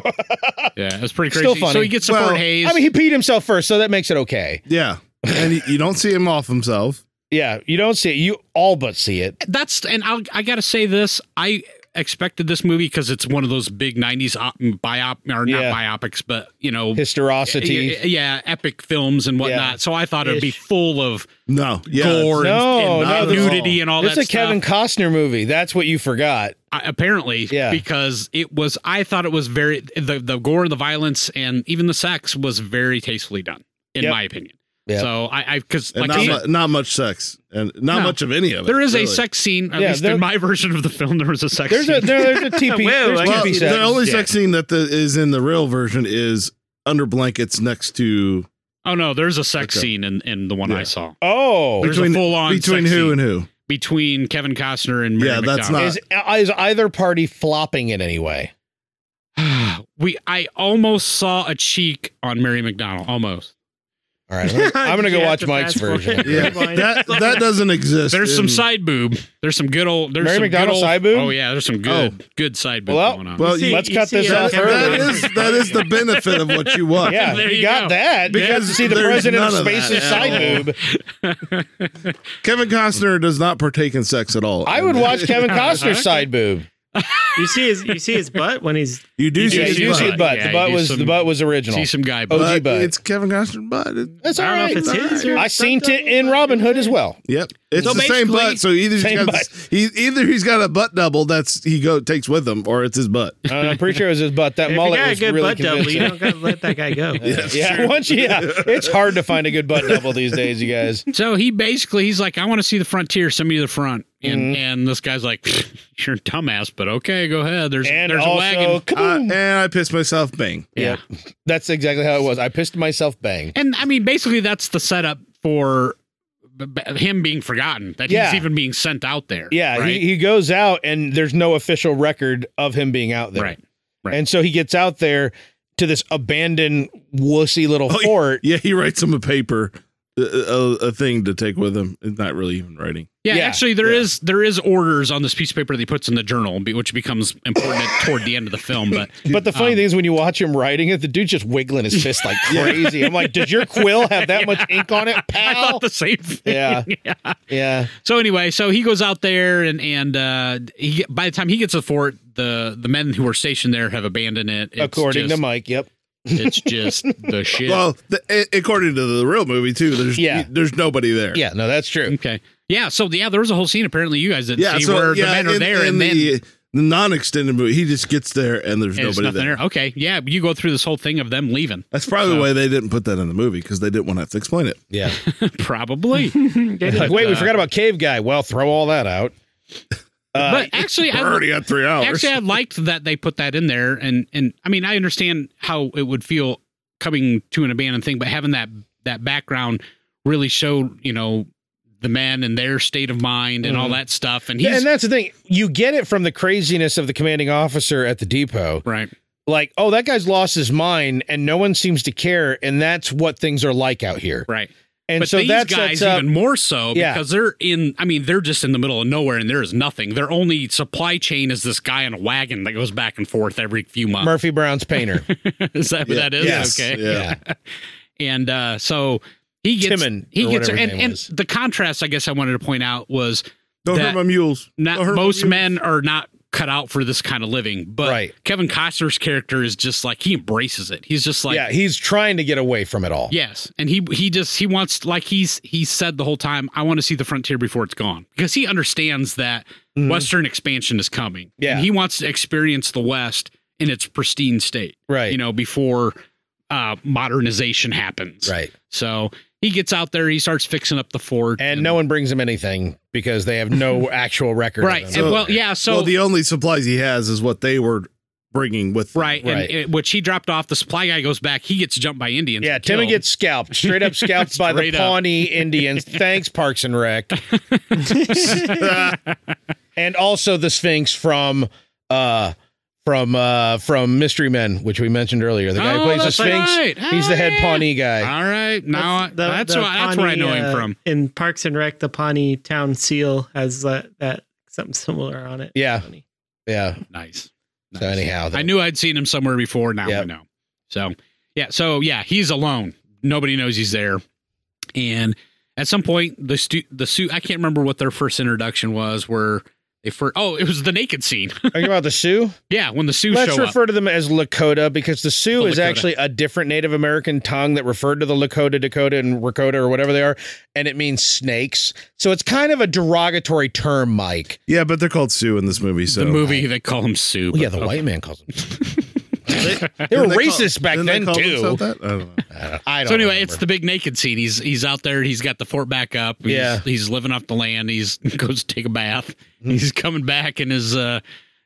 Speaker 4: yeah it's pretty crazy
Speaker 1: Still
Speaker 4: so
Speaker 1: funny.
Speaker 4: he gets to
Speaker 2: Well,
Speaker 4: Fort Hayes
Speaker 1: I mean, he peed himself first, so that makes it okay.
Speaker 2: Yeah, and you- you don't see him off himself.
Speaker 1: Yeah, you don't see it. You all but see it.
Speaker 4: that's and I'll, I gotta say this I expected this movie because it's one of those big 90s op, biop or not
Speaker 1: Yeah.
Speaker 4: biopics but you know
Speaker 1: Historicity.
Speaker 4: Yeah, yeah, epic films and whatnot.
Speaker 1: Yeah.
Speaker 4: So I thought it'd be
Speaker 5: Ish.
Speaker 4: full of
Speaker 2: No, yeah,
Speaker 4: gore
Speaker 1: No,
Speaker 4: and,
Speaker 2: not
Speaker 4: and
Speaker 2: at all.
Speaker 4: nudity and all
Speaker 1: It's
Speaker 4: that
Speaker 1: a Kevin
Speaker 4: stuff.
Speaker 1: Costner movie. That's what you forgot.
Speaker 4: I- apparently,
Speaker 1: Yeah.
Speaker 4: because it was. I thought it was very the the gore, the violence, and even the sex was very tastefully done, in
Speaker 1: Yep.
Speaker 4: my opinion.
Speaker 1: Yep.
Speaker 4: So I because
Speaker 2: and
Speaker 4: like
Speaker 2: not,
Speaker 4: I said,
Speaker 2: mu- not much sex, and not
Speaker 4: No.
Speaker 2: much of any of it.
Speaker 4: there is a
Speaker 2: really.
Speaker 4: sex scene. At
Speaker 1: Yeah,
Speaker 4: least
Speaker 1: there-
Speaker 4: in my version of the film, there was a sex
Speaker 1: There's
Speaker 4: scene.
Speaker 1: a there, there's a TP.
Speaker 5: Well,
Speaker 1: there's
Speaker 5: I
Speaker 2: Well,
Speaker 5: guess
Speaker 1: TP
Speaker 5: he
Speaker 1: sex.
Speaker 2: the only
Speaker 4: yeah.
Speaker 2: sex scene that the, is in the real version is under blankets next to
Speaker 4: oh no, there's a sex
Speaker 2: Okay.
Speaker 4: scene in, in the one I
Speaker 2: Yeah.
Speaker 4: saw.
Speaker 1: Oh,
Speaker 4: There's
Speaker 2: Between-
Speaker 4: a full on
Speaker 2: between
Speaker 4: sex
Speaker 2: who
Speaker 4: scene
Speaker 2: and who.
Speaker 4: between Kevin Costner and Mary
Speaker 2: Yeah, that's
Speaker 4: McDonnell.
Speaker 2: not-
Speaker 1: is is either party flopping in any way?
Speaker 4: we I almost saw a cheek on Mary McDonald. Almost.
Speaker 1: All right, I'm gonna, I'm gonna go
Speaker 5: Yeah,
Speaker 1: watch
Speaker 5: the
Speaker 1: Mike's
Speaker 5: fast forward.
Speaker 1: version.
Speaker 2: Yeah,
Speaker 5: Right.
Speaker 2: that that doesn't exist.
Speaker 4: There's
Speaker 2: in-
Speaker 4: some side boob. There's some good old there's
Speaker 1: Mary
Speaker 4: some
Speaker 1: McDonnell
Speaker 4: good old,
Speaker 1: side boob?
Speaker 4: Oh yeah, there's some good good side boob
Speaker 1: Well,
Speaker 4: going on.
Speaker 2: Well, you-
Speaker 1: Let's cut this
Speaker 5: uh,
Speaker 1: off
Speaker 5: Kevin
Speaker 2: that
Speaker 1: early.
Speaker 5: Costner.
Speaker 2: is that is the benefit of what you want.
Speaker 1: Yeah,
Speaker 4: There
Speaker 1: you,
Speaker 4: you
Speaker 1: got
Speaker 4: go.
Speaker 1: that
Speaker 2: Because
Speaker 1: you see the
Speaker 2: there's
Speaker 1: president of
Speaker 2: none of that
Speaker 1: Space's
Speaker 2: at
Speaker 1: side
Speaker 2: all.
Speaker 1: boob.
Speaker 2: Kevin Costner does not partake in sex at all.
Speaker 1: I would watch Kevin Costner's
Speaker 4: Okay.
Speaker 1: side boob.
Speaker 5: You see his you see his butt when he's
Speaker 2: You do
Speaker 4: You
Speaker 1: Yeah,
Speaker 2: see,
Speaker 1: you
Speaker 2: his
Speaker 4: his
Speaker 1: do see
Speaker 4: butt.
Speaker 1: the butt.
Speaker 4: Yeah,
Speaker 1: the
Speaker 4: you
Speaker 1: butt
Speaker 4: do
Speaker 1: was
Speaker 4: some-
Speaker 1: the butt was original.
Speaker 4: See some guy
Speaker 1: Oh,
Speaker 4: boob.
Speaker 1: OG
Speaker 2: butt.
Speaker 1: butt.
Speaker 2: It's Kevin Costner butt. It-
Speaker 1: That's all
Speaker 5: I don't know
Speaker 1: right.
Speaker 5: if it's his or
Speaker 1: I seen it in Robin Hood as well.
Speaker 2: Yep, it's
Speaker 4: So
Speaker 2: the same
Speaker 4: basically-
Speaker 2: butt. So either he's
Speaker 1: Same
Speaker 2: got
Speaker 1: butt.
Speaker 2: this- he either he's got a butt double that's he go takes with him, or it's his butt.
Speaker 1: Uh, I'm pretty sure it was his butt. That
Speaker 5: if you
Speaker 1: mullet
Speaker 5: got a
Speaker 1: was
Speaker 5: good
Speaker 1: really
Speaker 5: butt double, you
Speaker 1: convincing.
Speaker 5: don't gotta let that guy go.
Speaker 1: yeah, once you, yeah, it's hard to find a good butt double these days, you guys.
Speaker 4: So he basically he's like, I want to see the frontier, send me to the front. And
Speaker 1: Mhm.
Speaker 4: and this guy's like, You're a dumbass, but okay, go ahead. There's
Speaker 1: And
Speaker 4: there's a
Speaker 1: also,
Speaker 4: wagon.
Speaker 2: Uh,
Speaker 1: kaboom.
Speaker 2: and I pissed myself. Bang.
Speaker 4: Yeah.
Speaker 1: that's exactly how it was. I pissed myself. Bang.
Speaker 4: And I mean, basically that's the setup for b- b- him being forgotten, that
Speaker 1: Yeah.
Speaker 4: he's even being sent out there.
Speaker 1: Yeah,
Speaker 4: right?
Speaker 1: he, he goes out and there's no official record of him being out there.
Speaker 4: right. right.
Speaker 1: And so he gets out there to this abandoned wussy little
Speaker 2: Oh,
Speaker 1: fort.
Speaker 2: Yeah, he writes him a paper, a, a, a thing to take with him. It's not really even writing.
Speaker 4: Yeah,
Speaker 1: Yeah,
Speaker 4: actually, there
Speaker 2: yeah.
Speaker 4: is there is orders on this piece of paper that he puts in the journal, be- which becomes important at- toward the end of the film. But
Speaker 1: But the funny
Speaker 4: Um,
Speaker 1: thing is, when you watch him writing it, the dude's just wiggling his fist like crazy. I'm like, does your quill have that much ink on it,
Speaker 4: I
Speaker 1: pal?
Speaker 4: thought the same thing.
Speaker 1: yeah, yeah.
Speaker 4: So anyway, so he goes out there, and and uh, he, by the time he gets to the fort, the the men who are stationed there have abandoned it. It's
Speaker 1: According
Speaker 4: just-
Speaker 1: to Mike, yep.
Speaker 6: It's just the shit.
Speaker 2: Well, the, a- according to the real movie too, there's
Speaker 1: Yeah.
Speaker 2: there's nobody there.
Speaker 1: Yeah, no, that's true.
Speaker 4: Okay. Yeah. So yeah, there was a whole scene apparently you guys didn't
Speaker 2: yeah.
Speaker 4: see
Speaker 2: so
Speaker 4: where
Speaker 2: yeah,
Speaker 4: the men are
Speaker 2: in-
Speaker 4: there,
Speaker 2: in
Speaker 4: and then
Speaker 2: the, the non-extended movie, he just gets there and there's
Speaker 4: and there's
Speaker 2: nobody
Speaker 4: nothing
Speaker 2: there.
Speaker 4: there. Okay. Yeah. You go through this whole thing of them leaving.
Speaker 2: That's probably
Speaker 4: So-
Speaker 2: why they didn't put that in the movie because they didn't want to have to explain it.
Speaker 1: Yeah.
Speaker 4: Probably.
Speaker 1: like, wait,
Speaker 4: uh,
Speaker 1: we forgot about Cave Guy. Well, throw all that out. Uh,
Speaker 4: but actually,
Speaker 2: We're
Speaker 4: I,
Speaker 2: already at three hours.
Speaker 4: actually, I liked that they put that in there, and and I mean, I understand how it would feel coming to an abandoned thing, but having that that background really showed you know the men and their state of mind and all that stuff, and he's
Speaker 1: Mm-hmm. and that's the thing. You get it from the craziness of the commanding officer at the depot.
Speaker 4: right.
Speaker 1: Like, oh, that guy's lost his mind and no one seems to care. And that's what things are like out here.
Speaker 4: Right.
Speaker 1: And
Speaker 4: but
Speaker 1: so
Speaker 4: these
Speaker 1: that's
Speaker 4: guys
Speaker 1: up,
Speaker 4: even more so
Speaker 1: Yeah.
Speaker 4: because they're in I mean, they're just in the middle of nowhere and there is nothing. Their only supply chain is this guy in a wagon that goes back and forth every few months.
Speaker 1: Murphy Brown's painter.
Speaker 4: is that what
Speaker 2: Yeah.
Speaker 4: that is?
Speaker 1: Yes.
Speaker 4: Okay.
Speaker 2: Yeah.
Speaker 4: And uh so he gets
Speaker 1: Timon,
Speaker 4: he
Speaker 1: or
Speaker 4: gets
Speaker 1: whatever his
Speaker 4: and,
Speaker 1: name
Speaker 4: and
Speaker 1: was.
Speaker 4: the contrast I guess I wanted to point out was
Speaker 2: Don't
Speaker 4: That-
Speaker 2: hurt my mules.
Speaker 4: not
Speaker 2: Don't hurt my
Speaker 4: most
Speaker 2: mules.
Speaker 4: men are not cut out for this kind of living. But
Speaker 1: Right.
Speaker 4: Kevin Costner's character is just like he embraces it. He's just like
Speaker 1: yeah. He's trying to get away from it all.
Speaker 4: Yes, and he he just he wants like he's he said the whole time I want to see the frontier before it's gone because he understands that
Speaker 1: Mhm.
Speaker 4: Western expansion is coming.
Speaker 1: Yeah.
Speaker 4: and he wants to experience the West in its pristine state.
Speaker 1: Right.
Speaker 4: you know before uh, modernization happens.
Speaker 1: Right.
Speaker 4: So he gets out there, he starts fixing up the fort,
Speaker 1: And no one brings him anything because they have no actual record. of
Speaker 4: right.
Speaker 1: him.
Speaker 4: and well, yeah. So
Speaker 2: well, the only supplies he has is what they were bringing with. them.
Speaker 4: right,
Speaker 1: Right.
Speaker 4: and it, which he dropped off. The supply guy goes back. He gets jumped by Indians.
Speaker 1: Yeah,
Speaker 4: and
Speaker 1: Timmy
Speaker 4: killed.
Speaker 1: gets scalped, straight up scalped by the
Speaker 4: Straight up.
Speaker 1: Pawnee Indians. Thanks, Parks and Rec. and also the Sphinx from uh from uh from Mystery Men, which we mentioned earlier. The guy
Speaker 4: Oh,
Speaker 1: who plays the
Speaker 4: that's
Speaker 1: Sphinx,
Speaker 4: right.
Speaker 1: he's the
Speaker 4: Oh,
Speaker 1: head
Speaker 4: yeah.
Speaker 1: Pawnee guy.
Speaker 4: All right, now
Speaker 5: the-
Speaker 4: I, that's
Speaker 5: the
Speaker 4: why that's where I
Speaker 5: Pawnee,
Speaker 4: know him
Speaker 5: uh,
Speaker 4: from.
Speaker 5: In Parks and Rec, the Pawnee Town Seal has that, that something similar on it.
Speaker 1: Yeah.
Speaker 5: Funny.
Speaker 1: Yeah.
Speaker 4: Nice.
Speaker 1: So anyhow,
Speaker 4: I
Speaker 1: that-
Speaker 4: knew I'd seen him somewhere before. Now I
Speaker 1: Yep.
Speaker 4: know. So yeah, so yeah, he's alone. Nobody knows he's there. And at some point, the stu- the suit. I can't remember what their first introduction was. Where they first. Oh, it was the naked scene.
Speaker 1: Are you about the Sioux?
Speaker 4: yeah, when the Sioux
Speaker 1: Let's
Speaker 4: show up.
Speaker 1: refer to them as Lakota because the Sioux
Speaker 4: The
Speaker 1: is
Speaker 4: Lakota.
Speaker 1: actually a different Native American tongue that referred to the Lakota, Dakota, and Rakota or whatever they are, and it means snakes. So it's kind of a derogatory term, Mike.
Speaker 2: Yeah, but they're called Sue in this movie. So
Speaker 4: the movie they call him Sue.
Speaker 1: Well, yeah,
Speaker 4: but-
Speaker 1: the white man calls them.
Speaker 2: they,
Speaker 1: They were
Speaker 2: didn't call-
Speaker 1: racist back
Speaker 2: didn't
Speaker 1: then
Speaker 2: they call
Speaker 1: too.
Speaker 2: themselves That? I don't know.
Speaker 1: I don't, I
Speaker 4: So anyway,
Speaker 1: remember.
Speaker 4: it's the big naked scene. He's he's out there. He's got the fort back up. He's,
Speaker 1: Yeah. Mm-hmm.
Speaker 4: he's living off the land. He's goes to take a bath. He's coming back in his uh,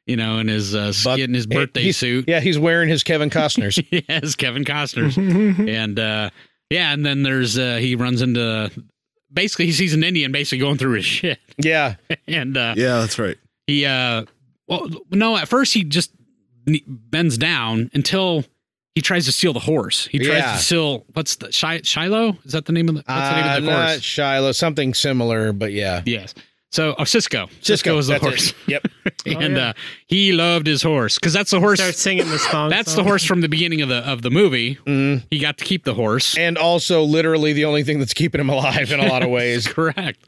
Speaker 4: you know, in his uh,
Speaker 1: Buck-
Speaker 4: skin, his birthday
Speaker 1: he's-
Speaker 4: suit.
Speaker 1: Yeah, he's wearing his Kevin Costner's.
Speaker 4: yes, Kevin Costner's. and uh yeah, and then there's uh he runs into basically he sees an Indian basically going through his shit.
Speaker 1: yeah,
Speaker 4: And uh
Speaker 2: Yeah, that's right.
Speaker 4: he uh well no, at first he just ne- bends down until he tries to steal the horse. He tries
Speaker 1: Yeah.
Speaker 4: to steal what's the Shi- Shiloh? Is that the name of the what's the name
Speaker 1: Uh,
Speaker 4: of the horse?
Speaker 1: not Shiloh, something similar, but yeah.
Speaker 4: yes. So oh, Cisco. Cisco, is the
Speaker 1: that's it. Oh,
Speaker 4: horse.
Speaker 1: Yep.
Speaker 4: and
Speaker 5: yeah.
Speaker 4: uh he loved his horse cuz that's the horse
Speaker 5: Start singing the song.
Speaker 4: that's the horse from the beginning of the of the movie.
Speaker 1: Mhm.
Speaker 4: He got to keep the horse.
Speaker 1: And also, literally, the only thing that's keeping him alive in a lot of ways.
Speaker 4: That's correct.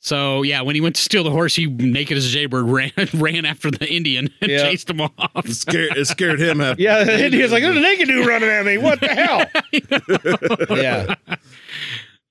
Speaker 4: So yeah, when he went to steal the horse, he naked as a jaybird ran ran after the Indian and
Speaker 1: Yeah.
Speaker 4: chased him off.
Speaker 2: It scared, it scared him. Half.
Speaker 1: Yeah, the Indian's like, there's a naked dude running at me. What the hell? yeah.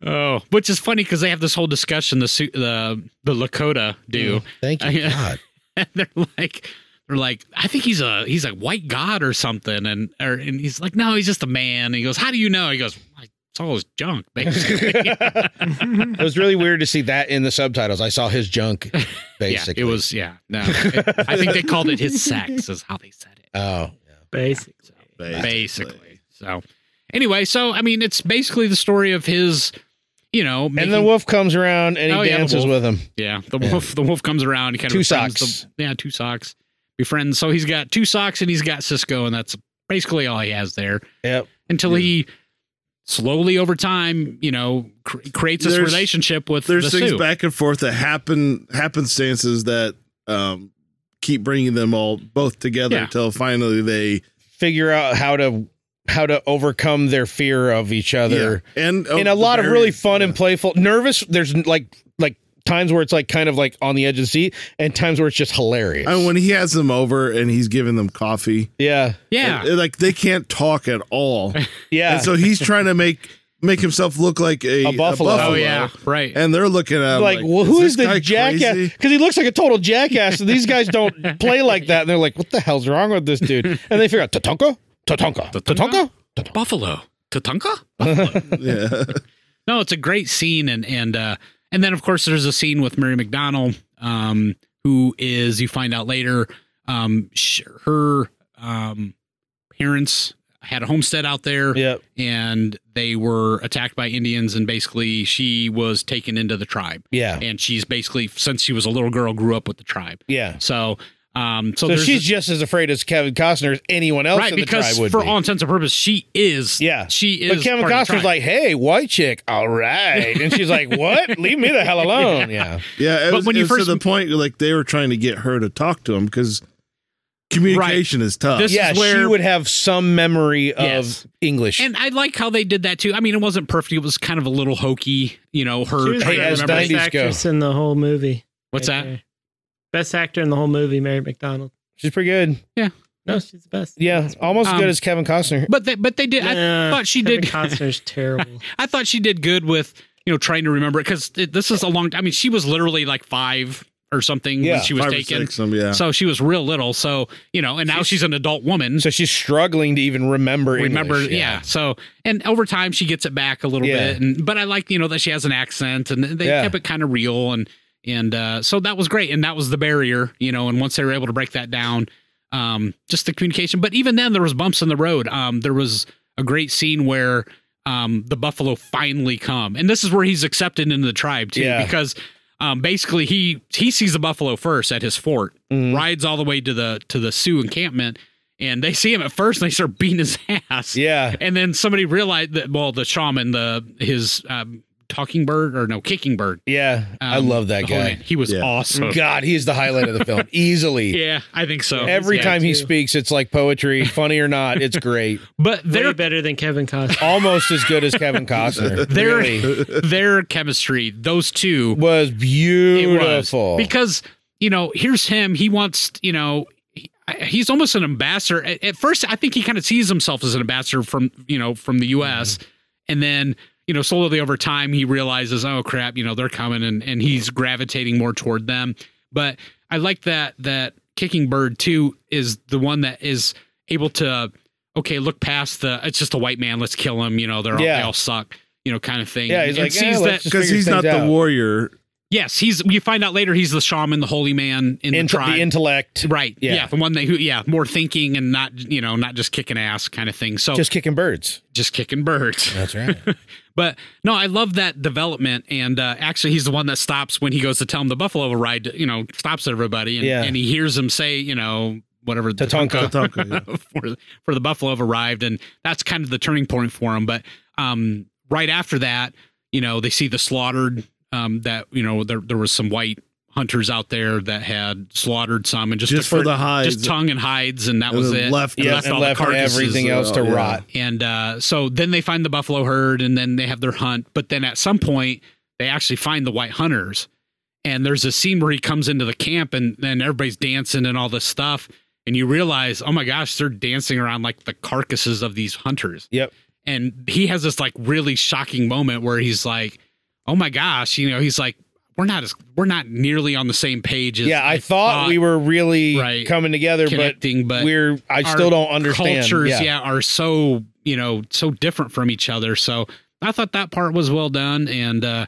Speaker 4: Oh, which is funny because they have this whole discussion the Sioux- the the Lakota do.
Speaker 1: Thank you,
Speaker 4: Yeah.
Speaker 1: God.
Speaker 4: And they're like they're like I think he's a he's a white god or something, and or and he's like no, he's just a man. And he goes, how do you know? He goes, "I saw his junk. Basically,
Speaker 1: It was really weird to see that in the subtitles. I saw his junk, basically.
Speaker 4: yeah, it was yeah. No, I think they called it his sex is how they said it.
Speaker 1: Oh,
Speaker 5: Basically.
Speaker 4: basically. So anyway, so I mean, it's basically the story of his, you know, making,
Speaker 1: and the wolf comes around and he
Speaker 4: Oh, yeah, the
Speaker 1: dances with
Speaker 4: wolf.
Speaker 1: him.
Speaker 4: yeah, the
Speaker 1: Yeah.
Speaker 4: wolf, the wolf comes around. He kind
Speaker 1: Two
Speaker 4: of befriends
Speaker 1: socks.
Speaker 4: the- yeah, two socks. Befriends. So he's got two socks and he's got Cisco, and that's basically all he has there
Speaker 1: Yep.
Speaker 4: until he slowly over time, you know, cr- creates this
Speaker 2: There's-
Speaker 4: relationship with
Speaker 2: There's
Speaker 4: the
Speaker 2: things
Speaker 4: Sioux.
Speaker 2: back and forth that happen, happenstances that um, keep bringing them all both together
Speaker 4: Yeah.
Speaker 2: until finally they
Speaker 1: Figure out how to how to overcome their fear of each other.
Speaker 2: Yeah. and oh,
Speaker 1: in a lot of really fun and playful nervous there's like like times where it's like kind of like on the edge of the seat, and times where it's just hilarious.
Speaker 2: And when he has them over and he's giving them coffee,
Speaker 1: yeah,
Speaker 4: Yeah. Oh,
Speaker 2: and, like they can't talk at all.
Speaker 1: yeah.
Speaker 2: And so he's trying to make make himself look like a,
Speaker 1: A buffalo.
Speaker 4: oh yeah. Right.
Speaker 2: And they're looking at him
Speaker 1: like, well, who is,
Speaker 2: this guy
Speaker 1: the jackass?
Speaker 2: crazy?
Speaker 1: Because he looks like a total jackass, and these guys don't play like that. And they're like, "What the hell's wrong with this dude?" And they figure out Tatonka, Tatonka, Tatonka.
Speaker 4: Buffalo. Tatanka?
Speaker 2: Yeah.
Speaker 4: No, it's a great scene, and and uh, and then of course there's a scene with Mary McDonald, um, who is you find out later, um, sh- her um, parents had a homestead out there,
Speaker 1: Yep.
Speaker 4: and they were attacked by Indians, and basically she was taken into the tribe,
Speaker 1: Yeah.
Speaker 4: and she's basically since she was a little girl grew up with the tribe,
Speaker 1: Yeah.
Speaker 4: so um, so,
Speaker 1: So
Speaker 4: there's
Speaker 1: she's just as afraid as Kevin Costner as anyone else
Speaker 4: right
Speaker 1: in the
Speaker 4: because
Speaker 1: tribe would
Speaker 4: for
Speaker 1: be.
Speaker 4: all intents and purposes she is
Speaker 1: Yeah.
Speaker 4: she is
Speaker 1: but Kevin
Speaker 4: part of the
Speaker 1: Costner's
Speaker 4: tribe.
Speaker 1: like, "Hey, white chick, all right," and she's like, "What? Leave me the hell alone." Yeah.
Speaker 2: Yeah, it
Speaker 4: But
Speaker 2: was,
Speaker 4: when you
Speaker 2: it was
Speaker 4: first-
Speaker 2: to the point like they were trying to get her to talk to him because communication is tough.
Speaker 4: This-
Speaker 1: yeah,
Speaker 4: is where-
Speaker 1: she would have some memory of
Speaker 4: Yes.
Speaker 1: English.
Speaker 4: And I like how they did that too. I mean, it wasn't perfect. It was kind of a little hokey, you know, her.
Speaker 5: She was
Speaker 1: Hey,
Speaker 5: the
Speaker 1: as 90s
Speaker 5: best
Speaker 1: go.
Speaker 5: actress in the whole movie.
Speaker 4: What's
Speaker 5: right
Speaker 4: that?
Speaker 5: there. Best actor in the whole movie, Mary McDonald.
Speaker 1: she's pretty good.
Speaker 5: No, she's the best.
Speaker 1: Yeah, almost as
Speaker 4: Um,
Speaker 1: good as Kevin Costner.
Speaker 4: But they, but they did.
Speaker 5: Nah,
Speaker 4: I thought she
Speaker 5: Kevin
Speaker 4: did.
Speaker 5: Costner's terrible.
Speaker 4: I thought she did good with you know trying to remember it because this is a long. I mean, she was literally like five or something
Speaker 1: Yeah,
Speaker 4: when she was
Speaker 2: Five or
Speaker 4: taken.
Speaker 2: six, some- yeah.
Speaker 4: So she was real little. So you know, and now she's an adult woman.
Speaker 1: So she's struggling to even remember.
Speaker 4: remember,
Speaker 1: English,
Speaker 4: yeah. So and over time she gets it back a little
Speaker 1: Yeah.
Speaker 4: bit. And but I like you know that she has an accent and they
Speaker 1: Yeah.
Speaker 4: kept it kind of real and and uh, so that was great and that was the barrier you know and once they were able to break that down, um, just the communication. But even then there was bumps in the road. Um, there was a great scene where um, the buffalo finally come and this is where he's accepted into the tribe too
Speaker 1: Yeah.
Speaker 4: because um, basically he he sees the buffalo first at his fort
Speaker 1: Mm.
Speaker 4: rides all the way to the to the sioux encampment and they see him at first and they start beating his ass
Speaker 1: Yeah.
Speaker 4: and then somebody realized that well the shaman the his um, talking bird or no kicking bird
Speaker 1: Yeah. I
Speaker 4: um,
Speaker 1: love that
Speaker 4: the whole
Speaker 1: guy.
Speaker 4: man, he was
Speaker 2: Yeah.
Speaker 4: awesome
Speaker 1: God, he's the highlight of the film. Easily.
Speaker 4: yeah i think so
Speaker 1: Every
Speaker 4: Yeah.
Speaker 1: time he
Speaker 5: too.
Speaker 1: speaks, it's like poetry, funny or not. It's great.
Speaker 4: but
Speaker 5: They're
Speaker 4: their
Speaker 5: better than Kevin Costner.
Speaker 1: Almost as good as Kevin Costner.
Speaker 4: There-
Speaker 1: really
Speaker 4: their chemistry those two
Speaker 1: was
Speaker 4: It was.
Speaker 1: beautiful.
Speaker 4: because you know here's him he wants you know he- he's almost an ambassador at, at first i think he kind of sees himself as an ambassador from you know from the us
Speaker 1: Mm-hmm.
Speaker 4: and then you know slowly over time he realizes oh crap you know they're coming and and he's gravitating more toward them but i like that that kicking bird too is the one that is able to okay look past the it's just a white man let's kill him you know they're all,
Speaker 1: Yeah.
Speaker 4: they all suck you know kind of thing
Speaker 1: Yeah, he's
Speaker 4: and
Speaker 1: like, "Yeah, let's just
Speaker 2: because
Speaker 1: figure
Speaker 2: he's not
Speaker 1: things
Speaker 2: the
Speaker 1: out.
Speaker 2: warrior.
Speaker 4: Yes, he's. You find out later he's the shaman, the holy man in the
Speaker 1: Int-
Speaker 4: tribe.
Speaker 1: the intellect,
Speaker 4: right.
Speaker 1: Yeah.
Speaker 4: Yeah. the one that who. Yeah, more thinking and not you know not just kicking ass kind of thing. So
Speaker 1: just
Speaker 4: just,
Speaker 1: kicking birds.
Speaker 4: kicking birds.
Speaker 1: That's right.
Speaker 4: But no, I love that development. And uh, actually, he's the one that stops when he goes to tell him the buffalo will ride. You know, stops everybody and,
Speaker 1: Yeah.
Speaker 4: and he hears him say you know whatever
Speaker 1: Tatanka.
Speaker 2: Tatanka, yeah.
Speaker 4: for, for the Buffalo have arrived, and that's kind of the turning point for him. But um, right after that, you know, they see the slaughtered. Um, that you know, there there was some white hunters out there that had slaughtered some and just
Speaker 2: Just for
Speaker 4: deferred-
Speaker 2: the hides.
Speaker 4: just tongue and hides, and that
Speaker 2: And
Speaker 4: was
Speaker 2: then
Speaker 4: it.
Speaker 2: left-
Speaker 4: And
Speaker 1: Yeah,
Speaker 2: Left
Speaker 1: and
Speaker 4: all the
Speaker 1: left
Speaker 4: carcasses. uh,
Speaker 1: everything else to
Speaker 2: Yeah.
Speaker 1: rot.
Speaker 4: And uh, so then they find the buffalo herd, and then they have their hunt. But then at some point, they actually find the white hunters. And there's a scene where he comes into the camp, and then everybody's dancing and all this stuff. And you realize, oh my gosh, they're dancing around like the carcasses of these hunters.
Speaker 1: Yep.
Speaker 4: And he has this like really shocking moment where he's like, oh my gosh, you know, he's like, we're not as we're not nearly on the same page. As
Speaker 1: Yeah, I, thought, we were really
Speaker 4: Right.
Speaker 1: coming together, but
Speaker 4: connecting, but
Speaker 1: we're. I
Speaker 4: our
Speaker 1: still don't understand.
Speaker 4: cultures
Speaker 1: yeah.
Speaker 4: yeah. are so you know so different from each other so i thought that part was well done and uh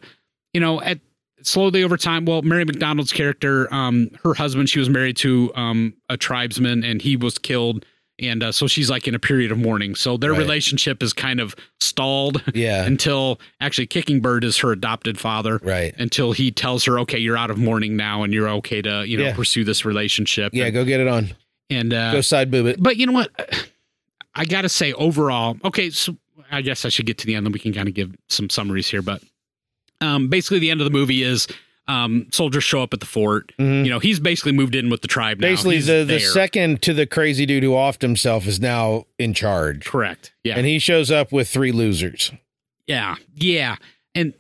Speaker 4: you know at slowly over time well mary mcdonald's character um her husband she was married to um a tribesman and he was killed and uh, so she's like in a period of mourning so their
Speaker 1: Right. Uh-huh.
Speaker 4: relationship is kind of stalled
Speaker 1: Yeah.
Speaker 4: until actually kicking bird is her adopted father
Speaker 1: right.
Speaker 4: until he tells her okay you're out of mourning now and you're okay to you know
Speaker 1: Yeah.
Speaker 4: pursue this relationship
Speaker 1: Yeah,
Speaker 4: and,
Speaker 1: go get it on.
Speaker 4: and uh
Speaker 1: go side boob it.
Speaker 4: but you know what? I gotta say, overall, okay. So I guess I should get to the end, then we can kind of give some summaries here. But um, basically, the end of the movie is um, soldiers show up at the fort.
Speaker 1: Mhm.
Speaker 4: You know, he's basically moved in with the tribe. Now.
Speaker 1: Basically,
Speaker 4: He's
Speaker 1: the, the
Speaker 4: there.
Speaker 1: second to the crazy dude who offed himself is now in charge.
Speaker 4: correct. Yeah,
Speaker 1: And he shows up with three losers.
Speaker 4: yeah, yeah, and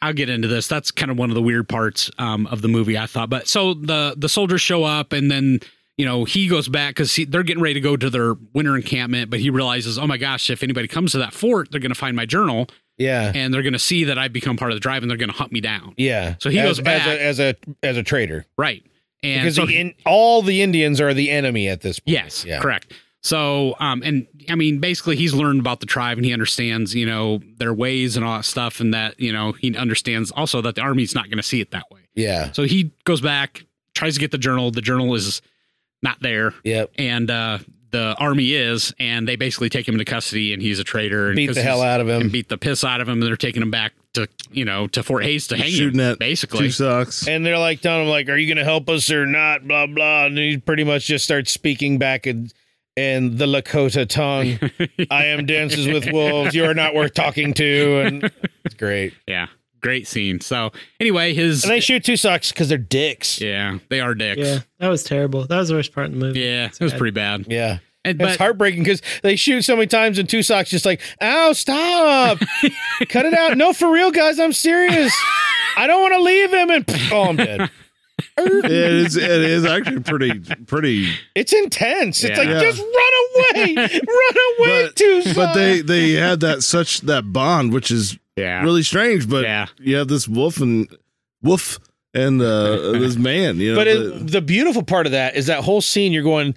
Speaker 4: I'll get into this. That's kind of one of the weird parts um, of the movie, I thought. But so the the soldiers show up, and then you know he goes back because they're getting ready to go to their winter encampment. But he realizes, oh my gosh, if anybody comes to that fort, they're going to find my journal,
Speaker 1: Yeah.
Speaker 4: and they're going to see that I've become part of the drive, and they're going to hunt me down.
Speaker 1: Yeah.
Speaker 4: So he
Speaker 1: as,
Speaker 4: goes back-
Speaker 1: as a as a as a traitor
Speaker 4: Right. And
Speaker 1: because
Speaker 4: so
Speaker 1: the in, all the Indians are the enemy at this point.
Speaker 4: Yes,
Speaker 1: Yeah.
Speaker 4: correct. So, um, and I mean, basically, he's learned about the tribe and he understands, you know, their ways and all that stuff, and that you know he understands also that the army's not going to see it that way.
Speaker 1: Yeah.
Speaker 4: So he goes back, tries to get the journal. The journal is not there,
Speaker 1: Yep.
Speaker 4: and uh, the army is, and they basically take him into custody, and he's a traitor. And
Speaker 1: Beat the hell out of
Speaker 4: and
Speaker 1: him.
Speaker 4: beat the piss out of him, and they're taking him back to you know to Fort Hayes to hang
Speaker 2: Shooting
Speaker 4: him,
Speaker 2: at
Speaker 4: basically.
Speaker 2: Two sucks.
Speaker 1: And they're like telling him like, "Are you going to help us or not?" Blah blah. And he pretty much just starts speaking back in in the Lakota tongue. I am dances with wolves. You are not worth talking to. And it's great.
Speaker 4: yeah, great scene. So anyway, his
Speaker 1: And they shoot two socks because they're dicks. Yeah.
Speaker 4: yeah, they are dicks.
Speaker 5: Yeah, that was terrible. That was the worst part in the movie.
Speaker 4: Yeah, it was
Speaker 5: bad.
Speaker 4: pretty bad. And,
Speaker 1: It's
Speaker 4: but
Speaker 1: heartbreaking because they shoot so many times and two socks just like, ow, stop. Cut it out. No, for real, guys. I'm serious. I don't want to leave him. And oh, I'm dead.
Speaker 2: it is. It is actually pretty. Pretty.
Speaker 1: It's intense. It's like,
Speaker 2: Yeah.
Speaker 1: just run away. run away,
Speaker 2: But-
Speaker 1: two socks.
Speaker 2: But they they had that such that bond, which is
Speaker 4: yeah,
Speaker 2: really strange. But
Speaker 4: Yeah.
Speaker 2: you have this wolf and wolf and uh, this man. You know,
Speaker 1: But
Speaker 2: the-
Speaker 1: it, the beautiful part of that is that whole scene. You're going,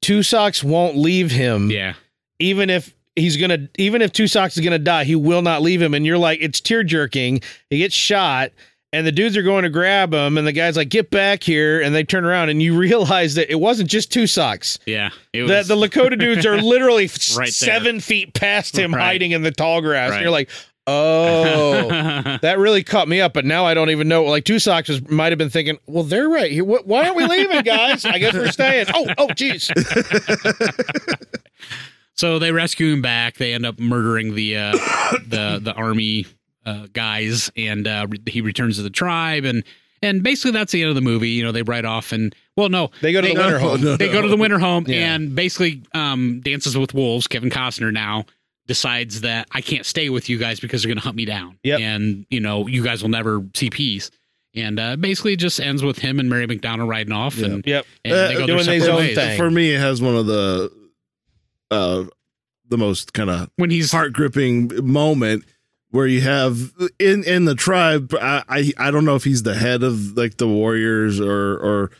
Speaker 1: two socks won't leave him,
Speaker 4: yeah,
Speaker 1: even if he's gonna, even if two socks is gonna die, he will not leave him. And you're like, it's tear jerking. He gets shot, and the dudes are going to grab him, and the guy's like, get back here, and they turn around, and you realize that it wasn't just two socks.
Speaker 4: yeah. It
Speaker 1: The,
Speaker 4: was
Speaker 1: the Lakota dudes are literally
Speaker 4: Right there.
Speaker 1: seven feet past him,
Speaker 4: Right.
Speaker 1: hiding in the tall grass.
Speaker 4: Right.
Speaker 1: And you're like, oh. That really caught me up, but now I don't even know. Like two socks was, might have been thinking, well, they're right here. What, why aren't we leaving, guys? I guess we're staying. Oh, oh, geez.
Speaker 4: so they rescue him back. They end up murdering the uh, the the army uh, guys, and uh, re- he returns to the tribe, and and basically that's the end of the movie. You know, they ride off, and well, no,
Speaker 1: They go to the
Speaker 4: No,
Speaker 1: winter home.
Speaker 2: no,
Speaker 4: they go to the winter home,
Speaker 1: Yeah.
Speaker 4: and basically um, dances with wolves. Kevin Costner now decides that I can't stay with you guys because they're going to hunt me down,
Speaker 1: Yep.
Speaker 4: and you know, you guys will never see peace. And uh, basically, it just ends with him and Mary McDonald riding off, and
Speaker 1: Yep.
Speaker 4: and they
Speaker 2: Uh,
Speaker 4: go
Speaker 1: doing
Speaker 4: their
Speaker 1: their
Speaker 4: separate
Speaker 1: own
Speaker 4: ways.
Speaker 1: thing.
Speaker 2: for me, it has one of the uh, the most kind of
Speaker 4: When he's
Speaker 2: heart gripping moment where you have in in the tribe. I, I I don't know if he's the head of like the warriors or or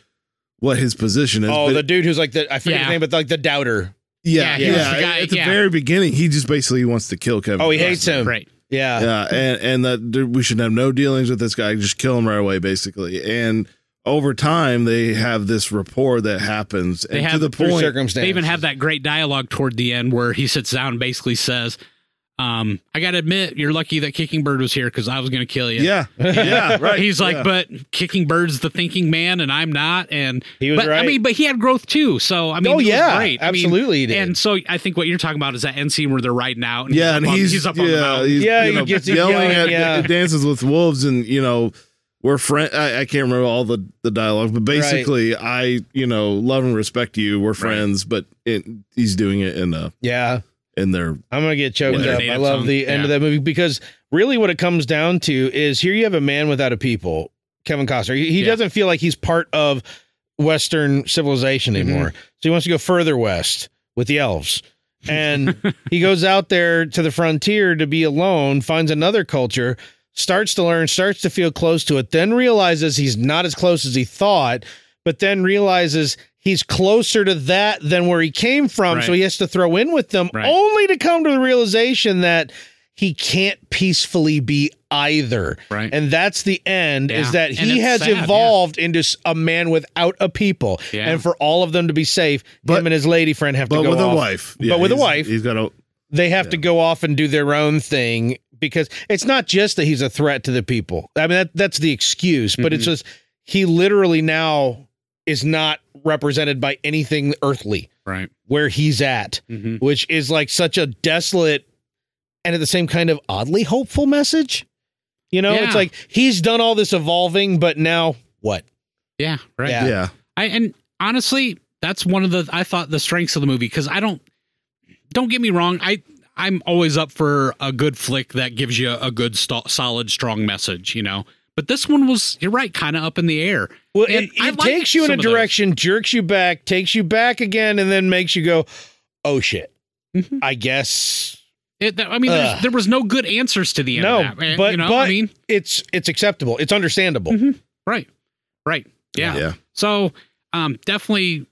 Speaker 2: what his position is.
Speaker 1: Oh,
Speaker 2: but
Speaker 1: the dude who's like the I forget his
Speaker 4: Yeah.
Speaker 1: name, but like the doubter.
Speaker 2: yeah,
Speaker 4: yeah,
Speaker 2: yeah.
Speaker 4: he was the guy-
Speaker 2: At the
Speaker 4: yeah.
Speaker 2: very beginning, he just basically wants to kill Kevin.
Speaker 1: Oh, he hates
Speaker 2: Costner.
Speaker 1: him.
Speaker 4: right,
Speaker 1: Yeah.
Speaker 2: Yeah, and and that there- we should have no dealings with this guy. Just kill him right away, basically. And over time, they have this rapport that happens,
Speaker 4: They
Speaker 2: and to
Speaker 4: have-
Speaker 2: the
Speaker 1: Through
Speaker 2: point.
Speaker 1: circumstances.
Speaker 4: they even have that great dialogue toward the end where he sits down and basically says, um, "I gotta admit, you're lucky that Kicking Bird was here because I was gonna kill you."
Speaker 2: yeah, yeah, right.
Speaker 4: He's like,
Speaker 2: yeah.
Speaker 4: but Kicking Bird's the thinking man, and I'm not. And
Speaker 1: He was
Speaker 4: but,
Speaker 1: right.
Speaker 4: I mean, but he had growth too. So I mean,
Speaker 1: oh
Speaker 4: it was
Speaker 1: yeah,
Speaker 4: great. I mean,
Speaker 1: absolutely. he did.
Speaker 4: and so I think what you're talking about is that end scene where they're riding out. And
Speaker 2: yeah,
Speaker 4: he's
Speaker 2: and
Speaker 4: up on-
Speaker 2: he's,
Speaker 4: up
Speaker 2: yeah,
Speaker 4: on the mountain.
Speaker 2: he's,
Speaker 1: Yeah,
Speaker 2: you
Speaker 1: he
Speaker 2: know,
Speaker 1: gets- he's
Speaker 2: yelling,
Speaker 1: yelling,
Speaker 2: at
Speaker 1: yeah.
Speaker 2: dances with wolves, and you know we're friend. I, I can't remember all the the dialogue, but basically, I you know love and respect you. We're friends, but it, he's doing it in a
Speaker 1: yeah.
Speaker 2: in their
Speaker 1: I'm gonna get choked
Speaker 2: Yeah, their
Speaker 1: up. I
Speaker 4: native
Speaker 1: love
Speaker 4: tongue.
Speaker 1: the end of that movie because really, what it comes down to is here you have a man without a people, Kevin Costner. He, he
Speaker 4: Yeah.
Speaker 1: doesn't feel like he's part of Western civilization anymore, so he wants to go further west with the elves, and he goes out there to the frontier to be alone, finds another culture, starts to learn, starts to feel close to it, then realizes he's not as close as he thought, but then realizes he's closer to that than where he came from. So
Speaker 4: Right.
Speaker 1: he has to throw in with them
Speaker 4: Right.
Speaker 1: only to come to the realization that he can't peacefully be either.
Speaker 4: right.
Speaker 1: And that's the end is
Speaker 4: Yeah.
Speaker 1: that
Speaker 4: And
Speaker 1: he
Speaker 4: it's
Speaker 1: has
Speaker 4: sad, yeah.
Speaker 1: evolved into s- a man without a people.
Speaker 4: Yeah.
Speaker 1: And for all of them to be safe,
Speaker 2: But-
Speaker 1: him and his lady friend have to
Speaker 2: but
Speaker 1: go
Speaker 2: with
Speaker 1: off
Speaker 2: a wife,
Speaker 1: But with a
Speaker 2: he's-
Speaker 1: wife.
Speaker 2: he's got a
Speaker 1: they have to
Speaker 2: Yeah.
Speaker 1: go off and do their own thing because it's not just that he's a threat to the people. I mean, that that's the excuse, but
Speaker 4: Mm-hmm.
Speaker 1: it's just he literally now is not represented by anything earthly
Speaker 4: right.
Speaker 1: where he's at,
Speaker 4: hmm
Speaker 1: which is like such a desolate and at the same kind of oddly hopeful message. You know,
Speaker 4: Yeah.
Speaker 1: it's like he's done all this evolving, but now what?
Speaker 4: Yeah. Right.
Speaker 1: Yeah.
Speaker 2: yeah.
Speaker 4: I and honestly, that's one of the I thought the strengths of the movie because I don't don't get me wrong, I I'm always up for a good flick that gives you a good, st- solid, strong message, you know. But this one was, you're right, kind of up in the air.
Speaker 1: Well,
Speaker 4: And
Speaker 1: it,
Speaker 4: I
Speaker 1: it
Speaker 4: like
Speaker 1: takes you in
Speaker 4: some
Speaker 1: a
Speaker 4: of those.
Speaker 1: direction, jerks you back, takes you back again, and then makes you go, "Oh shit!"
Speaker 4: Mhm.
Speaker 1: I guess
Speaker 4: It, that, I mean, there's-
Speaker 1: Ugh.
Speaker 4: there was no good answers to the end.
Speaker 1: No,
Speaker 4: of that. eh,
Speaker 1: but-
Speaker 4: you know,
Speaker 1: but-
Speaker 4: I mean,
Speaker 1: it's it's acceptable. It's understandable.
Speaker 4: Mhm. right, right, yeah.
Speaker 2: Yeah.
Speaker 4: So, um, definitely.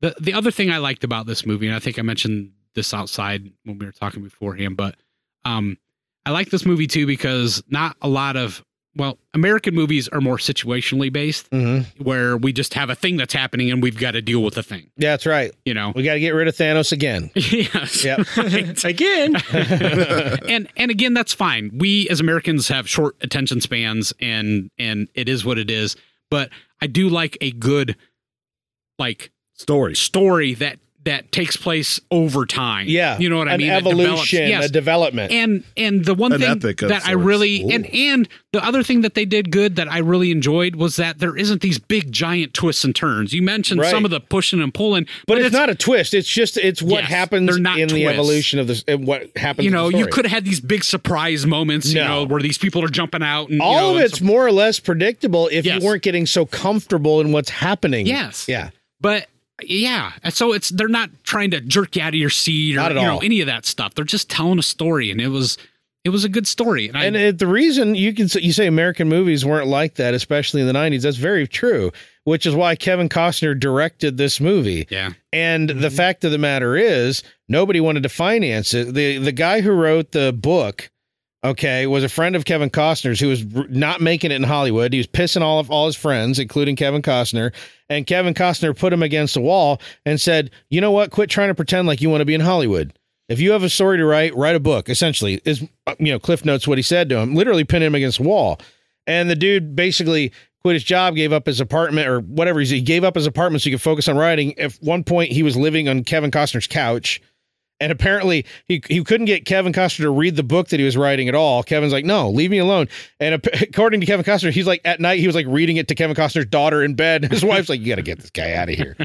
Speaker 4: The the other thing I liked about this movie, and I think I mentioned this outside when we were talking beforehand, but um, I like this movie too because not a lot of well, American movies are more situationally based,
Speaker 1: Mhm.
Speaker 4: where we just have a thing that's happening and we've got to deal with the thing,
Speaker 1: Yeah, that's right.
Speaker 4: you know.
Speaker 1: We got to get rid of Thanos again.
Speaker 4: yes.
Speaker 1: Yep.
Speaker 4: Right.
Speaker 5: Again,
Speaker 4: and and again that's fine we as americans have short attention spans and and it is what it is but i do like a good like
Speaker 2: Story.
Speaker 4: story that that takes place over time
Speaker 1: Yeah,
Speaker 4: you know what i
Speaker 1: an
Speaker 4: mean That develops-
Speaker 1: evolution,
Speaker 4: yes.
Speaker 1: a development.
Speaker 4: and and the one
Speaker 2: An
Speaker 4: thing
Speaker 2: epic of
Speaker 4: that i
Speaker 2: sorts.
Speaker 4: really and
Speaker 2: Ooh.
Speaker 4: and the other thing that they did good that i really enjoyed was that there isn't these big giant twists and turns you mentioned
Speaker 1: Right.
Speaker 4: some of the pushing and pulling
Speaker 1: but, it's, not a twist. It's just it's what
Speaker 4: Yes,
Speaker 1: happens
Speaker 4: they're
Speaker 1: in
Speaker 4: not
Speaker 1: the
Speaker 4: twists.
Speaker 1: evolution of this. And what happens.
Speaker 4: you
Speaker 1: in the
Speaker 4: know, you
Speaker 1: story.
Speaker 4: could have had these big surprise moments, you
Speaker 1: No.
Speaker 4: know, where these people are jumping out and you
Speaker 1: All
Speaker 4: know,
Speaker 1: of
Speaker 4: and
Speaker 1: it's more or less predictable if
Speaker 4: Yes.
Speaker 1: you weren't getting so comfortable in what's happening.
Speaker 4: Yes.
Speaker 1: Yeah.
Speaker 4: But yeah, and so it's they're not trying to jerk you out of your seat or
Speaker 1: Not at
Speaker 4: you know
Speaker 1: all.
Speaker 4: any of that stuff. They're just telling a story, and it was it was a good story. And,
Speaker 1: and
Speaker 4: I,
Speaker 1: it, the reason you can say, you say American movies weren't like that, especially in the '90s, that's very true. Which is why Kevin Costner directed this movie.
Speaker 4: yeah,
Speaker 1: And the fact of the matter is, nobody wanted to finance it. the The guy who wrote the book, okay, was a friend of Kevin Costner's who was r- not making it in Hollywood. He was pissing all of all his friends, including Kevin Costner. And Kevin Costner put him against the wall and said, "You know what? Quit trying to pretend like you want to be in Hollywood." If you have a story to write, write a book. Essentially, is uh, you know Cliff Notes what he said to him. Literally pin him against the wall, and the dude basically quit his job, gave up his apartment or whatever. He gave up his apartment so he could focus on writing. At one point, he was living on Kevin Costner's couch. And apparently he, he couldn't get Kevin Costner to read the book that he was writing at all. Kevin's like, no, leave me alone. And ap- according to Kevin Costner, he's like at night he was like reading it to Kevin Costner's daughter in bed. His wife's like, you got to get this guy out of here.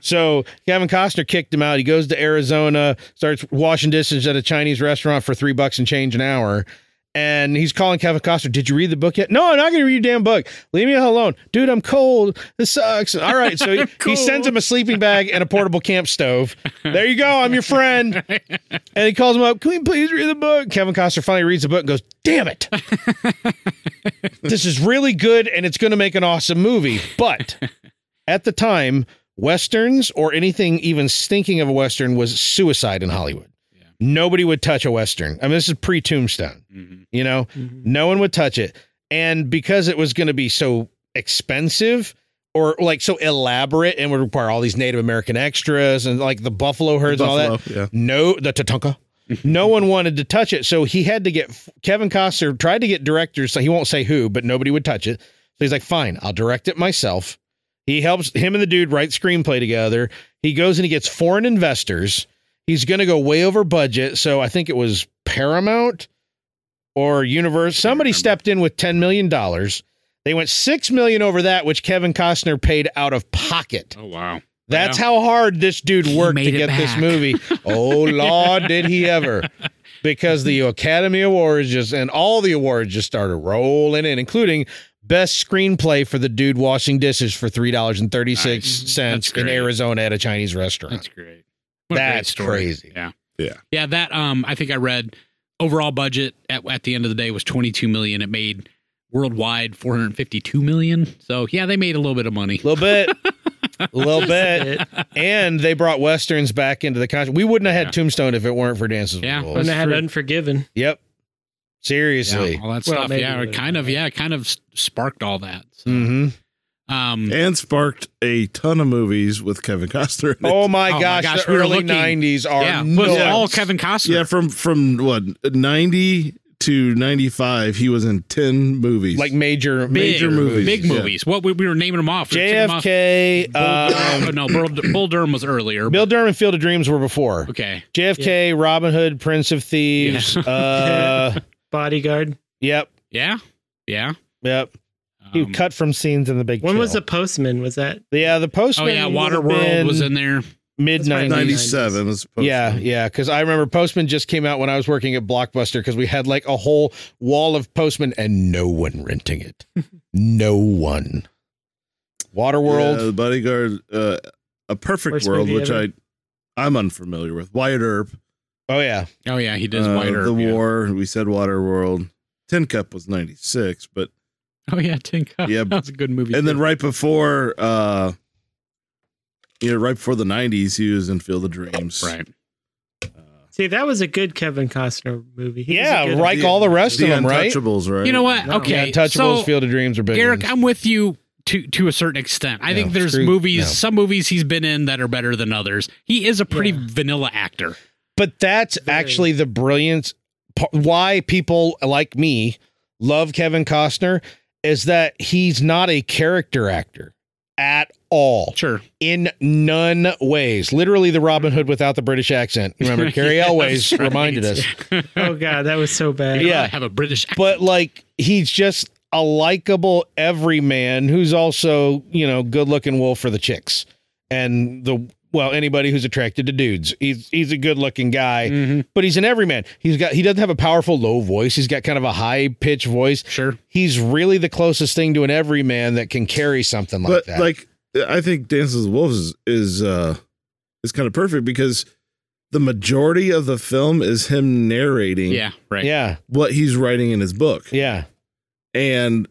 Speaker 1: so Kevin Costner kicked him out. He goes to Arizona, starts washing dishes at a Chinese restaurant for three bucks and change an hour. And he's calling Kevin Costner. Did you read the book yet? No, I'm not going to read your damn book. Leave me alone, dude. I'm cold. This sucks. All right, so he, he sends him a sleeping bag and a portable camp stove. There you go. I'm your friend. And he calls him up. Can we please read the book? Kevin Costner finally reads the book and goes, "Damn it, this is really good, and it's going to make an awesome movie." But at the time, westerns or anything even stinking of a western was suicide in Hollywood. Nobody would touch a western. I mean, this is pre Tombstone.
Speaker 4: Mhm.
Speaker 1: You know, no one would touch it. And because it was going to be so expensive or like so elaborate and would require all these Native American extras and like the buffalo herds and all that,
Speaker 2: Buffalo, Yeah.
Speaker 1: no, the Tatanka. No one wanted to touch it. So he had to get Kevin Costner tried to get directors. So he won't say who, but nobody would touch it. So he's like, fine, I'll direct it myself. He helps him and the dude write screenplay together. He goes and he gets foreign investors. He's going to go way over budget. So I think it was Paramount or Universe. Somebody
Speaker 4: remember.
Speaker 1: stepped in with $10 million. They went $6 million over that, which Kevin Costner paid out of pocket.
Speaker 4: oh wow,
Speaker 1: That's
Speaker 4: Yeah.
Speaker 1: how hard this dude
Speaker 4: He
Speaker 1: worked to
Speaker 4: made it
Speaker 1: get this
Speaker 4: back.
Speaker 1: movie. Oh lord, did he ever? Because the Academy Awards just and all the awards just started rolling in, including best screenplay for the dude washing dishes for three dollars and thirty six
Speaker 4: Nice.
Speaker 1: cents
Speaker 4: That's
Speaker 1: in
Speaker 4: great.
Speaker 1: Arizona at a Chinese restaurant.
Speaker 4: that's great. a
Speaker 1: That's crazy.
Speaker 4: Yeah,
Speaker 2: Yeah.
Speaker 4: yeah. That um, I think I read overall budget at at the end of the day was twenty two million. It made worldwide four hundred fifty two million. So yeah, they made a little bit of money.
Speaker 1: A little bit, a little bit,
Speaker 5: it,
Speaker 1: and they brought westerns back into the country. We wouldn't have had
Speaker 4: Yeah.
Speaker 1: Tombstone if it weren't for Dances
Speaker 4: Yeah.
Speaker 1: with
Speaker 5: when
Speaker 1: Wolves.
Speaker 5: I had
Speaker 4: true.
Speaker 5: Unforgiven.
Speaker 1: Yep, seriously.
Speaker 4: Yeah, all that
Speaker 5: Well,
Speaker 4: stuff.
Speaker 5: maybe
Speaker 4: Yeah,
Speaker 5: it
Speaker 4: it
Speaker 5: would've
Speaker 4: kind
Speaker 5: been
Speaker 4: of.
Speaker 5: better.
Speaker 4: Yeah, it kind of s- sparked all that. So,
Speaker 1: hmm
Speaker 4: Um,
Speaker 2: And sparked a ton of movies with Kevin Costner. in it.
Speaker 1: Oh my
Speaker 4: Oh my
Speaker 1: gosh,
Speaker 4: gosh,
Speaker 1: the
Speaker 4: we were
Speaker 1: early
Speaker 4: looking-
Speaker 1: nineties are
Speaker 4: yeah, it was all
Speaker 1: nuts.
Speaker 4: Kevin Costner.
Speaker 2: Yeah, from from what ninety to ninety five, he was in ten movies.
Speaker 1: like major
Speaker 4: big,
Speaker 1: major movies.
Speaker 4: big
Speaker 2: yeah.
Speaker 4: movies. What we, we were naming them off. We were taking them off.
Speaker 1: JFK,
Speaker 4: Bull,
Speaker 1: um,
Speaker 4: no, Bull, Bull Durham was earlier.
Speaker 1: Bill Durham and Field of Dreams were before.
Speaker 4: okay,
Speaker 1: JFK, Robin Hood, Prince of Thieves. Uh,
Speaker 5: Bodyguard.
Speaker 1: yep,
Speaker 4: yeah, yeah.
Speaker 1: yep. He
Speaker 4: Um,
Speaker 1: cut from scenes in the Big.
Speaker 5: When was
Speaker 1: Chill.
Speaker 5: the Postman? Was that
Speaker 1: Yeah, the
Speaker 4: oh
Speaker 1: postman.
Speaker 4: yeah,
Speaker 1: would have
Speaker 4: Waterworld
Speaker 1: been
Speaker 4: was in there.
Speaker 1: mid
Speaker 5: right,
Speaker 1: 90s.
Speaker 2: 97 was supposed
Speaker 1: Yeah,
Speaker 2: to be.
Speaker 1: yeah. Because I remember Postman just came out when I was working at Blockbuster because we had like a whole wall of Postman and no one renting it. no one.
Speaker 2: Yeah,
Speaker 1: Waterworld.
Speaker 2: the bodyguard, uh, a perfect
Speaker 5: Worst
Speaker 2: world,
Speaker 5: movie
Speaker 2: which
Speaker 5: ever.
Speaker 2: I I'm unfamiliar with. Wyatt Earp,
Speaker 1: Oh yeah.
Speaker 4: Oh yeah, he does
Speaker 2: uh,
Speaker 4: White Earp,
Speaker 2: the
Speaker 4: yeah.
Speaker 2: war. We said Water World. Tin Cup was ninety six, but
Speaker 4: Oh yeah, Tinka.
Speaker 2: Yeah,
Speaker 4: Yeah, that's a good movie.
Speaker 2: and then
Speaker 4: too.
Speaker 2: right before, uh, you know, right before the nineties, he was in Field of Dreams. Uh,
Speaker 4: right.
Speaker 5: See, that was a good Kevin Costner movie. He was a
Speaker 1: Yeah,
Speaker 5: good-
Speaker 1: Reich all the rest
Speaker 2: The
Speaker 1: of them, right?
Speaker 2: Untouchables, right?
Speaker 4: You know what?
Speaker 5: No.
Speaker 1: Yeah,
Speaker 4: Okay,
Speaker 1: Touchables,
Speaker 4: so
Speaker 1: Field of Dreams are big.
Speaker 4: Eric,
Speaker 1: ones.
Speaker 4: I'm with you to to a certain extent. I
Speaker 1: No,
Speaker 4: think there's
Speaker 1: screw-
Speaker 4: movies,
Speaker 1: no.
Speaker 4: some movies he's been in that are better than others. He is a pretty
Speaker 5: Yeah.
Speaker 4: vanilla actor.
Speaker 1: But that's
Speaker 5: Very.
Speaker 1: actually the brilliance pa- why people like me love Kevin Costner is that he's not a character actor at all
Speaker 4: Sure.
Speaker 1: in none ways. Literally the Robin Hood without the British accent. Remember Carrie
Speaker 4: Yeah,
Speaker 1: Elways
Speaker 4: that's right.
Speaker 1: reminded us.
Speaker 5: Oh god, that was so bad.
Speaker 1: Yeah.
Speaker 4: I have a British accent.
Speaker 1: But like he's just a likable everyman who's also, you know, good-looking wolf for the chicks. And the well, anybody who's attracted to dudes. He's he's a good-looking guy.
Speaker 4: Mhm,
Speaker 1: but he's an everyman. He's got he doesn't have a powerful low voice. He's got kind of a high pitched voice.
Speaker 4: sure.
Speaker 1: He's really the closest thing to an everyman that can carry something like
Speaker 2: but
Speaker 1: that.
Speaker 2: like I think Dances with Wolves is, is uh is kind of perfect because the majority of the film is him narrating
Speaker 4: Yeah, right.
Speaker 1: yeah,
Speaker 2: what he's writing in his book.
Speaker 1: yeah,
Speaker 2: And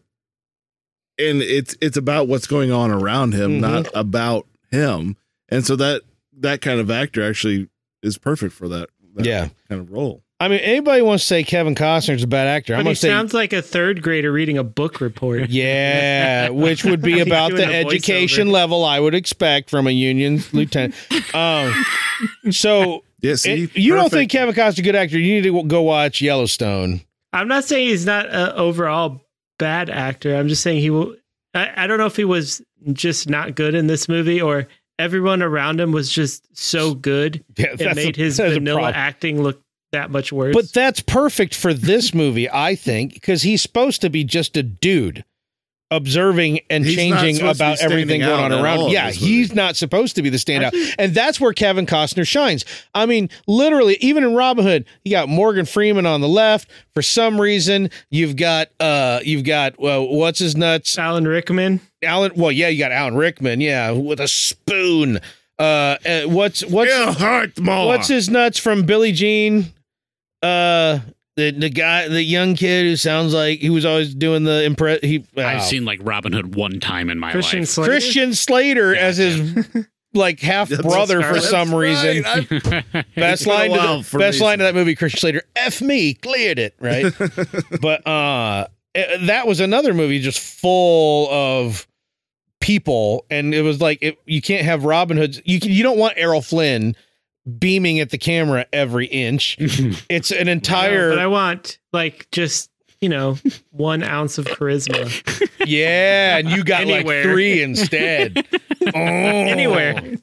Speaker 2: and it's it's about what's going on around him,
Speaker 1: Mhm.
Speaker 2: not about him. And so that that kind of actor actually is perfect for that, that
Speaker 1: yeah.
Speaker 2: kind of role.
Speaker 1: I mean, anybody wants to say Kevin Costner's a bad actor? I'm
Speaker 5: But
Speaker 1: gonna
Speaker 5: he
Speaker 1: say
Speaker 5: sounds like a third grader reading a book report.
Speaker 1: yeah, which would be
Speaker 5: He's
Speaker 1: about the
Speaker 5: doing a voiceover.
Speaker 1: education level I would expect from a union lieutenant. Um, so
Speaker 2: Yeah, see,
Speaker 1: it- you don't think
Speaker 2: perfect.
Speaker 1: Kevin Costner's a good actor? You need to go watch Yellowstone.
Speaker 5: I'm not saying he's not an overall bad actor. I'm just saying he will. I, I don't know if he was just not good in this movie or everyone around him was just so good
Speaker 1: Yeah,
Speaker 5: it made his
Speaker 1: that's
Speaker 5: vanilla
Speaker 1: problem.
Speaker 5: acting look that much worse.
Speaker 1: But that's perfect for this movie, I think, because he's supposed to be just a dude observing and
Speaker 2: He's not
Speaker 1: changing
Speaker 2: supposed to be
Speaker 1: about everything
Speaker 2: standing
Speaker 1: going on
Speaker 2: out at
Speaker 1: around.
Speaker 2: all
Speaker 1: him.
Speaker 2: in
Speaker 1: Yeah,
Speaker 2: this movie.
Speaker 1: he's not supposed to be the standout. And that's where Kevin Costner shines. I mean, literally, even in Robin Hood, you got Morgan Freeman on the left. For some reason, you've got uh you've got well, what's his nuts?
Speaker 5: Alan Rickman,
Speaker 1: Alan well, yeah, you got Alan Rickman, yeah, with a spoon. Uh, uh what's what's
Speaker 2: Earhart Mauer.
Speaker 1: What's his nuts from Billie Jean? Uh, the the guy, the young kid who sounds like he was always doing the impress. He
Speaker 4: I've
Speaker 1: wow.
Speaker 4: seen like Robin Hood one time in my
Speaker 5: Christian
Speaker 4: life.
Speaker 5: Slater.
Speaker 1: Christian Slater as his like half
Speaker 2: That's
Speaker 1: brother for
Speaker 5: Scarlet.
Speaker 1: some reason.
Speaker 2: Right, I-
Speaker 1: Best
Speaker 2: It's been a
Speaker 1: line, to
Speaker 2: while
Speaker 1: the,
Speaker 2: for
Speaker 1: best
Speaker 2: me
Speaker 1: line to
Speaker 2: since-
Speaker 1: that movie. Christian Slater, f me, cleared it right. but uh, eh, that was another movie just full of people, and it was like it, you can't have Robin Hood's. You can, you don't want Errol Flynn beaming at the camera every inch. It's an
Speaker 5: No,
Speaker 1: entire
Speaker 5: but I want like just you know one ounce of charisma
Speaker 1: yeah, and you got
Speaker 5: Anywhere.
Speaker 1: like three instead. Oh.
Speaker 5: anywhere.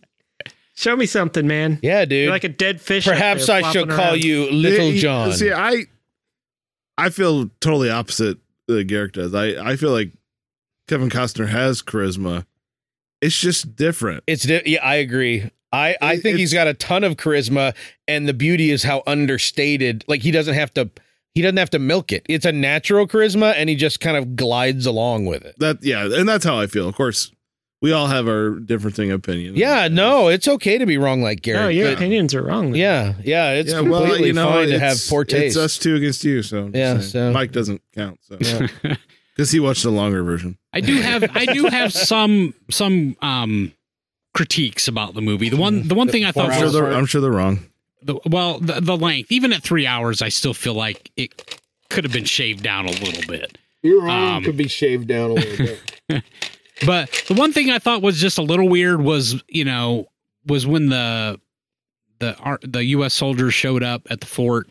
Speaker 5: Show me something, man.
Speaker 1: yeah, Oh. dude.
Speaker 5: You're like a dead fish. up
Speaker 1: Perhaps
Speaker 5: there
Speaker 1: I shall
Speaker 5: flopping
Speaker 1: call
Speaker 5: around.
Speaker 1: you Little
Speaker 2: Yeah, you-
Speaker 1: John.
Speaker 2: See, I I feel totally opposite that Garrick does. I I feel like Kevin Costner has charisma. It's just different.
Speaker 1: It's di- yeah, I agree. I I
Speaker 2: It-
Speaker 1: think he's
Speaker 2: it's-
Speaker 1: got a ton of charisma, and the beauty is how understated. Like he doesn't have to. He doesn't have to milk it. It's a natural charisma, and he just kind of glides along with it.
Speaker 2: That yeah, and that's how I feel. Of course, we all have our differing opinion.
Speaker 1: Yeah, no, it's okay to be wrong, like Gary.
Speaker 5: No, your
Speaker 1: but-
Speaker 5: opinions are wrong. then.
Speaker 1: yeah, yeah, it's
Speaker 2: Yeah,
Speaker 1: completely
Speaker 2: well, you know,
Speaker 1: fine to
Speaker 2: it's-
Speaker 1: have poor taste.
Speaker 2: It's us two against you, so
Speaker 1: Yeah,
Speaker 2: just saying.
Speaker 1: so-
Speaker 2: Mike doesn't count. So
Speaker 1: Yeah.
Speaker 2: because he watched the longer version.
Speaker 4: I do have I do have some some um critiques about the movie. The one the one thing I
Speaker 1: Four
Speaker 2: I'm
Speaker 4: thought
Speaker 1: hours.
Speaker 2: sure
Speaker 4: was
Speaker 2: they're, I'm sure they're wrong.
Speaker 4: the, well the, the length even at 3 hours I still feel like it could have been shaved down a little bit.
Speaker 1: Your
Speaker 4: arm Um, could
Speaker 1: be shaved down a little bit.
Speaker 4: But the one thing I thought was just a little weird was, you know, was when the the ar- the U.S. soldiers showed up at the fort.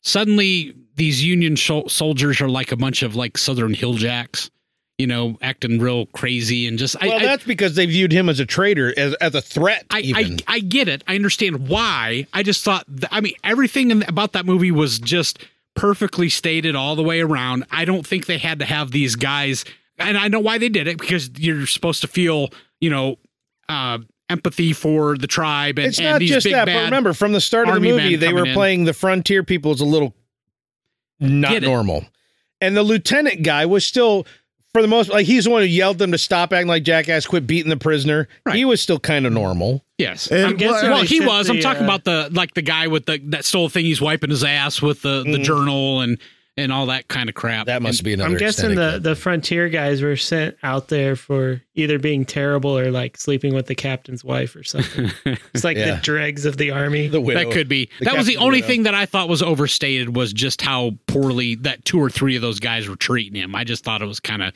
Speaker 4: Suddenly, these Union shol- soldiers are like a bunch of like Southern hilljacks, you know, acting real crazy and just.
Speaker 1: well,
Speaker 4: I, I,
Speaker 1: that's because they viewed him as a traitor, as as a threat.
Speaker 4: I,
Speaker 1: even.
Speaker 4: I I get it. I understand why. I just thought. Th- I mean, everything in, about that movie was just perfectly stated all the way around. I don't think they had to have these guys, and I know why they did it because you're supposed to feel, you know, uh, empathy for the tribe and,
Speaker 1: it's
Speaker 4: and
Speaker 1: not
Speaker 4: these
Speaker 1: just
Speaker 4: big
Speaker 1: that, but
Speaker 4: bad.
Speaker 1: remember from the start of the
Speaker 4: army men
Speaker 1: movie, they
Speaker 4: coming
Speaker 1: were
Speaker 4: in.
Speaker 1: playing the frontier people as a little not
Speaker 4: Get it.
Speaker 1: normal, and the lieutenant guy was still. For the most, like he's the one who yelled them to stop acting like jackass, quit beating the prisoner.
Speaker 4: Right. Mm-hmm.
Speaker 1: He was still kind of normal.
Speaker 4: yes.
Speaker 2: And
Speaker 5: I'm guessing-
Speaker 2: what-
Speaker 4: well, he
Speaker 5: Except
Speaker 4: was. I'm
Speaker 5: the,
Speaker 4: talking
Speaker 5: uh,
Speaker 4: about the like the guy with the that stole thing. He's wiping his ass with the the
Speaker 1: Mhm.
Speaker 4: journal and and all that kind of crap.
Speaker 1: That must
Speaker 4: And-
Speaker 1: be another.
Speaker 5: I'm guessing
Speaker 1: extended
Speaker 5: the, the frontier guys were sent out there for either being terrible or like sleeping with the captain's wife or something. it's like
Speaker 1: Yeah.
Speaker 5: the dregs of the army.
Speaker 1: the widow.
Speaker 4: That could be.
Speaker 1: The
Speaker 4: that was the
Speaker 1: captain's
Speaker 4: only
Speaker 1: widow.
Speaker 4: thing that I thought was overstated was just how poorly that two or three of those guys were treating him. I just thought it was kind of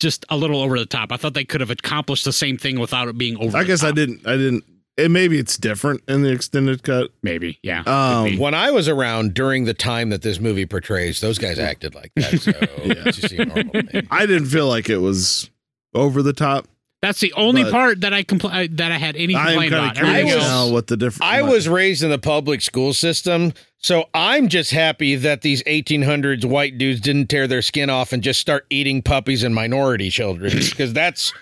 Speaker 4: just a little over the top. I thought they could have accomplished the same thing without it being over.
Speaker 2: I
Speaker 4: the
Speaker 2: guess I
Speaker 4: top.
Speaker 2: didn't. I didn't. And maybe it's different in the extended cut.
Speaker 4: Maybe, yeah.
Speaker 2: Um,
Speaker 4: Could be.
Speaker 1: when I was around during the time that this movie portrays, those guys acted like that. So it just seemed normal to me.
Speaker 2: I didn't feel like it was over the top.
Speaker 4: That's the only
Speaker 2: but-
Speaker 4: part that I compl- that I had any
Speaker 2: I am
Speaker 4: complaint
Speaker 2: kind of
Speaker 4: about.
Speaker 2: curious
Speaker 4: Everything
Speaker 1: I was-
Speaker 2: now
Speaker 4: else,
Speaker 2: what the difference.
Speaker 1: I was raised in the public school system, so I'm just happy that these 1800s white dudes didn't tear their skin off and just start eating puppies and minority children because that's.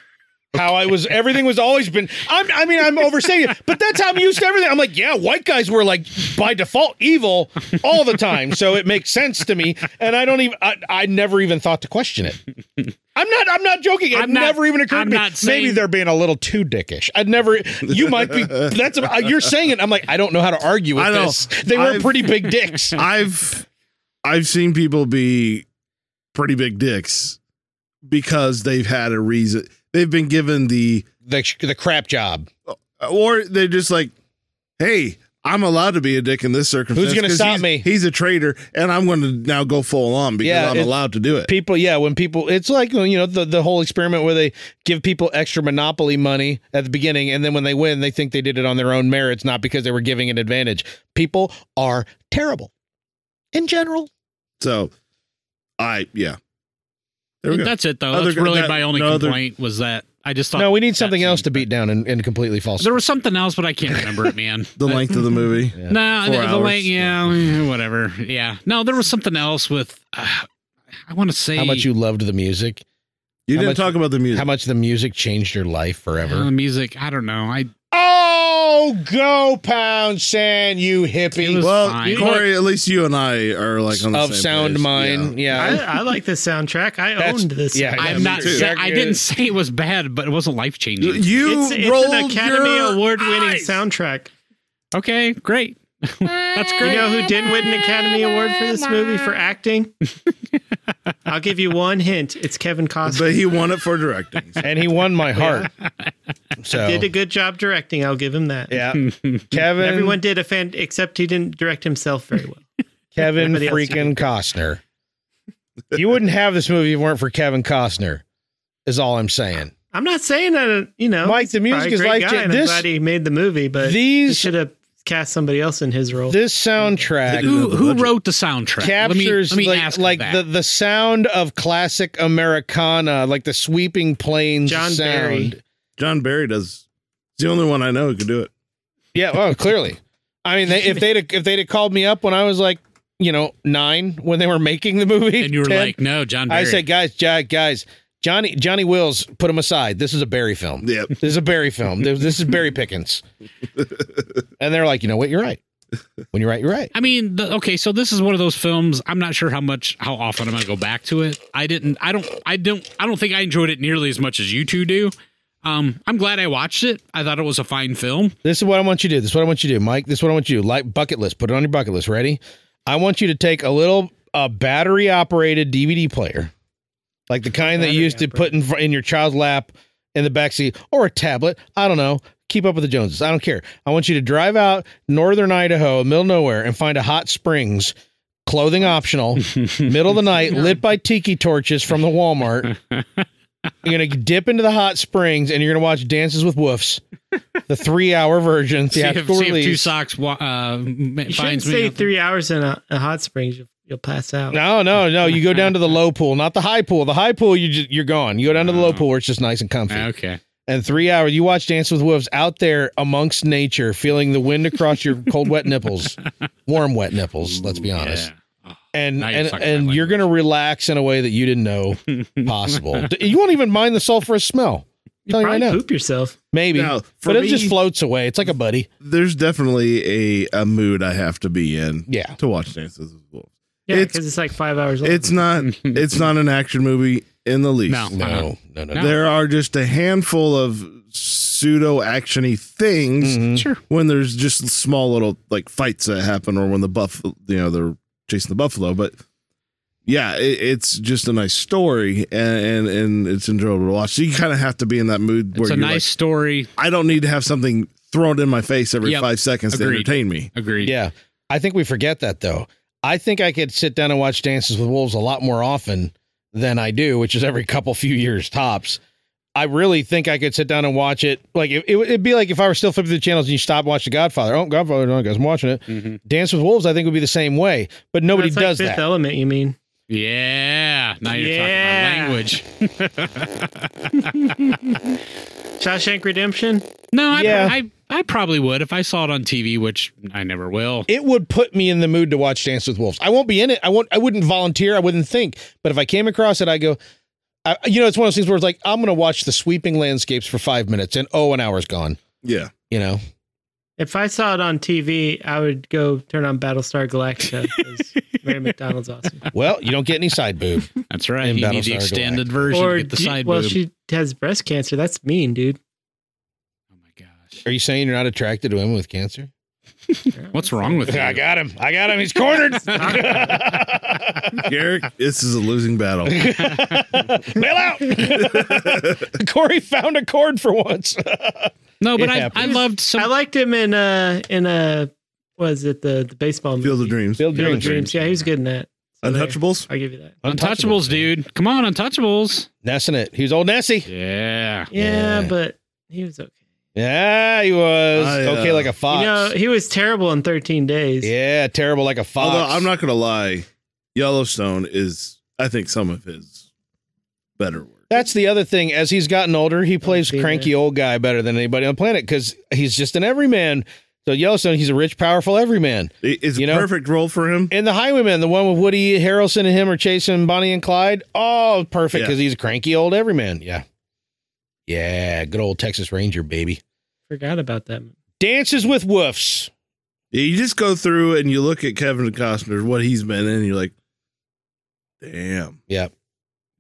Speaker 1: How I was, everything was always been. I'm, I mean, I'm overstating it, but that's how I'm used to everything. I'm like, yeah, white guys were like by default evil all the time, so it makes sense to me, and I don't even, I, I never even thought to question it. I'm not, I'm not joking. It
Speaker 4: I'm not-
Speaker 1: never even occurred
Speaker 4: I'm
Speaker 1: to me.
Speaker 4: not
Speaker 1: Maybe
Speaker 4: saying-
Speaker 1: they're being a little too dickish. I'd never. You might be. That's a, you're saying it. I'm like, I don't know how to argue with
Speaker 2: I know.
Speaker 1: this. They were
Speaker 2: I've-
Speaker 1: pretty big dicks.
Speaker 2: I've I've seen people be pretty big dicks because they've had a reason. They've been given the
Speaker 1: the the crap job.
Speaker 2: or they're just like, hey. I'm allowed to be a dick in this circumstance.
Speaker 1: gonna
Speaker 2: 'cause
Speaker 1: stop
Speaker 2: he's-
Speaker 1: me?
Speaker 2: He's a traitor, and I'm going to now go full on because
Speaker 1: Yeah,
Speaker 2: I'm
Speaker 1: it-
Speaker 2: allowed to do it.
Speaker 1: People, yeah, when people, it's like you know the the whole experiment where they give people extra monopoly money at the beginning, and then when they win, they think they did it on their own merits, not because they were giving an advantage. People are terrible in general.
Speaker 2: So, I yeah. There we go.
Speaker 4: that's it though.
Speaker 2: Other
Speaker 4: that's
Speaker 2: good-
Speaker 4: really
Speaker 2: that-
Speaker 4: my only
Speaker 2: no other-
Speaker 4: complaint was that I just thought
Speaker 1: No, we need something
Speaker 4: that
Speaker 1: else
Speaker 4: seemed
Speaker 1: to beat down and, and completely false.
Speaker 4: There was something else, but I can't remember it, man.
Speaker 2: the length of the movie.
Speaker 1: Yeah.
Speaker 4: No,
Speaker 2: Four
Speaker 4: the, the
Speaker 2: hours.
Speaker 4: length, yeah, eh, whatever. Yeah, no, there was something else with. Uh, I want to say
Speaker 1: how much you loved the music,
Speaker 2: You
Speaker 1: How
Speaker 2: didn't
Speaker 1: much-
Speaker 2: talk about the music.
Speaker 1: how much the music changed your life forever.
Speaker 4: uh, music. I don't know. I
Speaker 1: Oh, go pound sand, you hippie
Speaker 4: It was
Speaker 2: well,
Speaker 4: fine.
Speaker 2: Corey, at least you and I are like on the
Speaker 1: of
Speaker 2: same
Speaker 1: sound
Speaker 2: page.
Speaker 1: mind. Yeah.
Speaker 5: I, I like this soundtrack. I
Speaker 1: That's-
Speaker 5: owned this.
Speaker 1: yeah,
Speaker 5: soundtrack.
Speaker 4: I'm
Speaker 2: me
Speaker 4: not.
Speaker 2: too.
Speaker 4: sa- I
Speaker 1: Exactly.
Speaker 4: didn't say it was bad, but it wasn't life
Speaker 2: You,
Speaker 4: changing.
Speaker 2: you
Speaker 5: It's, it's
Speaker 2: rolled
Speaker 5: an Academy
Speaker 2: your
Speaker 5: Award winning
Speaker 2: eyes.
Speaker 5: soundtrack.
Speaker 4: Okay, great. That's
Speaker 5: You
Speaker 4: great.
Speaker 5: know who didn't win an Academy Award for this movie for acting? I'll give you one hint. It's Kevin Costner.
Speaker 2: But he won it for directing. So
Speaker 1: and he won my heart. So
Speaker 5: did a good job directing. I'll give him that.
Speaker 1: yeah, Kevin.
Speaker 5: Everyone did a fan, except he didn't direct himself very well.
Speaker 1: Kevin
Speaker 5: everybody else
Speaker 1: freaking Costner. You wouldn't have this movie if it weren't for Kevin Costner. Is all I'm saying.
Speaker 5: I'm not saying that uh, you know
Speaker 1: Mike, the
Speaker 5: he's
Speaker 1: music
Speaker 5: probably a
Speaker 1: is
Speaker 5: great
Speaker 1: like
Speaker 5: guy, and
Speaker 1: this-
Speaker 5: I'm glad he made the movie, but he
Speaker 1: These
Speaker 5: Uh, should have cast somebody else in his role.
Speaker 1: this soundtrack
Speaker 4: who,
Speaker 2: the
Speaker 4: who
Speaker 2: budget.
Speaker 4: wrote the soundtrack? Let me,
Speaker 1: captures
Speaker 4: let me
Speaker 1: like,
Speaker 4: ask
Speaker 1: like
Speaker 4: that.
Speaker 1: the the sound of classic Americana, like the sweeping plains
Speaker 5: John
Speaker 1: sound.
Speaker 5: Barry.
Speaker 2: John Barry does. He's the only one I know who could do it.
Speaker 1: Yeah, well, clearly. I mean, they, if they'd have- if they'd have called me up when I was like, you know, nine when they were making the movie,
Speaker 4: and you were
Speaker 1: 10,
Speaker 4: like, no, John. Barry.
Speaker 1: I said, guys, Ja- guys, Johnny Johnny Wills, put him aside. This is a Barry film.
Speaker 2: Yep.
Speaker 1: This is a Barry film. This this is Barry Pickens. and they're like, you know what? You're right. When you're right, you're right.
Speaker 4: I mean, the, okay, so this is one of those films. I'm not sure how much, how often I'm going to go back to it. I didn't, I don't, I don't, I don't think I enjoyed it nearly as much as you two do. Um, I'm glad I watched it. I thought it was a fine film.
Speaker 1: This is what I want you to do. This is what I want you to do, Mike. This is what I want you to do. Like bucket list. Put it on your bucket list. Ready? I want you to take a little uh, a battery operated DVD player, like the kind that you used to put in fr- in your child's lap in the backseat, or a tablet. I don't know. Keep up with the Joneses. I don't care. I want you to drive out northern Idaho, middle of nowhere, and find a hot springs, clothing optional, middle of the night, lit by tiki torches from the Walmart. You're gonna dip into the hot springs, and you're gonna watch Dances with Woofs, the three-hour version,
Speaker 4: See, if,
Speaker 1: theatrical
Speaker 4: see if two
Speaker 1: release.
Speaker 4: socks wa- uh, m-
Speaker 5: You shouldn't
Speaker 4: finds
Speaker 5: stay
Speaker 4: me.
Speaker 5: three hours in a, a hot springs. You'll, you'll pass out.
Speaker 1: No, no, no. You go down to the low pool, not the high pool. The high pool, you just, you're gone. You go down to the low
Speaker 4: Oh.
Speaker 1: pool where it's just nice and comfy.
Speaker 4: Okay.
Speaker 1: And three hours, you watch Dance with Wolves out there amongst nature, feeling the wind across your cold, wet nipples, warm, wet nipples. Let's be honest. And
Speaker 4: Now you're
Speaker 1: and,
Speaker 4: talking my
Speaker 1: and you're gonna relax in a way that you didn't know
Speaker 4: Yeah.
Speaker 1: possible. D- you won't even mind the sulfurous smell.
Speaker 5: You
Speaker 1: Telling you right
Speaker 5: probably
Speaker 1: now.
Speaker 5: poop yourself.
Speaker 1: Maybe.
Speaker 2: Now, for
Speaker 1: but it
Speaker 2: me-
Speaker 1: just floats away. It's like a buddy.
Speaker 2: There's definitely a a mood I have to be in
Speaker 1: Yeah.
Speaker 2: to watch Dances with Wolves.
Speaker 5: Yeah,
Speaker 2: It's-
Speaker 5: because it's, like five hours long.
Speaker 2: It's not it's not an action movie in the least.
Speaker 4: No.
Speaker 1: No, no, no. no.
Speaker 2: There are just a handful of pseudo actiony things
Speaker 1: Mhm.
Speaker 4: Sure.
Speaker 2: when there's just small little like fights that happen or when the buff you know they're chasing the buffalo but yeah it, it's just a nice story and, and and it's enjoyable to watch so you kind of have to be in that mood
Speaker 4: It's
Speaker 2: where
Speaker 4: a
Speaker 2: you're
Speaker 4: nice story.
Speaker 2: like i don't need to have something thrown in my face every
Speaker 4: Yep.
Speaker 2: five seconds to
Speaker 4: Agreed.
Speaker 2: entertain me
Speaker 4: Agreed.
Speaker 1: Yeah. I think we forget that though. I think I could sit down and watch Dances with Wolves a lot more often than I do, which is every couple few years tops. I really think I could sit down and watch it. Like it, it, would be like if I were still flipping through the channels and you stop watch The Godfather. Oh, Godfather, no, I guess I'm watching it.
Speaker 4: Mhm.
Speaker 1: Dance with Wolves, I think would be the same way, but nobody
Speaker 5: Mm-hmm. That's like
Speaker 1: does
Speaker 5: Fifth
Speaker 1: that.
Speaker 5: Element, you mean?
Speaker 4: Yeah. Now you're
Speaker 5: Yeah.
Speaker 4: talking about language.
Speaker 5: Shawshank Redemption.
Speaker 4: no, I,
Speaker 1: Yeah.
Speaker 4: I I probably would if I saw it on TV, which I never will.
Speaker 1: It would put me in the mood to watch Dance with Wolves. I won't be in it. I won't. I wouldn't volunteer. I wouldn't think. But if I came across it, I go. I, you know, it's one of those things where it's like I'm going to watch the sweeping landscapes for five minutes, and oh, an hour's gone.
Speaker 2: yeah
Speaker 1: You know,
Speaker 5: If I saw it on TV, I would go turn on Battlestar Galactica. 'cause Mary McDonald's awesome.
Speaker 1: well, you don't get any side boob.
Speaker 4: That's right.
Speaker 1: And
Speaker 4: you need
Speaker 1: Battlestar
Speaker 4: the
Speaker 1: Galactica.
Speaker 4: extended version
Speaker 5: Or
Speaker 4: to get the
Speaker 5: do-
Speaker 4: side
Speaker 5: well,
Speaker 4: boob.
Speaker 5: she has breast cancer. That's mean, dude.
Speaker 4: oh my gosh.
Speaker 1: Are you saying you're not attracted to women with cancer?
Speaker 4: What's wrong with you?
Speaker 1: I got him. I got him. He's cornered.
Speaker 2: Garrick, this is a losing battle
Speaker 1: Bail out. Corey found a cord for once.
Speaker 4: No, but
Speaker 1: It
Speaker 4: I, I
Speaker 1: happens.
Speaker 4: loved
Speaker 5: I
Speaker 4: some.
Speaker 5: liked him in uh in uh was it the the baseball movie?
Speaker 2: field of dreams
Speaker 1: Build
Speaker 5: Field of
Speaker 1: dreams.
Speaker 5: Dreams. Yeah, he was good in that. So there.
Speaker 2: untouchables
Speaker 5: I'll give you that.
Speaker 4: Untouchables, dude. Come on, Untouchables.
Speaker 1: Nessing it. He was old Nessie.
Speaker 4: Yeah.
Speaker 5: Yeah,
Speaker 1: Yeah.
Speaker 5: but he was okay.
Speaker 1: Yeah, he was
Speaker 2: I,
Speaker 1: okay
Speaker 2: uh,
Speaker 1: like a fox.
Speaker 5: You know, he was terrible in 13 days.
Speaker 1: yeah, terrible like a fox.
Speaker 2: although i'm not gonna lie yellowstone is i think some of his better work
Speaker 1: That's the other thing. As he's gotten older, he plays
Speaker 5: seen
Speaker 1: cranky
Speaker 5: it.
Speaker 1: old guy better than anybody on the planet because he's just an everyman. So Yellowstone, he's a rich, powerful everyman.
Speaker 2: It- it's
Speaker 1: You
Speaker 2: a
Speaker 1: know?
Speaker 2: perfect role for him
Speaker 1: And the Highwayman, the one with Woody Harrelson and him are chasing Bonnie and Clyde. Oh, perfect
Speaker 2: Yeah.
Speaker 1: because he's a cranky old everyman. Yeah, yeah, good old Texas Ranger baby.
Speaker 5: Forgot about that.
Speaker 1: Dances with Woofs.
Speaker 2: Yeah, you just go through and you look at Kevin Costner, what he's been in, and you're like, damn.
Speaker 1: Yeah.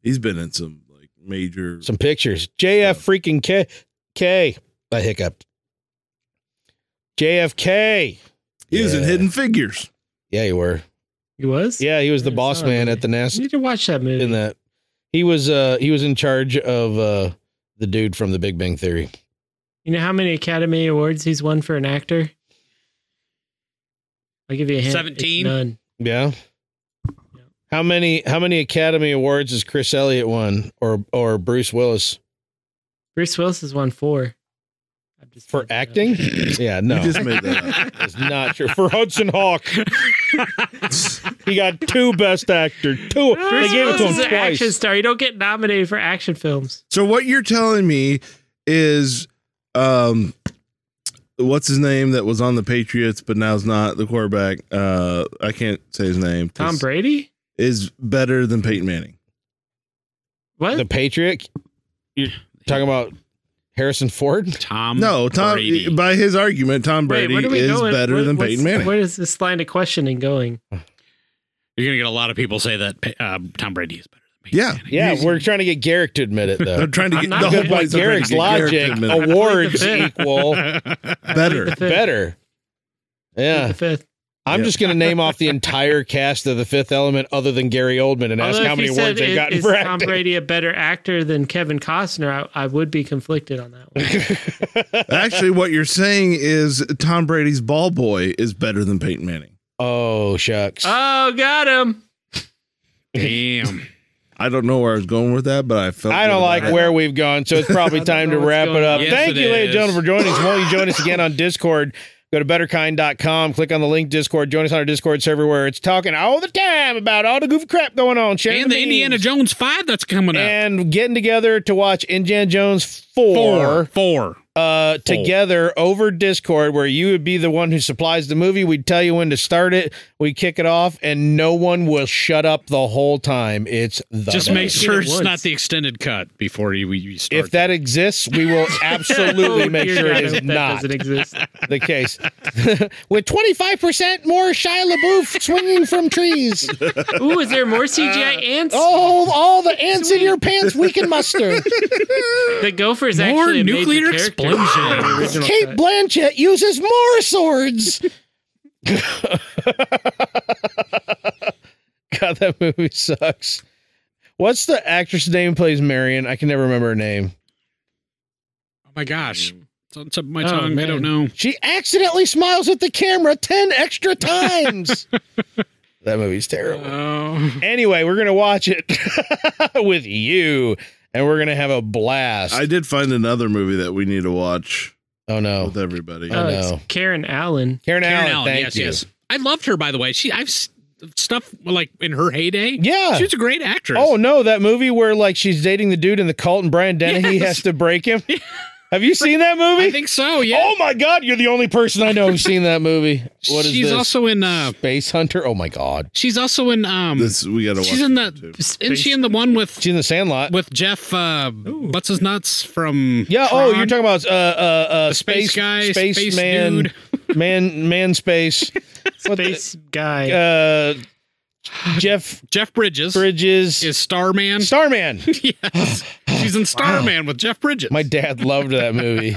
Speaker 2: He's been in some like major
Speaker 1: Some pictures. JF freaking K K. I hiccuped. JFK.
Speaker 2: he was in
Speaker 1: Yeah.
Speaker 2: hidden figures.
Speaker 1: Yeah, you were.
Speaker 5: He was?
Speaker 1: Yeah, he was the
Speaker 5: Yeah,
Speaker 1: boss
Speaker 5: son of a
Speaker 1: man
Speaker 5: bitch.
Speaker 1: at the
Speaker 5: You
Speaker 1: NASA
Speaker 5: need to watch that movie.
Speaker 1: in that. He was uh he was in charge of uh the dude from the Big Bang Theory.
Speaker 5: You know how many Academy Awards he's won for an actor? I'll give you a hint. It's
Speaker 4: 17?
Speaker 5: None.
Speaker 1: Yeah. How many how many Academy Awards has Chris Elliott won or or Bruce Willis
Speaker 5: Bruce Willis has won four. I'm just
Speaker 1: for
Speaker 5: making it up.
Speaker 1: acting? yeah, no.
Speaker 2: You just made that up.
Speaker 1: It's not true. For Hudson Hawk. he got two best actor. Two. They
Speaker 5: Bruce
Speaker 1: gave it
Speaker 5: Willis
Speaker 1: to
Speaker 5: is
Speaker 1: him
Speaker 5: an action
Speaker 1: twice.
Speaker 5: star. You don't get nominated for action films.
Speaker 2: So what you're telling me is um what's his name that was on the Patriots but now's not the quarterback. Uh I can't say his name.
Speaker 5: Tom Brady?
Speaker 2: is better than Peyton Manning.
Speaker 5: What?
Speaker 1: The Patriot? You're talking about Harrison Ford?
Speaker 4: Tom.
Speaker 2: No, Tom
Speaker 4: Brady.
Speaker 2: by his argument, Tom
Speaker 5: Wait,
Speaker 2: Brady
Speaker 5: where do we
Speaker 2: is
Speaker 5: go in-
Speaker 2: better
Speaker 5: where-
Speaker 2: than
Speaker 5: what's-
Speaker 2: Peyton Manning.
Speaker 5: Where is this line of questioning going?
Speaker 4: You're gonna get a lot of people say that uh, Tom Brady is better than me.
Speaker 2: Yeah.
Speaker 1: Yeah, we're trying to get Garrick to admit it though.
Speaker 2: I'm trying to
Speaker 5: I'm
Speaker 2: get
Speaker 5: not
Speaker 2: the whole
Speaker 5: good.
Speaker 1: By
Speaker 2: point is I'm trying
Speaker 1: Garrick's
Speaker 2: to get Garrick
Speaker 1: logic,
Speaker 2: to admit it.
Speaker 1: awards
Speaker 5: Like
Speaker 1: equal
Speaker 2: better.
Speaker 5: The fifth.
Speaker 1: better. Yeah.
Speaker 5: The fifth.
Speaker 1: I'm
Speaker 2: Yeah.
Speaker 1: just going to name off the entire cast of The Fifth Element other than Gary Oldman and ask
Speaker 5: Although
Speaker 1: how
Speaker 5: if you
Speaker 1: many
Speaker 5: said
Speaker 1: awards they've
Speaker 5: is-
Speaker 1: gotten
Speaker 5: is
Speaker 1: for
Speaker 5: Tom
Speaker 1: acting.
Speaker 5: Brady a better actor than Kevin Costner? I, I would be conflicted on that one.
Speaker 2: Actually, what you're saying is Tom Brady's ball boy is better than Peyton Manning.
Speaker 1: oh, shucks.
Speaker 5: oh, got him.
Speaker 4: Damn.
Speaker 2: I don't know where I was going with that, but I felt
Speaker 1: I
Speaker 2: good
Speaker 1: don't
Speaker 2: about
Speaker 1: like
Speaker 2: it.
Speaker 1: where we've gone, so it's probably
Speaker 5: I don't
Speaker 1: time to
Speaker 5: know what's
Speaker 1: wrap it
Speaker 5: going
Speaker 1: up.
Speaker 5: on.
Speaker 4: Yes,
Speaker 1: Thank
Speaker 4: it
Speaker 1: you, ladies and
Speaker 4: is.
Speaker 1: gentlemen, for joining us. Won't you join us again on Discord? Go to betterkind.com, click on the link Discord, join us on our Discord server where it's talking all the time about all the goofy crap going on. sharing
Speaker 4: and the
Speaker 1: memes.
Speaker 4: Indiana Jones five that's coming up.
Speaker 1: and getting together to watch Indiana Jones 4,
Speaker 4: Four.
Speaker 1: uh, together over Discord, where you would be the one who supplies the movie. We'd tell you when to start it. We kick it off, and no one will shut up the whole time. It's the
Speaker 4: Just
Speaker 1: best.
Speaker 4: make sure
Speaker 5: Seen it
Speaker 4: it's not
Speaker 5: once.
Speaker 4: the extended cut before you, you start.
Speaker 1: If that exists, we will absolutely make
Speaker 5: Dear
Speaker 1: sure it
Speaker 5: God, I
Speaker 1: is
Speaker 5: hope
Speaker 1: not
Speaker 5: That doesn't exist.
Speaker 1: the case. With 25% more Shia LaBeouf swinging from trees.
Speaker 5: Ooh, is there more CGI ants?
Speaker 1: Oh, all the ants in your pants we can muster.
Speaker 5: The gopher is
Speaker 4: More
Speaker 5: actually a major
Speaker 4: nuclear
Speaker 5: character
Speaker 4: explosion.
Speaker 5: in the original
Speaker 1: Kate
Speaker 5: cut.
Speaker 1: Blanchett uses more swords. God, that movie sucks. What's the actress name who plays Marion? I can never remember her name.
Speaker 4: oh my gosh,
Speaker 1: Mm.
Speaker 4: it's on the tip of my
Speaker 5: Oh,
Speaker 4: tongue. I
Speaker 5: man.
Speaker 4: don't know.
Speaker 1: She accidentally smiles at the camera 10 extra times. that movie's terrible.
Speaker 4: Oh,
Speaker 1: anyway, we're gonna watch it with you, and we're gonna have a blast.
Speaker 2: I did find another movie that we need to watch
Speaker 1: oh no,
Speaker 2: with everybody.
Speaker 1: Oh,
Speaker 5: Oh, it's
Speaker 1: no.
Speaker 5: Karen Allen.
Speaker 1: Karen,
Speaker 4: Karen
Speaker 1: Allen,
Speaker 4: Allen.
Speaker 1: thank
Speaker 4: yes,
Speaker 1: you.
Speaker 4: yes. I loved her by the way. She I've s- stuff like in her heyday.
Speaker 1: Yeah.
Speaker 4: she was a great actress.
Speaker 1: Oh no, that movie where like she's dating the dude in the cult, and Brian Dennehy
Speaker 4: Yes.
Speaker 1: has to break him. have you seen that movie?
Speaker 4: I think so. Yeah.
Speaker 1: Oh my god, you're the only person I know who's seen that movie. Oh, What is
Speaker 4: she's
Speaker 1: this?
Speaker 4: also in. uh
Speaker 1: Space Hunter. Oh my god,
Speaker 4: She's also in. Um,
Speaker 2: This we gotta watch.
Speaker 4: she's in
Speaker 2: that
Speaker 4: the.
Speaker 2: too.
Speaker 4: Isn't she in the one with
Speaker 1: she's in the Sandlot.
Speaker 4: with Jeff? Uh, what's his nuts from?
Speaker 1: yeah. Oh,
Speaker 4: Tron?
Speaker 1: you're talking about uh uh uh
Speaker 4: The space guy,
Speaker 1: space,
Speaker 4: space
Speaker 1: man, man, man, space. What the-
Speaker 5: Space guy.
Speaker 1: uh, Jeff
Speaker 4: Jeff Bridges
Speaker 1: Bridges
Speaker 4: is Starman.
Speaker 1: Starman.
Speaker 4: yes, she's in Starman with Jeff Bridges.
Speaker 1: My dad loved that movie.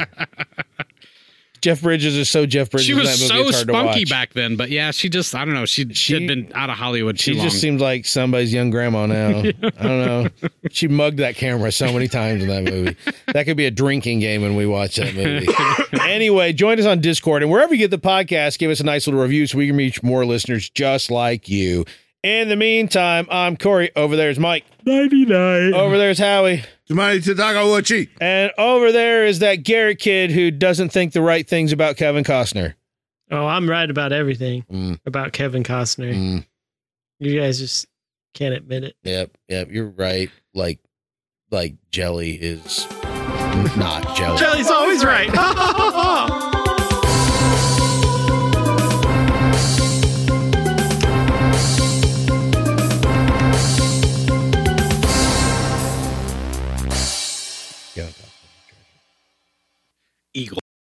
Speaker 1: Jeff Bridges is so Jeff Bridges.
Speaker 4: she
Speaker 1: in
Speaker 4: was
Speaker 1: that movie,
Speaker 4: so
Speaker 1: it's hard to
Speaker 4: spunky
Speaker 1: watch.
Speaker 4: back then, but yeah, she just I don't know. She she
Speaker 1: She-
Speaker 4: had been out of Hollywood
Speaker 1: She
Speaker 4: too
Speaker 1: just
Speaker 4: long.
Speaker 1: seemed like somebody's young grandma now. I don't know. She mugged that camera so many times in that movie. That could be a drinking game when we watch that movie. anyway, join us on Discord and wherever you get the podcast, give us a nice little review so we can reach more listeners just like you. In the meantime, I'm Corey. Over there's Mike.
Speaker 5: 99.
Speaker 1: Over there's Howie.
Speaker 2: Jumanji to Takawuchi.
Speaker 1: And over there is that Gary kid who doesn't think the right things about Kevin Costner.
Speaker 5: Oh, I'm right about everything
Speaker 1: Mm.
Speaker 5: about Kevin Costner.
Speaker 1: Mm.
Speaker 5: You guys just can't admit it.
Speaker 1: Yep, yep, you're right. Like, like jelly is not jelly.
Speaker 5: Jelly's always right.